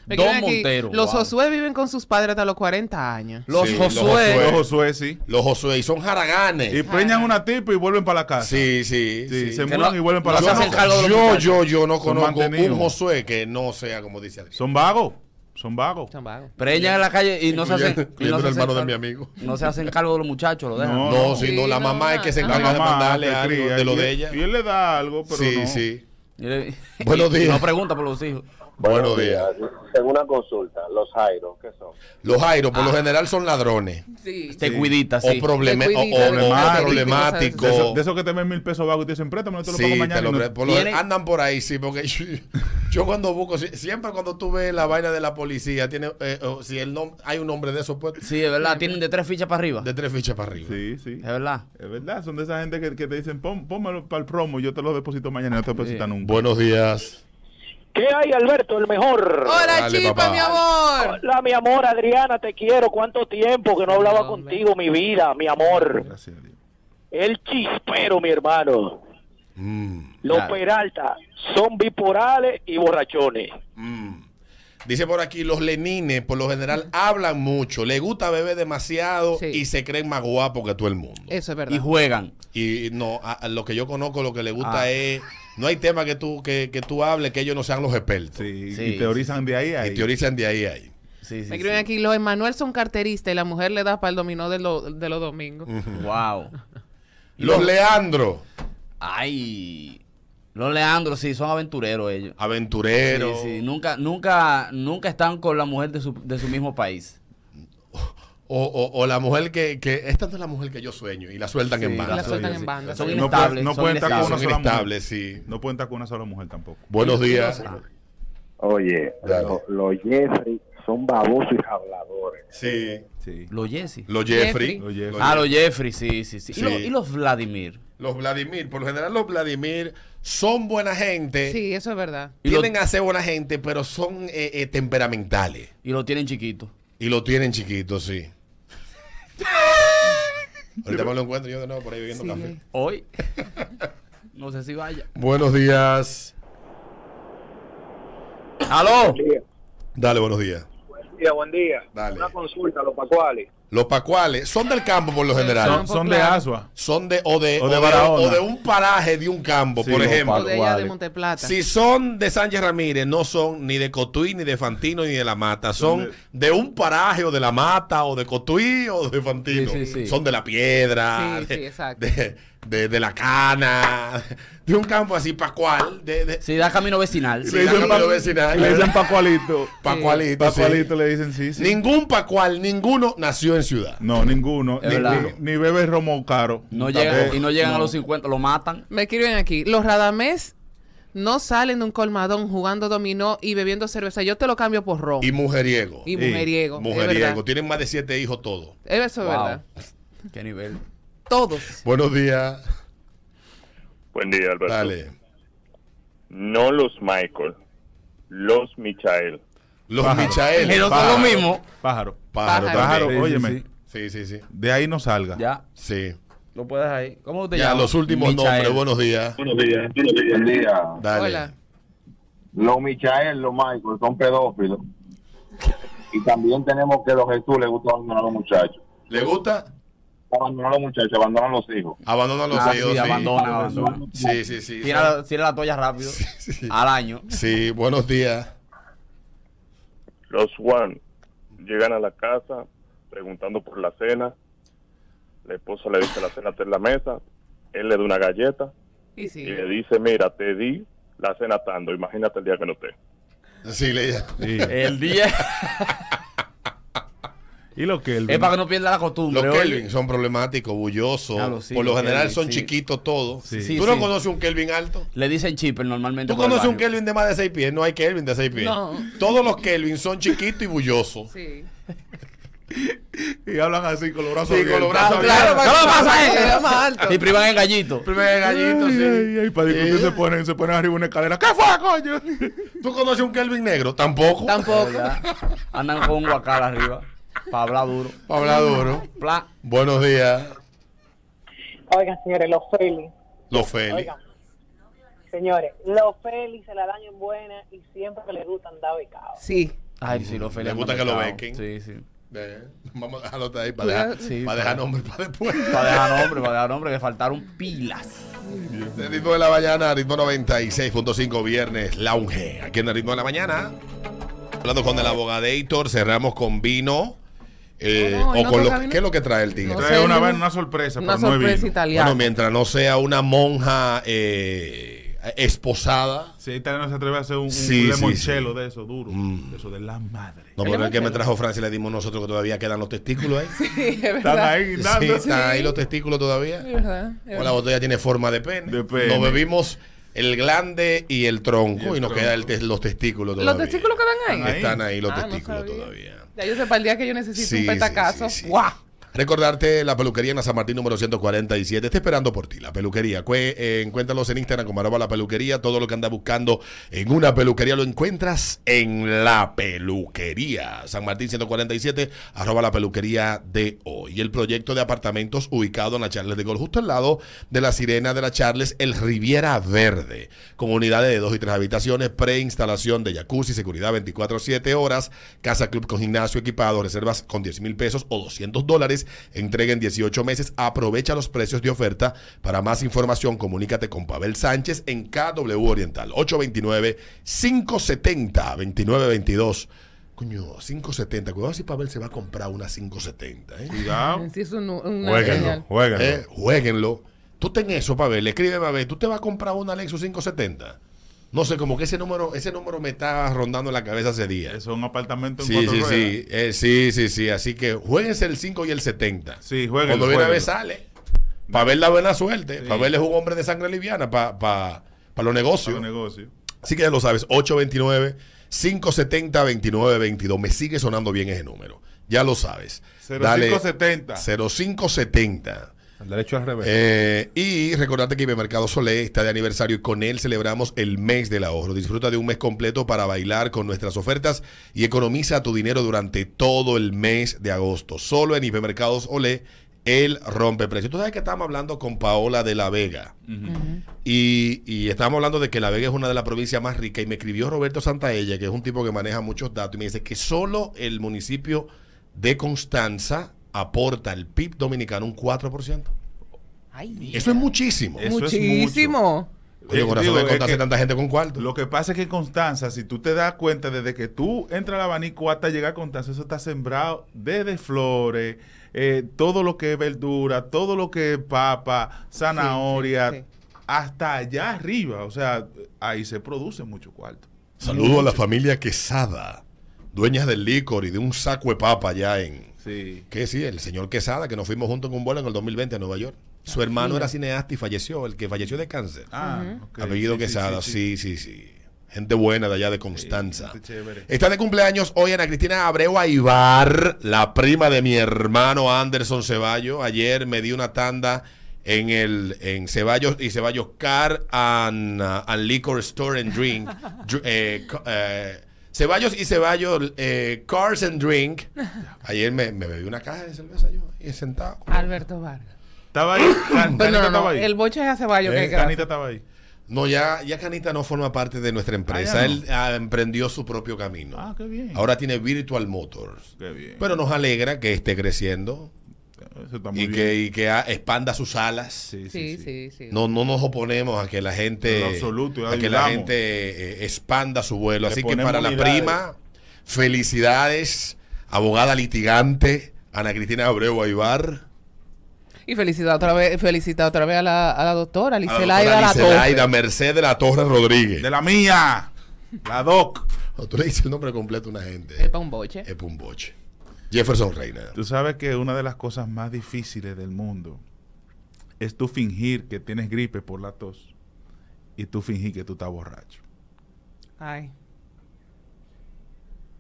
[SPEAKER 3] Me
[SPEAKER 20] Don
[SPEAKER 3] escriben aquí,
[SPEAKER 20] Montero,
[SPEAKER 3] los
[SPEAKER 20] wow.
[SPEAKER 3] Josué viven con sus padres hasta los 40 años.
[SPEAKER 1] Los Sí, los Josué.
[SPEAKER 20] Los Josué, sí.
[SPEAKER 1] Los Josué, y son jaraganes.
[SPEAKER 20] Y preñan una tipa y vuelven para la casa.
[SPEAKER 1] Sí, sí.
[SPEAKER 20] Sí, se
[SPEAKER 1] Que
[SPEAKER 20] mudan
[SPEAKER 1] no-
[SPEAKER 20] y vuelven para
[SPEAKER 1] no
[SPEAKER 20] la
[SPEAKER 1] se
[SPEAKER 20] casa.
[SPEAKER 1] hacen cargo de los Yo- muchachos. yo- yo no
[SPEAKER 20] Son
[SPEAKER 1] conozco
[SPEAKER 20] mantenidos.
[SPEAKER 1] un Josué que no sea como dice alguien.
[SPEAKER 20] Son vagos. Son vagos.
[SPEAKER 3] Son vagos.
[SPEAKER 2] Preñan en la calle y no se hacen.
[SPEAKER 1] Incluyendo-
[SPEAKER 2] y no
[SPEAKER 1] incluyendo
[SPEAKER 2] se
[SPEAKER 1] el hermano
[SPEAKER 2] hacen
[SPEAKER 1] de mi
[SPEAKER 2] cargo-
[SPEAKER 1] amigo.
[SPEAKER 2] No se hacen cargo de los muchachos, lo dejan.
[SPEAKER 1] No, no, si no, la mamá es que se encarga de
[SPEAKER 20] mamá
[SPEAKER 1] mandarle
[SPEAKER 20] que
[SPEAKER 1] algo
[SPEAKER 20] cría,
[SPEAKER 1] de lo
[SPEAKER 20] y
[SPEAKER 1] de
[SPEAKER 20] él-
[SPEAKER 1] ella.
[SPEAKER 20] Y él le da algo, pero
[SPEAKER 1] Sí,
[SPEAKER 20] no.
[SPEAKER 1] sí.
[SPEAKER 2] Y le-
[SPEAKER 1] Buenos
[SPEAKER 2] y- y
[SPEAKER 1] días.
[SPEAKER 2] No pregunta por los hijos.
[SPEAKER 1] Buenos días.
[SPEAKER 15] Según una consulta, los Jairo, ¿qué son?
[SPEAKER 1] Los Jairo, por lo general, son ladrones.
[SPEAKER 3] Sí.
[SPEAKER 2] Te cuidita, Ah, sí.
[SPEAKER 1] O, probleme-
[SPEAKER 3] Te
[SPEAKER 1] o,
[SPEAKER 3] cuidita,
[SPEAKER 1] o- o
[SPEAKER 3] problemático.
[SPEAKER 1] problemático.
[SPEAKER 20] De eso, de eso que te ven mil pesos vagos y te dicen, préstame, te lo pago
[SPEAKER 1] Sí,
[SPEAKER 20] mañana.
[SPEAKER 1] te lo
[SPEAKER 20] y no-
[SPEAKER 1] pre- por lo- andan por ahí, sí, porque yo, yo cuando busco, si- siempre cuando tú ves la vaina de la policía, tiene, eh, o si el nom- hay un nombre de esos pues,
[SPEAKER 2] Sí, es verdad. Tienen de tres fichas para arriba.
[SPEAKER 1] de tres fichas para arriba.
[SPEAKER 20] Sí, sí.
[SPEAKER 2] Es verdad.
[SPEAKER 20] Es verdad, son de esa gente que, que te dicen, Pon, pónmelo para el promo, yo te lo deposito mañana, no te deposita nunca.
[SPEAKER 1] Buenos días.
[SPEAKER 10] ¿Qué hay, Alberto? El mejor.
[SPEAKER 3] Hola, Dale, Chipa, papá. mi amor.
[SPEAKER 10] Hola, mi amor, Adriana, te quiero. ¿Cuánto tiempo que no hablaba contigo, mi vida, mi amor? El chispero, mi hermano.
[SPEAKER 1] Mm.
[SPEAKER 10] Los
[SPEAKER 1] claro.
[SPEAKER 10] Peralta son bipolares y borrachones.
[SPEAKER 1] Dice por aquí, los lenines por lo general hablan mucho, le gusta beber demasiado y se creen más guapos que todo el mundo.
[SPEAKER 3] Eso es verdad.
[SPEAKER 2] Y juegan.
[SPEAKER 1] Y no, a- a lo que yo conozco, lo que le gusta
[SPEAKER 20] Ah.
[SPEAKER 1] es... No hay tema que tú, que, que tú hables que ellos no sean los expertos.
[SPEAKER 20] y teorizan de ahí a ahí.
[SPEAKER 1] Y teorizan de ahí a ahí.
[SPEAKER 3] Me escriben aquí, los Emanuel son carteristas y la mujer le da para el dominó de, lo- de los domingos.
[SPEAKER 2] Wow.
[SPEAKER 1] Los Leandro.
[SPEAKER 2] Ay. Los Leandro, sí, son aventureros ellos.
[SPEAKER 1] Aventureros.
[SPEAKER 2] Sí, sí. Nunca, nunca, nunca están con la mujer de su, de su mismo país.
[SPEAKER 1] O, o- o la mujer que, que... Esta no es la mujer que yo sueño y la sueltan
[SPEAKER 20] Sí,
[SPEAKER 1] en banda.
[SPEAKER 20] la sueltan en
[SPEAKER 3] banda.
[SPEAKER 1] Son
[SPEAKER 20] no pueden,
[SPEAKER 1] inestables,
[SPEAKER 20] no
[SPEAKER 1] son
[SPEAKER 20] pueden estar con una
[SPEAKER 1] inestables.
[SPEAKER 20] sola mujer.
[SPEAKER 1] Inestables, sí.
[SPEAKER 20] No pueden estar con una sola mujer tampoco.
[SPEAKER 1] Buenos días.
[SPEAKER 19] Oye, lo- los Jeffrey son babosos y habladores.
[SPEAKER 1] Sí.
[SPEAKER 2] Los Jesse.
[SPEAKER 1] Los Jeffrey.
[SPEAKER 2] Los
[SPEAKER 1] Jeffrey.
[SPEAKER 2] Ah, los Jeffrey, sí, sí, sí.
[SPEAKER 1] Sí.
[SPEAKER 2] ¿Y, los, y los Vladimir.
[SPEAKER 1] Los Vladimir, por lo general los Vladimir son buena gente.
[SPEAKER 3] Sí, eso es verdad.
[SPEAKER 2] Y
[SPEAKER 1] Tienen a ser buena gente, pero son eh, eh, temperamentales.
[SPEAKER 2] Y lo tienen chiquito.
[SPEAKER 1] Y lo tienen chiquito, sí. Ahorita me lo encuentro yo de nuevo por ahí bebiendo
[SPEAKER 2] Sí.
[SPEAKER 1] café.
[SPEAKER 2] Hoy. No sé si vaya.
[SPEAKER 1] Buenos días.
[SPEAKER 2] ¡Aló!
[SPEAKER 1] Dale, buenos días.
[SPEAKER 16] Buen día, buen día.
[SPEAKER 1] Dale.
[SPEAKER 16] Una consulta, los pacuales.
[SPEAKER 1] Los pacuales son del campo por lo general.
[SPEAKER 20] Son- son de Asua.
[SPEAKER 1] Son de o de,
[SPEAKER 20] O
[SPEAKER 1] o
[SPEAKER 20] de
[SPEAKER 1] de,
[SPEAKER 20] Barahona.
[SPEAKER 1] o de un paraje de un campo,
[SPEAKER 20] Sí,
[SPEAKER 1] por
[SPEAKER 20] los
[SPEAKER 1] ejemplo.
[SPEAKER 3] O de ella de Monteplata.
[SPEAKER 1] Si son de Sánchez Ramírez, no son ni de Cotuí, ni de Fantino, ni de La Mata. Son de un paraje o de La Mata, o de Cotuí, o de Fantino.
[SPEAKER 2] Sí, sí, sí.
[SPEAKER 1] Son de La Piedra,
[SPEAKER 3] Sí,
[SPEAKER 1] de,
[SPEAKER 3] sí, exacto.
[SPEAKER 1] de, de- de La Cana, de un campo así, Pacual. De, de-
[SPEAKER 2] Sí, da camino vecinal.
[SPEAKER 1] Sí, da camino vecinal.
[SPEAKER 20] Le dicen Pacualito.
[SPEAKER 1] Pacualito, sí.
[SPEAKER 20] Pacualito le dicen sí, sí.
[SPEAKER 1] Ningún Pacual, ninguno nació en ciudad.
[SPEAKER 20] No, ninguno.
[SPEAKER 2] Es
[SPEAKER 20] Ni,
[SPEAKER 2] verdad.
[SPEAKER 20] ni- ni bebe romo caro.
[SPEAKER 2] No llegan,
[SPEAKER 20] Tampoco.
[SPEAKER 2] y no llegan a
[SPEAKER 20] No.
[SPEAKER 2] los 50, lo matan.
[SPEAKER 3] Me escriben aquí, los Radamés no salen de un colmadón jugando dominó y bebiendo cerveza. Yo te lo cambio por ron.
[SPEAKER 1] Y mujeriego.
[SPEAKER 3] Y mujeriego, es
[SPEAKER 1] Mujeriego.
[SPEAKER 3] verdad.
[SPEAKER 1] Tienen más de siete hijos todos.
[SPEAKER 3] Eso es
[SPEAKER 2] Wow.
[SPEAKER 3] verdad.
[SPEAKER 2] Qué nivel.
[SPEAKER 3] Todos.
[SPEAKER 1] Buenos días.
[SPEAKER 6] Buen día, Alberto.
[SPEAKER 1] Dale.
[SPEAKER 6] No los Michael, los Michael.
[SPEAKER 1] Los
[SPEAKER 20] Pájaro.
[SPEAKER 1] Michael.
[SPEAKER 20] Pero son
[SPEAKER 1] Pájaro.
[SPEAKER 20] lo mismo. Pájaro.
[SPEAKER 1] Pájaro,
[SPEAKER 20] Pájaro,
[SPEAKER 1] también.
[SPEAKER 20] óyeme.
[SPEAKER 1] Sí, sí, sí.
[SPEAKER 20] De ahí no salga.
[SPEAKER 2] Ya.
[SPEAKER 1] Sí.
[SPEAKER 2] Lo puedes ahí. ¿Cómo te
[SPEAKER 1] Ya,
[SPEAKER 2] llamas?
[SPEAKER 1] los últimos
[SPEAKER 2] Michael.
[SPEAKER 1] nombres. Buenos días.
[SPEAKER 15] Buenos días. Buen día.
[SPEAKER 1] Dale.
[SPEAKER 3] Hola.
[SPEAKER 15] Los Michael, los Michael son pedófilos. Y también tenemos que los Jesús les gusta abandonar a los muchachos.
[SPEAKER 1] ¿Le gusta?
[SPEAKER 15] Abandonar a los muchachos, abandonan a los hijos.
[SPEAKER 1] Abandonan los
[SPEAKER 2] Ah, sí,
[SPEAKER 1] hijos. Sí,
[SPEAKER 2] abandona, abandona.
[SPEAKER 1] Sí, sí, sí.
[SPEAKER 2] Tira, tira la toalla rápido. Al año.
[SPEAKER 1] Sí, buenos días.
[SPEAKER 6] Los Juan llegan a la casa preguntando por la cena. La esposa le dice la cena está en la mesa. Él le da una galleta
[SPEAKER 3] Y sí.
[SPEAKER 6] y le dice, mira, te di la cena tanto. Imagínate el día que no esté.
[SPEAKER 1] Sí, le
[SPEAKER 2] El día
[SPEAKER 20] Y lo que él.
[SPEAKER 2] es para que no pierda la costumbre.
[SPEAKER 1] Los
[SPEAKER 2] oye.
[SPEAKER 1] Kelvin son problemáticos, bullosos.
[SPEAKER 2] Claro, sí,
[SPEAKER 1] por lo
[SPEAKER 2] los
[SPEAKER 1] general
[SPEAKER 2] Kelvin,
[SPEAKER 1] son
[SPEAKER 2] sí.
[SPEAKER 1] chiquitos todos.
[SPEAKER 2] Sí,
[SPEAKER 1] ¿Tú no
[SPEAKER 2] sí.
[SPEAKER 1] conoces un Kelvin alto?
[SPEAKER 2] Le dicen chipper normalmente.
[SPEAKER 1] ¿Tú
[SPEAKER 2] por el
[SPEAKER 1] conoces un
[SPEAKER 2] barrio.
[SPEAKER 1] Kelvin de más de 6 pies? No hay Kelvin de 6 pies.
[SPEAKER 3] No.
[SPEAKER 1] Todos los Kelvin son chiquitos y bullosos.
[SPEAKER 3] Sí.
[SPEAKER 20] Y hablan así con los brazos
[SPEAKER 1] Sí, con los brazos
[SPEAKER 2] Claro,
[SPEAKER 1] abiertos.
[SPEAKER 2] ¿Qué pasa? eh?
[SPEAKER 3] Se ve más alto.
[SPEAKER 2] Y privan en gallito.
[SPEAKER 1] Primer gallito,
[SPEAKER 20] Ay,
[SPEAKER 1] sí.
[SPEAKER 20] ay, ay, para discutir se ponen, se ponen arriba una escalera. ¿Qué fue, coño?
[SPEAKER 1] ¿Tú conoces un Kelvin negro? Tampoco.
[SPEAKER 3] Tampoco.
[SPEAKER 2] Ya. Andan con un guacal arriba. Para hablar duro.
[SPEAKER 1] Pa' hablar duro.
[SPEAKER 2] Pla.
[SPEAKER 1] Buenos días,
[SPEAKER 4] Oigan, señores, los Félix.
[SPEAKER 1] los Félix.
[SPEAKER 4] Oigan, señores, los Félix se la dan en buena y siempre que les gusta andar becados.
[SPEAKER 3] Sí.
[SPEAKER 2] Ay, sí, lo feliz.
[SPEAKER 1] Me gusta que lo bequen.
[SPEAKER 2] Sí, sí.
[SPEAKER 1] Eh, Vamos a dejarlo hasta ahí para dejar,
[SPEAKER 2] Sí,
[SPEAKER 1] para
[SPEAKER 2] para-
[SPEAKER 1] dejar nombre para después.
[SPEAKER 2] Para dejar nombre, para dejar nombre, que faltaron pilas.
[SPEAKER 1] El Este ritmo de la mañana, ritmo 96.5 viernes, lounge. Aquí en el ritmo de la mañana. Hablando con el abogadeator, cerramos con vino. eh,
[SPEAKER 3] No, no,
[SPEAKER 1] o
[SPEAKER 3] no
[SPEAKER 1] con lo
[SPEAKER 3] toca
[SPEAKER 1] que-
[SPEAKER 3] vino.
[SPEAKER 1] ¿Qué es lo que trae el tigre?
[SPEAKER 3] No
[SPEAKER 20] Trae
[SPEAKER 3] sé,
[SPEAKER 20] una
[SPEAKER 3] no-
[SPEAKER 20] vez una sorpresa,
[SPEAKER 3] Una
[SPEAKER 20] pero no es
[SPEAKER 3] sorpresa
[SPEAKER 20] vino.
[SPEAKER 3] italiana.
[SPEAKER 1] Bueno, mientras no sea una monja eh, esposada.
[SPEAKER 20] Sí, Italia no se atreve a hacer un, un
[SPEAKER 1] Sí, sí,
[SPEAKER 20] limoncello
[SPEAKER 1] sí. Mm.
[SPEAKER 20] de eso duro. De eso de la madre.
[SPEAKER 1] No, pero el que me trajo Francia le dimos nosotros que todavía quedan los testículos ahí. Sí,
[SPEAKER 3] Sí, es
[SPEAKER 20] Están
[SPEAKER 3] verdad.
[SPEAKER 20] ahí dando.
[SPEAKER 1] están ahí los testículos todavía.
[SPEAKER 3] Es verdad. es
[SPEAKER 1] O la
[SPEAKER 3] verdad.
[SPEAKER 1] botella tiene forma de pene.
[SPEAKER 20] De pene.
[SPEAKER 1] Nos bebimos el glande y el tronco y,
[SPEAKER 20] Y el tronco.
[SPEAKER 1] nos quedan los testículos todavía.
[SPEAKER 3] Los testículos quedan ahí.
[SPEAKER 1] Están ahí los
[SPEAKER 3] Ah, no
[SPEAKER 1] testículos
[SPEAKER 3] sabía.
[SPEAKER 1] todavía.
[SPEAKER 3] Ya yo sé para el día que yo necesito
[SPEAKER 1] Sí,
[SPEAKER 3] un petacazo.
[SPEAKER 1] sí, sí, sí.
[SPEAKER 3] ¡Guau!
[SPEAKER 1] Recordarte la peluquería en la San Martín número 147. Está esperando por ti, la peluquería. Cue- eh, encuéntralos en Instagram como arroba la peluquería. Todo lo que andas buscando en una peluquería lo encuentras en la peluquería. San Martín 147, arroba la peluquería de hoy. Y el proyecto de apartamentos ubicado en la Charles de Gol, justo al lado de la sirena de la Charles, el Riviera Verde. Con unidades de dos y tres habitaciones, preinstalación de jacuzzi, seguridad 24-7 horas, casa club con gimnasio equipado, reservas con 10 mil pesos o 200 dólares, entrega en 18 meses. Aprovecha los precios de oferta. Para más información, comunícate con Pavel Sánchez en KW Oriental, 829-570-2922. Coño, 570. Cuidado si Pavel se va a comprar una 570. ¿eh? Cuidado.
[SPEAKER 3] Sí, es un- una
[SPEAKER 1] Jueguenlo,
[SPEAKER 3] señal.
[SPEAKER 1] jueguenlo. Eh,
[SPEAKER 20] Eh,
[SPEAKER 1] jueguenlo. Tú ten eso, Pavel. Escríbeme a ver. Tú te vas a comprar una Lexus 570. No sé, como que ese número, ese número me está rondando en la cabeza hace días.
[SPEAKER 20] Eso es un apartamento en
[SPEAKER 1] Sí,
[SPEAKER 20] cuatro
[SPEAKER 1] sí,
[SPEAKER 20] ruedas.
[SPEAKER 1] sí. Eh, sí, sí, sí. Así que jueguense el 5 y el 70.
[SPEAKER 20] Sí, jueguenlo,
[SPEAKER 1] Cuando viene a ver
[SPEAKER 20] jueguenlo.
[SPEAKER 1] sale. Pavel da buena suerte. Pavel es un hombre de sangre liviana para los negocios.
[SPEAKER 20] Para los negocios.
[SPEAKER 1] Así que ya lo sabes, 829-570-2922. Me sigue sonando bien ese número. Ya lo sabes.
[SPEAKER 20] 0570.
[SPEAKER 1] Dale 0570.
[SPEAKER 7] El derecho al revés.
[SPEAKER 1] Eh, y recordate que Hipermercado Solé está de aniversario y con él celebramos el mes del ahorro. Disfruta de un mes completo para bailar con nuestras ofertas y economiza tu dinero durante todo el mes de agosto. Solo en Hipermercados Olé, él rompe precios. Tú sabes que estábamos hablando con Paola de la Vega. Y, y estábamos hablando de que La Vega es una de las provincias más ricas y me escribió Roberto Santaella, que es un tipo que maneja muchos datos, y me dice que solo el municipio de Constanza aporta al PIB dominicano un 4%.
[SPEAKER 3] Ay,
[SPEAKER 1] Eso es muchísimo.
[SPEAKER 3] muchísimo.
[SPEAKER 1] Coño,
[SPEAKER 20] Eh,
[SPEAKER 1] corazón,
[SPEAKER 20] digo,
[SPEAKER 1] me
[SPEAKER 20] es
[SPEAKER 1] contaste
[SPEAKER 20] que-
[SPEAKER 1] tanta gente con cuarto.
[SPEAKER 20] Lo que pasa es que Constanza, si tú te das cuenta, desde que tú entras al abanico hasta llegar a Constanza, eso está sembrado desde flores, eh, todo lo que es verdura, todo lo que es papa, zanahoria, hasta allá arriba. O sea, ahí se produce mucho cuarto.
[SPEAKER 1] Saludo a la familia Quesada, dueñas del licor y de un saco de papa allá en...
[SPEAKER 20] Sí.
[SPEAKER 1] ¿Qué sí? El señor Quesada, que nos fuimos juntos en un vuelo en el 2020 a Nueva York. Su hermano era cineasta y falleció, el que falleció de cáncer.
[SPEAKER 20] Ah, ok.
[SPEAKER 1] Apellido
[SPEAKER 20] Sí, sí,
[SPEAKER 1] Quesada,
[SPEAKER 20] sí,
[SPEAKER 1] sí, sí, sí, Gente buena de allá de Constanza.
[SPEAKER 20] Qué chévere.
[SPEAKER 1] Está de cumpleaños hoy Ana Cristina Abreu Aibar, la prima de mi hermano Anderson Ceballos. Ayer me di una tanda en el en Ceballos y Ceballos Car and, uh, and Liquor Store and Drink. Dr- eh, co- eh, Ceballos y Ceballos eh, Cars and Drink. Ayer me, me bebí una caja de cerveza yo y sentado.
[SPEAKER 3] Alberto Vargas.
[SPEAKER 20] Estaba ahí. Can-
[SPEAKER 3] No,
[SPEAKER 20] Canita
[SPEAKER 3] no, no.
[SPEAKER 20] estaba ahí.
[SPEAKER 3] El boche es a Ceballos. que
[SPEAKER 20] Eh,
[SPEAKER 3] hay que
[SPEAKER 20] Canita
[SPEAKER 3] hacer.
[SPEAKER 20] estaba ahí.
[SPEAKER 1] No, ya, ya Canita no forma parte de nuestra empresa.
[SPEAKER 20] Ah, ya no.
[SPEAKER 1] Él ah, emprendió su propio camino.
[SPEAKER 20] Ah, qué bien.
[SPEAKER 1] Ahora tiene Virtual Motors.
[SPEAKER 20] Qué bien.
[SPEAKER 1] Pero nos alegra que esté creciendo
[SPEAKER 20] Eso está muy
[SPEAKER 1] y
[SPEAKER 20] bien.
[SPEAKER 1] que, y que ah, expanda sus alas.
[SPEAKER 3] Sí, sí, sí.
[SPEAKER 1] No, no nos oponemos a que la gente,
[SPEAKER 20] En lo absoluto,
[SPEAKER 1] a que la
[SPEAKER 20] ayudamos.
[SPEAKER 1] gente eh, expanda su vuelo.
[SPEAKER 20] Le
[SPEAKER 1] Así que
[SPEAKER 20] ponemos
[SPEAKER 1] para la
[SPEAKER 20] unidades.
[SPEAKER 1] prima, felicidades, abogada litigante, Ana Cristina Abreu Aybar.
[SPEAKER 3] Y felicita otra vez, felicita otra vez a la, a la doctora
[SPEAKER 1] a la
[SPEAKER 3] Licelaida
[SPEAKER 1] doctora
[SPEAKER 3] La
[SPEAKER 1] Liselaida
[SPEAKER 3] Torre.
[SPEAKER 1] Mercedes La Torre Rodríguez.
[SPEAKER 20] De la mía. La doc.
[SPEAKER 1] tú le dices el nombre completo a una gente. ¿eh?
[SPEAKER 3] Es para un boche.
[SPEAKER 1] Es un boche. Jefferson Reina.
[SPEAKER 20] Tú sabes que una de las cosas más difíciles del mundo es tú fingir que tienes gripe por la tos y tú fingir que tú estás borracho.
[SPEAKER 3] Ay.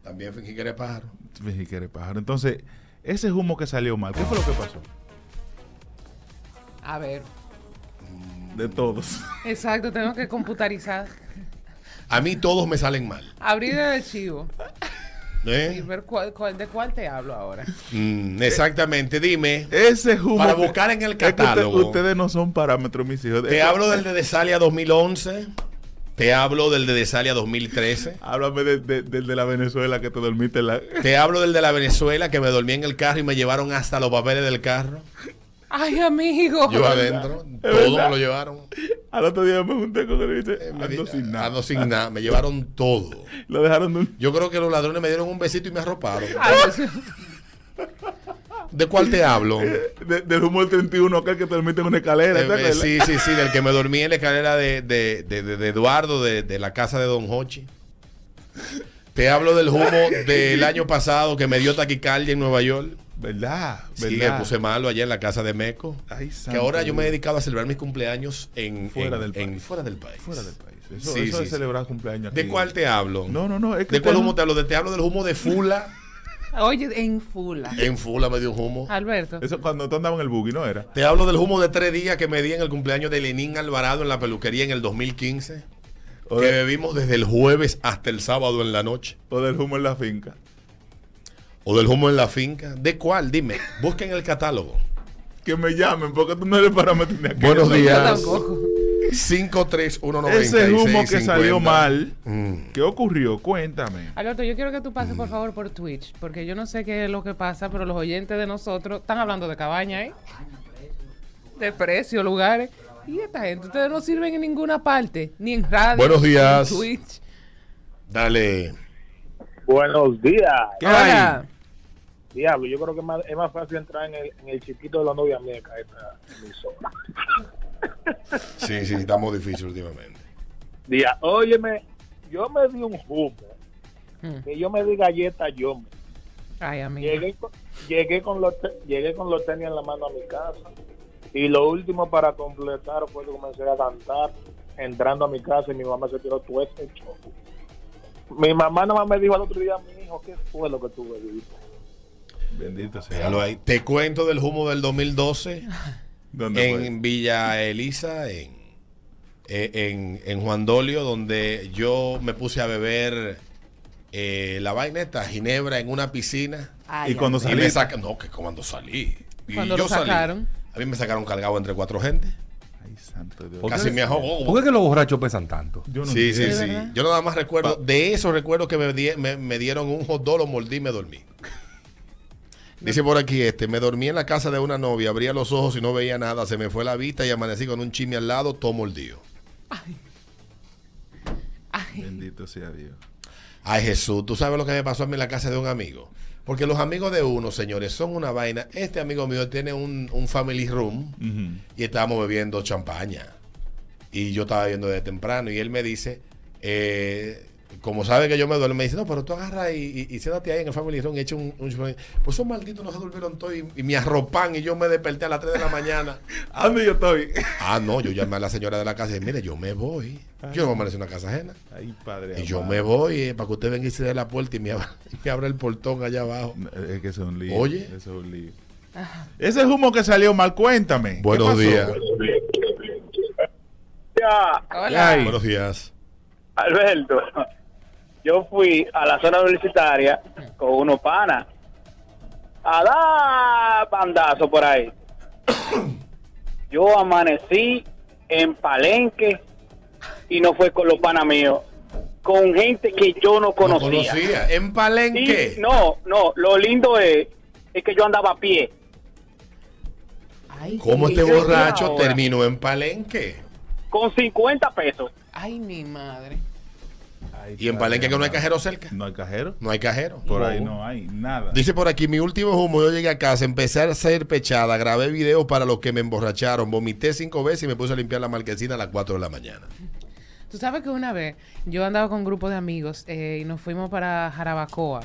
[SPEAKER 1] También fingí que eres pájaro.
[SPEAKER 20] Fingir que eres pájaro. Entonces, ese humo que salió mal, ¿qué fue lo que pasó?
[SPEAKER 3] A ver.
[SPEAKER 20] De todos.
[SPEAKER 3] Exacto, tengo que computarizar.
[SPEAKER 1] A mí todos me salen mal.
[SPEAKER 3] Abrir el archivo y
[SPEAKER 1] ¿eh?
[SPEAKER 3] ver cuál, cuál- de cuál te hablo ahora.
[SPEAKER 1] Mm, exactamente, dime.
[SPEAKER 20] Ese humo.
[SPEAKER 1] Para
[SPEAKER 20] que-
[SPEAKER 1] buscar en el
[SPEAKER 20] es que usted-
[SPEAKER 1] catálogo.
[SPEAKER 20] ustedes no son parámetros, mis hijos.
[SPEAKER 1] Te hablo del de Desalia 2011. Te hablo del de Desalia 2013.
[SPEAKER 20] Háblame de- de- del de la Venezuela que te dormiste en la.
[SPEAKER 1] Te hablo del de la Venezuela que me dormí en el carro y me llevaron hasta los papeles del carro.
[SPEAKER 3] Ay, amigo.
[SPEAKER 1] Yo adentro. Todo me lo llevaron.
[SPEAKER 20] Al otro día me junté con él y dice, ando sin nada.
[SPEAKER 1] Eh, Ando sin nada. Me llevaron todo.
[SPEAKER 20] Lo dejaron
[SPEAKER 1] Yo creo que los ladrones me dieron un besito y me arroparon.
[SPEAKER 3] Ay, Dios.
[SPEAKER 1] ¿De cuál te hablo?
[SPEAKER 20] De- del humo del 31, aquel que te dormiste en una escalera. ¿te
[SPEAKER 1] Eh, eh,
[SPEAKER 20] acuerdas?
[SPEAKER 1] sí, sí, sí, del que me dormí en la escalera de, de- de- de- de Eduardo, de, de la casa de Don Hochi. Te hablo del humo del año pasado que me dio taquicardia en Nueva York.
[SPEAKER 20] ¿Verdad?
[SPEAKER 1] Sí,
[SPEAKER 20] ¿Verdad?
[SPEAKER 1] que puse malo allá en la casa de Meco.
[SPEAKER 20] Ay,
[SPEAKER 1] que
[SPEAKER 20] santo
[SPEAKER 1] ahora yo me he
[SPEAKER 20] Dios.
[SPEAKER 1] dedicado a celebrar mis cumpleaños en,
[SPEAKER 20] Fuera
[SPEAKER 1] en-
[SPEAKER 20] del
[SPEAKER 1] en-
[SPEAKER 20] país.
[SPEAKER 1] fuera del país.
[SPEAKER 20] Fuera del país. Eso,
[SPEAKER 1] Sí,
[SPEAKER 20] eso
[SPEAKER 1] sí,
[SPEAKER 20] de
[SPEAKER 1] sí.
[SPEAKER 20] celebrar cumpleaños.
[SPEAKER 1] ¿De
[SPEAKER 20] aquí.
[SPEAKER 1] cuál te hablo?
[SPEAKER 20] No, no, no. Es que
[SPEAKER 1] ¿De cuál
[SPEAKER 20] usted
[SPEAKER 1] humo
[SPEAKER 20] no-
[SPEAKER 1] te hablo? De- te hablo del humo de Fula.
[SPEAKER 3] Oye, en fula.
[SPEAKER 1] En fula me dio un humo.
[SPEAKER 3] Alberto.
[SPEAKER 20] Eso cuando tú andabas en el buggy, ¿no era?
[SPEAKER 1] Te hablo del humo de tres días que me di en el cumpleaños de Lenín Alvarado en la peluquería en el 2015.
[SPEAKER 20] O
[SPEAKER 1] que
[SPEAKER 20] de-
[SPEAKER 1] bebimos desde el jueves hasta el sábado en la noche.
[SPEAKER 20] O del humo en la finca.
[SPEAKER 1] O del humo en la finca. ¿De cuál? Dime. Busquen el catálogo.
[SPEAKER 20] Que me llamen, porque tú no eres para meterme aquí.
[SPEAKER 1] Buenos días.
[SPEAKER 20] Yo
[SPEAKER 1] 5319650.
[SPEAKER 20] Ese humo que salió mal,
[SPEAKER 1] Mm.
[SPEAKER 20] ¿qué ocurrió? Cuéntame.
[SPEAKER 3] Alberto, yo quiero que tú pases por favor por Twitch, porque yo no sé qué es lo que pasa, pero los oyentes de nosotros están hablando de cabaña, ¿eh? De precios, lugares. Y esta gente, ustedes no sirven en ninguna parte, ni en radio,
[SPEAKER 1] Buenos días.
[SPEAKER 3] ni en Twitch.
[SPEAKER 1] Dale.
[SPEAKER 7] Buenos días.
[SPEAKER 1] ¿Qué hay?
[SPEAKER 7] Diablo, yo creo que es más, es más fácil entrar en el, en el chiquito de la novia mieca esta emisora.
[SPEAKER 1] Sí, sí, estamos difíciles últimamente.
[SPEAKER 7] Día, óyeme, yo me di un humo, que yo me di galleta yo.
[SPEAKER 3] Ay, amigo.
[SPEAKER 7] Llegué con, llegué, con los te- llegué con los tenis en la mano a mi casa y lo último para completar fue que comencé a cantar entrando a mi casa y mi mamá se tiró todo ese show. Mi mamá nomás me dijo al otro día, mi hijo, ¿qué fue lo que tú bebiste?
[SPEAKER 20] Bendito sea.
[SPEAKER 1] Míralo ahí. Te cuento del humo del 2012 en Villa Elisa, en, eh, en, en Juan Dolio, donde yo me puse a beber eh, la vaineta, ginebra, en una piscina.
[SPEAKER 20] Ay, ¿Y ay, cuando ay.
[SPEAKER 1] me
[SPEAKER 20] saliste?
[SPEAKER 1] saca- no, que cuando salí. Y
[SPEAKER 3] Cuando lo
[SPEAKER 1] yo salí.
[SPEAKER 3] sacaron.
[SPEAKER 1] A mí me sacaron cargado entre cuatro gente. Casi me ahogó.
[SPEAKER 24] ¿Por qué que los borrachos pesan tanto?
[SPEAKER 1] sí, sí, sí. Yo nada más recuerdo, de esos recuerdos que me, di- me- me dieron un hot dog, lo mordí y me dormí. Dice por aquí este, me dormí en la casa de una novia, abría los ojos y no veía nada, se me fue la vista y amanecí con un chisme al lado, todo mordido.
[SPEAKER 20] Bendito sea Dios.
[SPEAKER 1] Ay Jesús, tú sabes lo que me pasó a mí en la casa de un amigo. Porque los amigos de uno, señores, son una vaina. Este amigo mío tiene un, un family room y estábamos bebiendo champaña. Y yo estaba bebiendo desde temprano y él me dice, eh, como sabe que yo me duermo, me dice, no, pero tú agarra y, y, y siéntate ahí en el family room y echa un... un champaña". pues esos malditos no se durmieron todos y, y me arropan y yo me desperté a las 3 de la mañana.
[SPEAKER 20] ¿A dónde yo estoy?
[SPEAKER 1] ah, no, yo llamé a la señora de la casa y dije, mire, yo me voy. Yo no me amanecer en una casa ajena.
[SPEAKER 20] Ay, padre.
[SPEAKER 1] Y yo
[SPEAKER 20] amado.
[SPEAKER 1] me voy eh, para que usted venga y se dé la puerta y me, abra, y me abra el portón allá abajo.
[SPEAKER 20] Eh, Es que es un lío.
[SPEAKER 1] Oye.
[SPEAKER 20] Eso es un lío. Ese humo que salió mal, cuéntame. ¿Qué
[SPEAKER 1] Buenos
[SPEAKER 20] pasó?
[SPEAKER 1] días.
[SPEAKER 20] Ay.
[SPEAKER 1] Buenos días.
[SPEAKER 7] Alberto, yo fui a la zona universitaria con unos panas a dar bandazo por ahí. Yo amanecí en Palenque y no fue con los panas míos, con gente que yo no conocía.
[SPEAKER 1] conocía. ¿En Palenque?
[SPEAKER 7] Sí, no, no, lo lindo es, es que yo andaba a pie.
[SPEAKER 1] ¿Cómo este
[SPEAKER 7] Y yo
[SPEAKER 1] borracho
[SPEAKER 7] ahora,
[SPEAKER 1] terminó en Palenque?
[SPEAKER 7] Con 50 pesos.
[SPEAKER 3] Ay, mi madre.
[SPEAKER 1] Y en Palenque que no hay cajero cerca.
[SPEAKER 20] No hay cajero.
[SPEAKER 1] No hay cajero.
[SPEAKER 20] Por ahí no hay nada.
[SPEAKER 1] Dice por aquí, mi último humo, yo llegué a casa, empecé a ser pechada, grabé videos para los que me emborracharon, vomité cinco veces y me puse a limpiar la marquesina a las 4 de la mañana.
[SPEAKER 3] Tú sabes que una vez yo andaba con un grupo de amigos eh, y nos fuimos para Jarabacoa.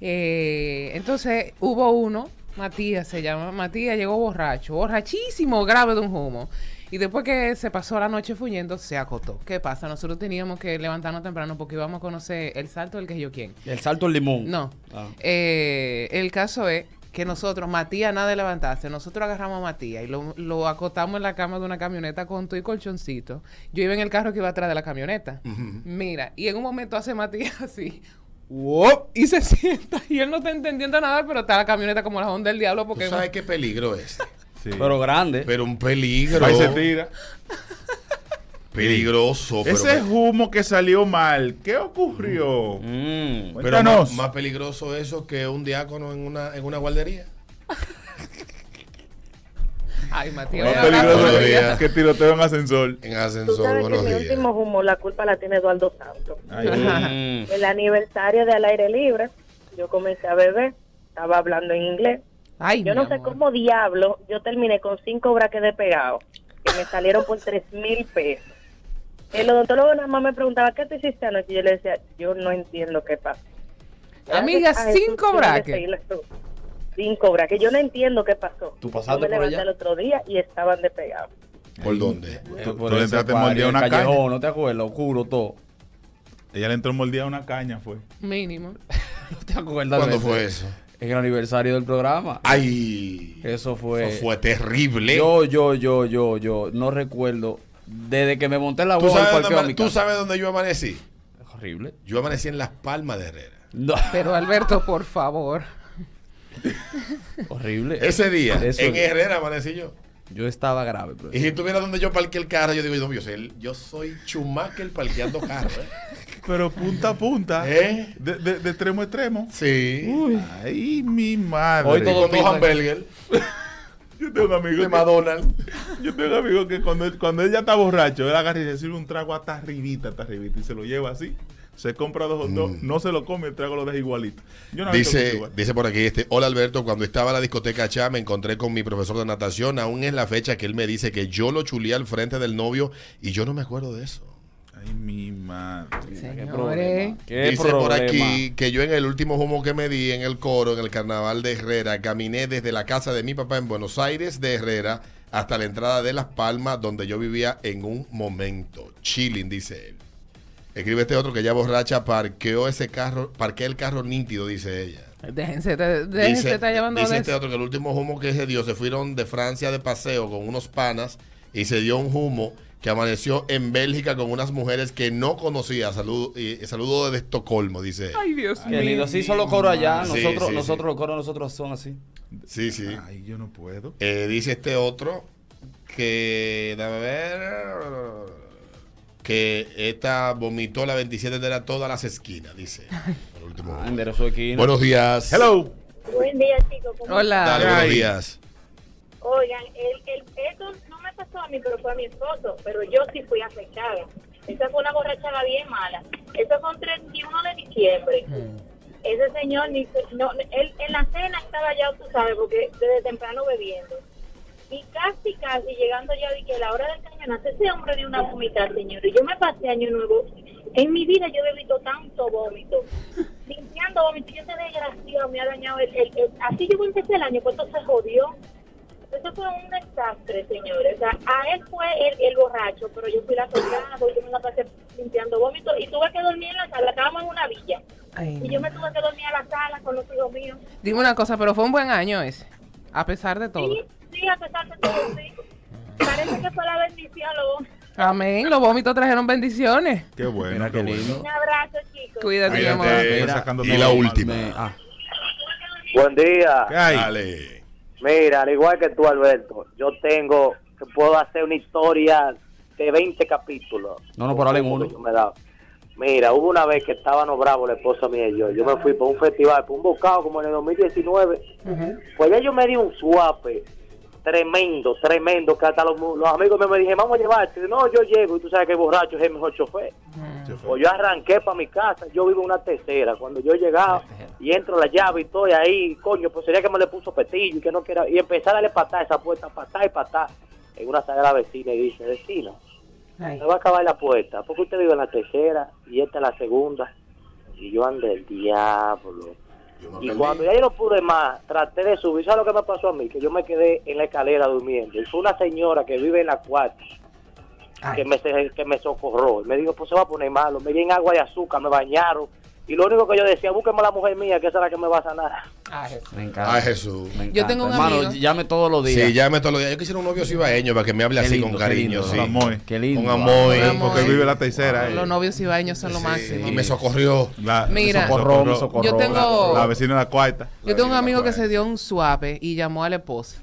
[SPEAKER 3] Eh, entonces hubo uno, Matías se llama, Matías llegó borracho, borrachísimo, grave de un humo. Y después que se pasó la noche fuyendo, se acotó. ¿Qué pasa? Nosotros teníamos que levantarnos temprano porque íbamos a conocer el salto del que yo quién.
[SPEAKER 2] El salto al limón.
[SPEAKER 3] No.
[SPEAKER 2] Ah.
[SPEAKER 3] Eh, el caso es que nosotros, Matías, nada de levantarse. Nosotros agarramos a Matías y lo, lo acotamos en la cama de una camioneta con tu y colchoncito. Yo iba en el carro que iba atrás de la camioneta. Mira, y en un momento hace Matías así. ¡Wop! Y se sienta. Y él no está entendiendo nada, pero está la camioneta como la onda del diablo. Porque
[SPEAKER 1] ¿Tú sabes qué peligro es?
[SPEAKER 2] Pero grande.
[SPEAKER 1] Pero un peligro.
[SPEAKER 20] Ahí se tira.
[SPEAKER 1] Peligroso. Oh, pero
[SPEAKER 20] Ese humo que salió mal, ¿qué ocurrió?
[SPEAKER 2] Mm,
[SPEAKER 1] Mm, Pero más,
[SPEAKER 20] Cuéntanos.
[SPEAKER 1] más peligroso eso que un diácono en una, en una guardería.
[SPEAKER 3] Ay, Matías.
[SPEAKER 20] Más
[SPEAKER 3] voy a
[SPEAKER 20] peligroso
[SPEAKER 1] Buenos
[SPEAKER 20] que-
[SPEAKER 1] días.
[SPEAKER 20] que tiroteo en ascensor.
[SPEAKER 1] En
[SPEAKER 11] Tú
[SPEAKER 1] ascensor,
[SPEAKER 11] sabes
[SPEAKER 1] buenos
[SPEAKER 11] que mi
[SPEAKER 1] días.
[SPEAKER 11] último humo la culpa la tiene Eduardo Santos.
[SPEAKER 20] Ay,
[SPEAKER 2] mm.
[SPEAKER 11] El aniversario del aire libre, yo comencé a beber, estaba hablando en inglés. yo no sé cómo diablo, yo terminé con cinco braques de pegado, que me salieron por tres mil pesos. El odontólogo nada más me preguntaba, ¿qué te hiciste anoche? Y yo le decía, yo no entiendo qué pasa. Gracias
[SPEAKER 3] Amiga,
[SPEAKER 11] a Jesús,
[SPEAKER 3] cinco
[SPEAKER 11] yo me
[SPEAKER 3] braques.
[SPEAKER 11] seguí las dos. Cinco braques, yo no entiendo qué pasó.
[SPEAKER 2] ¿Tú
[SPEAKER 11] Yo
[SPEAKER 2] pasaste
[SPEAKER 11] me
[SPEAKER 2] por
[SPEAKER 11] levanté
[SPEAKER 2] allá?
[SPEAKER 11] el otro día y estaban despegados.
[SPEAKER 1] Eh, ¿Por dónde?
[SPEAKER 2] Tú,
[SPEAKER 20] tú le entraste moldeado una caña.
[SPEAKER 2] no te acuerdas, oscuro todo.
[SPEAKER 20] Ella le entró mordida a una caña, fue.
[SPEAKER 3] Mínimo.
[SPEAKER 2] ¿Te acuerdas?
[SPEAKER 1] ¿Cuándo
[SPEAKER 2] Mercedes?
[SPEAKER 1] fue eso?
[SPEAKER 2] En el aniversario del programa.
[SPEAKER 1] Ay.
[SPEAKER 2] Eso fue.
[SPEAKER 1] Eso fue terrible.
[SPEAKER 2] Yo, yo, yo, yo, yo. No recuerdo. Desde que me monté en la
[SPEAKER 1] ¿Tú
[SPEAKER 2] guagua
[SPEAKER 1] sabes,
[SPEAKER 2] al
[SPEAKER 1] dónde,
[SPEAKER 2] parqueo a mi
[SPEAKER 1] amane- tú
[SPEAKER 2] casa.
[SPEAKER 1] sabes dónde yo amanecí?
[SPEAKER 2] Horrible.
[SPEAKER 1] Yo amanecí en Las Palmas de Herrera.
[SPEAKER 3] Pero Alberto, por favor.
[SPEAKER 2] Horrible.
[SPEAKER 1] Ese día,
[SPEAKER 2] Eso-
[SPEAKER 1] en Herrera amanecí yo.
[SPEAKER 2] Yo estaba grave, bro.
[SPEAKER 1] Y si tuviera donde yo parqué el carro, yo digo, no, yo soy, el- yo soy Schumacher parqueando carro. ¿eh?
[SPEAKER 20] Pero punta a punta.
[SPEAKER 1] ¿Eh?
[SPEAKER 20] De, de- de extremo a extremo.
[SPEAKER 1] Sí.
[SPEAKER 20] Ay, mi madre.
[SPEAKER 1] Hoy todo Con dos pinta- hamburgues.
[SPEAKER 20] Yo tengo un amigo.
[SPEAKER 1] De McDonald's.
[SPEAKER 20] Yo tengo un amigo que cuando él, cuando él ya está borracho, él agarra y le sirve un trago hasta arribita, hasta arribita, y se lo lleva así. Se compra dos o dos, no se lo come, el trago lo deja igualito. Yo no he visto que sea
[SPEAKER 1] Mm. Dice,
[SPEAKER 20] igual.
[SPEAKER 1] dice por aquí este, hola Alberto, cuando estaba en la discoteca Chá me encontré con mi profesor de natación, aún es la fecha que él me dice que yo lo chulé al frente del novio y yo no me acuerdo de eso.
[SPEAKER 20] Ay, mi madre.
[SPEAKER 3] Señores.
[SPEAKER 2] ¿Qué
[SPEAKER 1] dice por
[SPEAKER 2] problema?
[SPEAKER 1] aquí que yo en el último humo que me di en el coro, en el carnaval de Herrera, caminé desde la casa de mi papá en Buenos Aires de Herrera hasta la entrada de Las Palmas, donde yo vivía en un momento. Chilling, dice él. Escribe este otro que ya borracha parqueó ese carro, parqué el carro nítido, dice ella.
[SPEAKER 3] Déjense, de- déjense estar llevando
[SPEAKER 1] dice
[SPEAKER 3] de
[SPEAKER 1] este
[SPEAKER 3] eso.
[SPEAKER 1] otro que el último humo que se dio se fueron de Francia de paseo con unos panas y se dio un humo que amaneció en Bélgica con unas mujeres que no conocía. Saludo, y- saludo desde Estocolmo, dice. él.
[SPEAKER 3] Ay, Dios
[SPEAKER 2] Qué lindo. Sí, solo coro allá.
[SPEAKER 1] Sí,
[SPEAKER 2] Nosotros,
[SPEAKER 1] sí,
[SPEAKER 2] nosotros los coros, nosotros son así.
[SPEAKER 1] Sí, sí.
[SPEAKER 20] Ay, yo no puedo.
[SPEAKER 1] Eh, dice este otro que, dame ver, que esta vomitó la 27 de la todas las esquinas, dice. Por último.
[SPEAKER 2] Ah, enderezó esquina.
[SPEAKER 1] Buenos días.
[SPEAKER 20] Hello.
[SPEAKER 12] Buen día, chicos. ¿cómo
[SPEAKER 1] Dale,
[SPEAKER 12] están?
[SPEAKER 1] buenos días.
[SPEAKER 12] Oigan, el, el, eso no me pasó a mí, pero fue a mi esposo. Pero yo sí fui afectada. Esa fue una borrachada bien mala. Eso fue un 31 de diciembre. Ese señor, ni se- no, él en la cena estaba ya, tú sabes, porque desde temprano bebiendo. Y casi, casi llegando ya, vi que a la hora del cañonazo, ese hombre dio una vomita, señor. Y yo me pasé año nuevo. En mi vida yo he bebido tanto vómito. Limpiando vómito, yo ese desgraciado me ha dañado el, el- el- Así yo empecé el año, pues todo se jodió. Eso fue un desastre, señores. O sea, a él fue el, el borracho, pero yo fui la soldada, yo me la pasé limpiando vómito y tuve que dormir en la sala. Estábamos en una villa.
[SPEAKER 3] Ay,
[SPEAKER 12] Y yo me tuve que dormir en la sala con los hijos míos.
[SPEAKER 3] Dime una cosa, pero fue un buen año ese. A pesar de todo.
[SPEAKER 12] Sí, sí, a pesar de todo, sí. Parece que fue la bendición, lo
[SPEAKER 3] Amén. Los vómitos trajeron bendiciones.
[SPEAKER 20] Qué bueno. qué bueno.
[SPEAKER 12] Un abrazo, chicos.
[SPEAKER 3] Cuídate, mi
[SPEAKER 20] Mira,
[SPEAKER 3] amor.
[SPEAKER 20] mira,
[SPEAKER 3] Mira,
[SPEAKER 20] sacando
[SPEAKER 1] Y
[SPEAKER 20] todo
[SPEAKER 1] la
[SPEAKER 20] lo malo.
[SPEAKER 1] última.
[SPEAKER 2] Ah,
[SPEAKER 5] Buen día.
[SPEAKER 1] Dale.
[SPEAKER 5] Mira, al igual que tú, Alberto, yo tengo, que puedo hacer una historia de 20 capítulos.
[SPEAKER 2] No, no, por ahora hay uno.
[SPEAKER 5] Yo me he dado. Mira, hubo una vez que estábamos bravos la esposa mía y yo. Yo me fui para un festival, para un bocado como en el 2019. Pues ya yo me di un suape tremendo, tremendo, que hasta los, mu- los amigos míos me dijeron, vamos a llevarte. No, yo llego y tú sabes que borracho es el mejor chofer. Pues yo arranqué para mi casa, yo vivo en una tercera. Cuando yo llegaba y entro la llave y estoy ahí, coño, pues sería que me le puso petillo y que no quiera. Y empecé a darle patada a esa puerta, patada y patada. En una sagrada vecina y dice, vecina, me va a acabar la puerta. Porque usted vive en la tercera y esta es la segunda. Y yo andé el diablo. Y cuando ya yo no pude más, traté de subir. ¿Sabes lo que me pasó a mí? Que yo me quedé en la escalera durmiendo. Y fue una señora que vive en la cuarta que me, se- que me socorró. Y me dijo, pues se va a poner malo. Me di en agua de azúcar, me bañaron. Y lo único que yo decía, búsqueme a la mujer mía, que esa es la que me va a sanar.
[SPEAKER 2] Me encanta.
[SPEAKER 1] Ay, Jesús.
[SPEAKER 2] encanta.
[SPEAKER 1] tengo un
[SPEAKER 2] Hermano,
[SPEAKER 1] amigo.
[SPEAKER 2] llame todos los días.
[SPEAKER 1] Sí, ya me todos los días. Yo quisiera un novio cibaeño para que me hable
[SPEAKER 2] Qué
[SPEAKER 1] así
[SPEAKER 2] lindo,
[SPEAKER 1] con
[SPEAKER 2] qué
[SPEAKER 1] cariño.
[SPEAKER 2] lindo.
[SPEAKER 1] sí.
[SPEAKER 2] Con amor. Qué lindo.
[SPEAKER 1] Con amor.
[SPEAKER 20] Sí, porque vive la tercera. eh.
[SPEAKER 3] Los novios ibaeños son lo máximo.
[SPEAKER 1] Y me socorrió.
[SPEAKER 20] La-
[SPEAKER 3] Mira.
[SPEAKER 20] me
[SPEAKER 3] Socorró, me socorró. Yo tengo-
[SPEAKER 20] La, la vecina de la cuarta.
[SPEAKER 3] Yo tengo un amigo que se dio un suave y llamó a la esposa.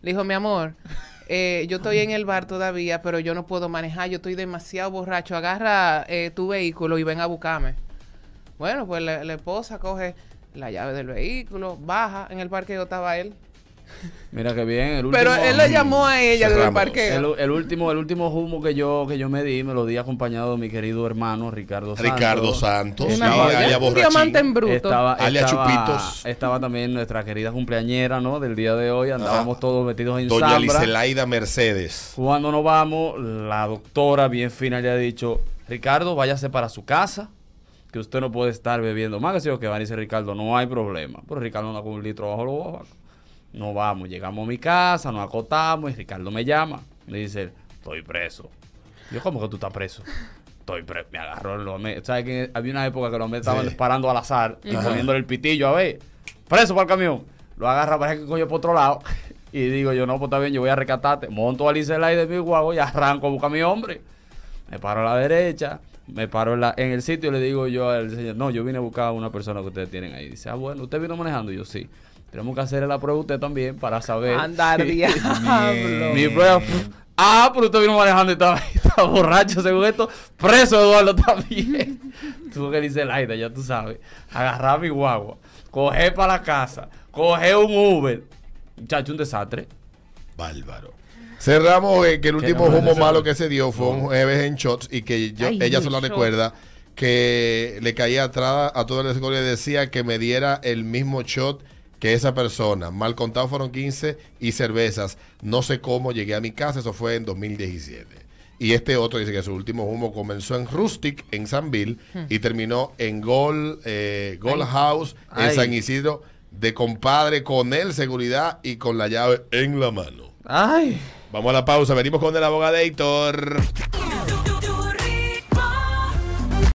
[SPEAKER 3] Le dijo, mi amor, eh, yo estoy en el bar todavía, pero yo no puedo manejar, yo estoy demasiado borracho. Agarra eh, tu vehículo y ven a buscarme. Bueno, pues la, la esposa coge la llave del vehículo, baja, en el parqueo estaba él.
[SPEAKER 2] Mira que bien. El
[SPEAKER 3] Pero
[SPEAKER 2] último-
[SPEAKER 3] él la llamó a ella del Cerramos. parqueo.
[SPEAKER 2] El, el último, el último humo que yo, que yo me di, me lo di acompañado de mi querido hermano Ricardo Santos.
[SPEAKER 1] Ricardo Santos,
[SPEAKER 2] Una
[SPEAKER 1] sí,
[SPEAKER 2] joya.
[SPEAKER 1] alias Un borrachín. diamante en bruto.
[SPEAKER 2] Estaba,
[SPEAKER 1] Alias
[SPEAKER 2] estaba-
[SPEAKER 1] Chupitos.
[SPEAKER 2] Estaba también nuestra querida cumpleañera, ¿no? Del día de hoy. Andábamos todos vestidos en
[SPEAKER 1] Ah. Doña
[SPEAKER 2] zambra.
[SPEAKER 1] Liselaida Mercedes.
[SPEAKER 2] Cuando nos vamos, la doctora bien fina le ha dicho, Ricardo, váyase para su casa, que usted no puede estar bebiendo más. Que si yo que van y dice Ricardo, no hay problema. Pero Ricardo anda con un litro bajo los ojos. Nos vamos, llegamos a mi casa, nos acotamos y Ricardo me llama. Me dice, estoy preso. Yo, ¿cómo que tú estás preso? Estoy pre- me agarró en los me- ¿Sabes que Había una época que los hombres estaban disparando al azar y
[SPEAKER 24] Ajá.
[SPEAKER 2] poniéndole el pitillo a ver. Preso para el camión. Lo agarra, parece que cogió por otro lado. Y digo yo, no, pues está bien, yo voy a rescatarte. Monto al Iselay de mi guago y arranco a buscar a mi hombre. Me paro a la derecha, me paro en, la- en el sitio y le digo yo al señor, no, yo vine a buscar a una persona que ustedes tienen ahí. Dice, ah, bueno, ¿usted vino manejando? Y yo, sí. Tenemos que hacerle la prueba a usted también para saber.
[SPEAKER 3] Andar diablo.
[SPEAKER 2] Mi prueba. pf, Ah, pero usted vino manejando y estaba, estaba borracho, según esto. Preso Eduardo también. Tuvo que dice el aire, ya tú sabes. Agarrar mi guagua, coger para la casa, coger un Uber. Muchacho, un desastre.
[SPEAKER 1] Bárbaro. Cerramos eh, que el
[SPEAKER 2] Que
[SPEAKER 1] último
[SPEAKER 2] no me
[SPEAKER 1] humo
[SPEAKER 2] deseo.
[SPEAKER 1] malo que se dio fue un jueves en shots y que yo-
[SPEAKER 2] Ay,
[SPEAKER 1] ella
[SPEAKER 2] un
[SPEAKER 1] solo
[SPEAKER 2] shot.
[SPEAKER 1] recuerda que le caía atrás a todo el score y le decía que me diera el mismo shot que esa persona. Mal contado fueron 15 y cervezas. No sé cómo llegué a mi casa, eso fue en 2017. Y este otro dice que su último humo comenzó en Rustic, en Sanville,
[SPEAKER 17] Hmm.
[SPEAKER 1] y terminó en Gol, eh, Gol
[SPEAKER 17] Ay.
[SPEAKER 1] House, en
[SPEAKER 17] Ay.
[SPEAKER 1] San Isidro, de compadre, con él, seguridad y con la llave en la mano.
[SPEAKER 2] Ay.
[SPEAKER 1] Vamos a la pausa, venimos con el abogador.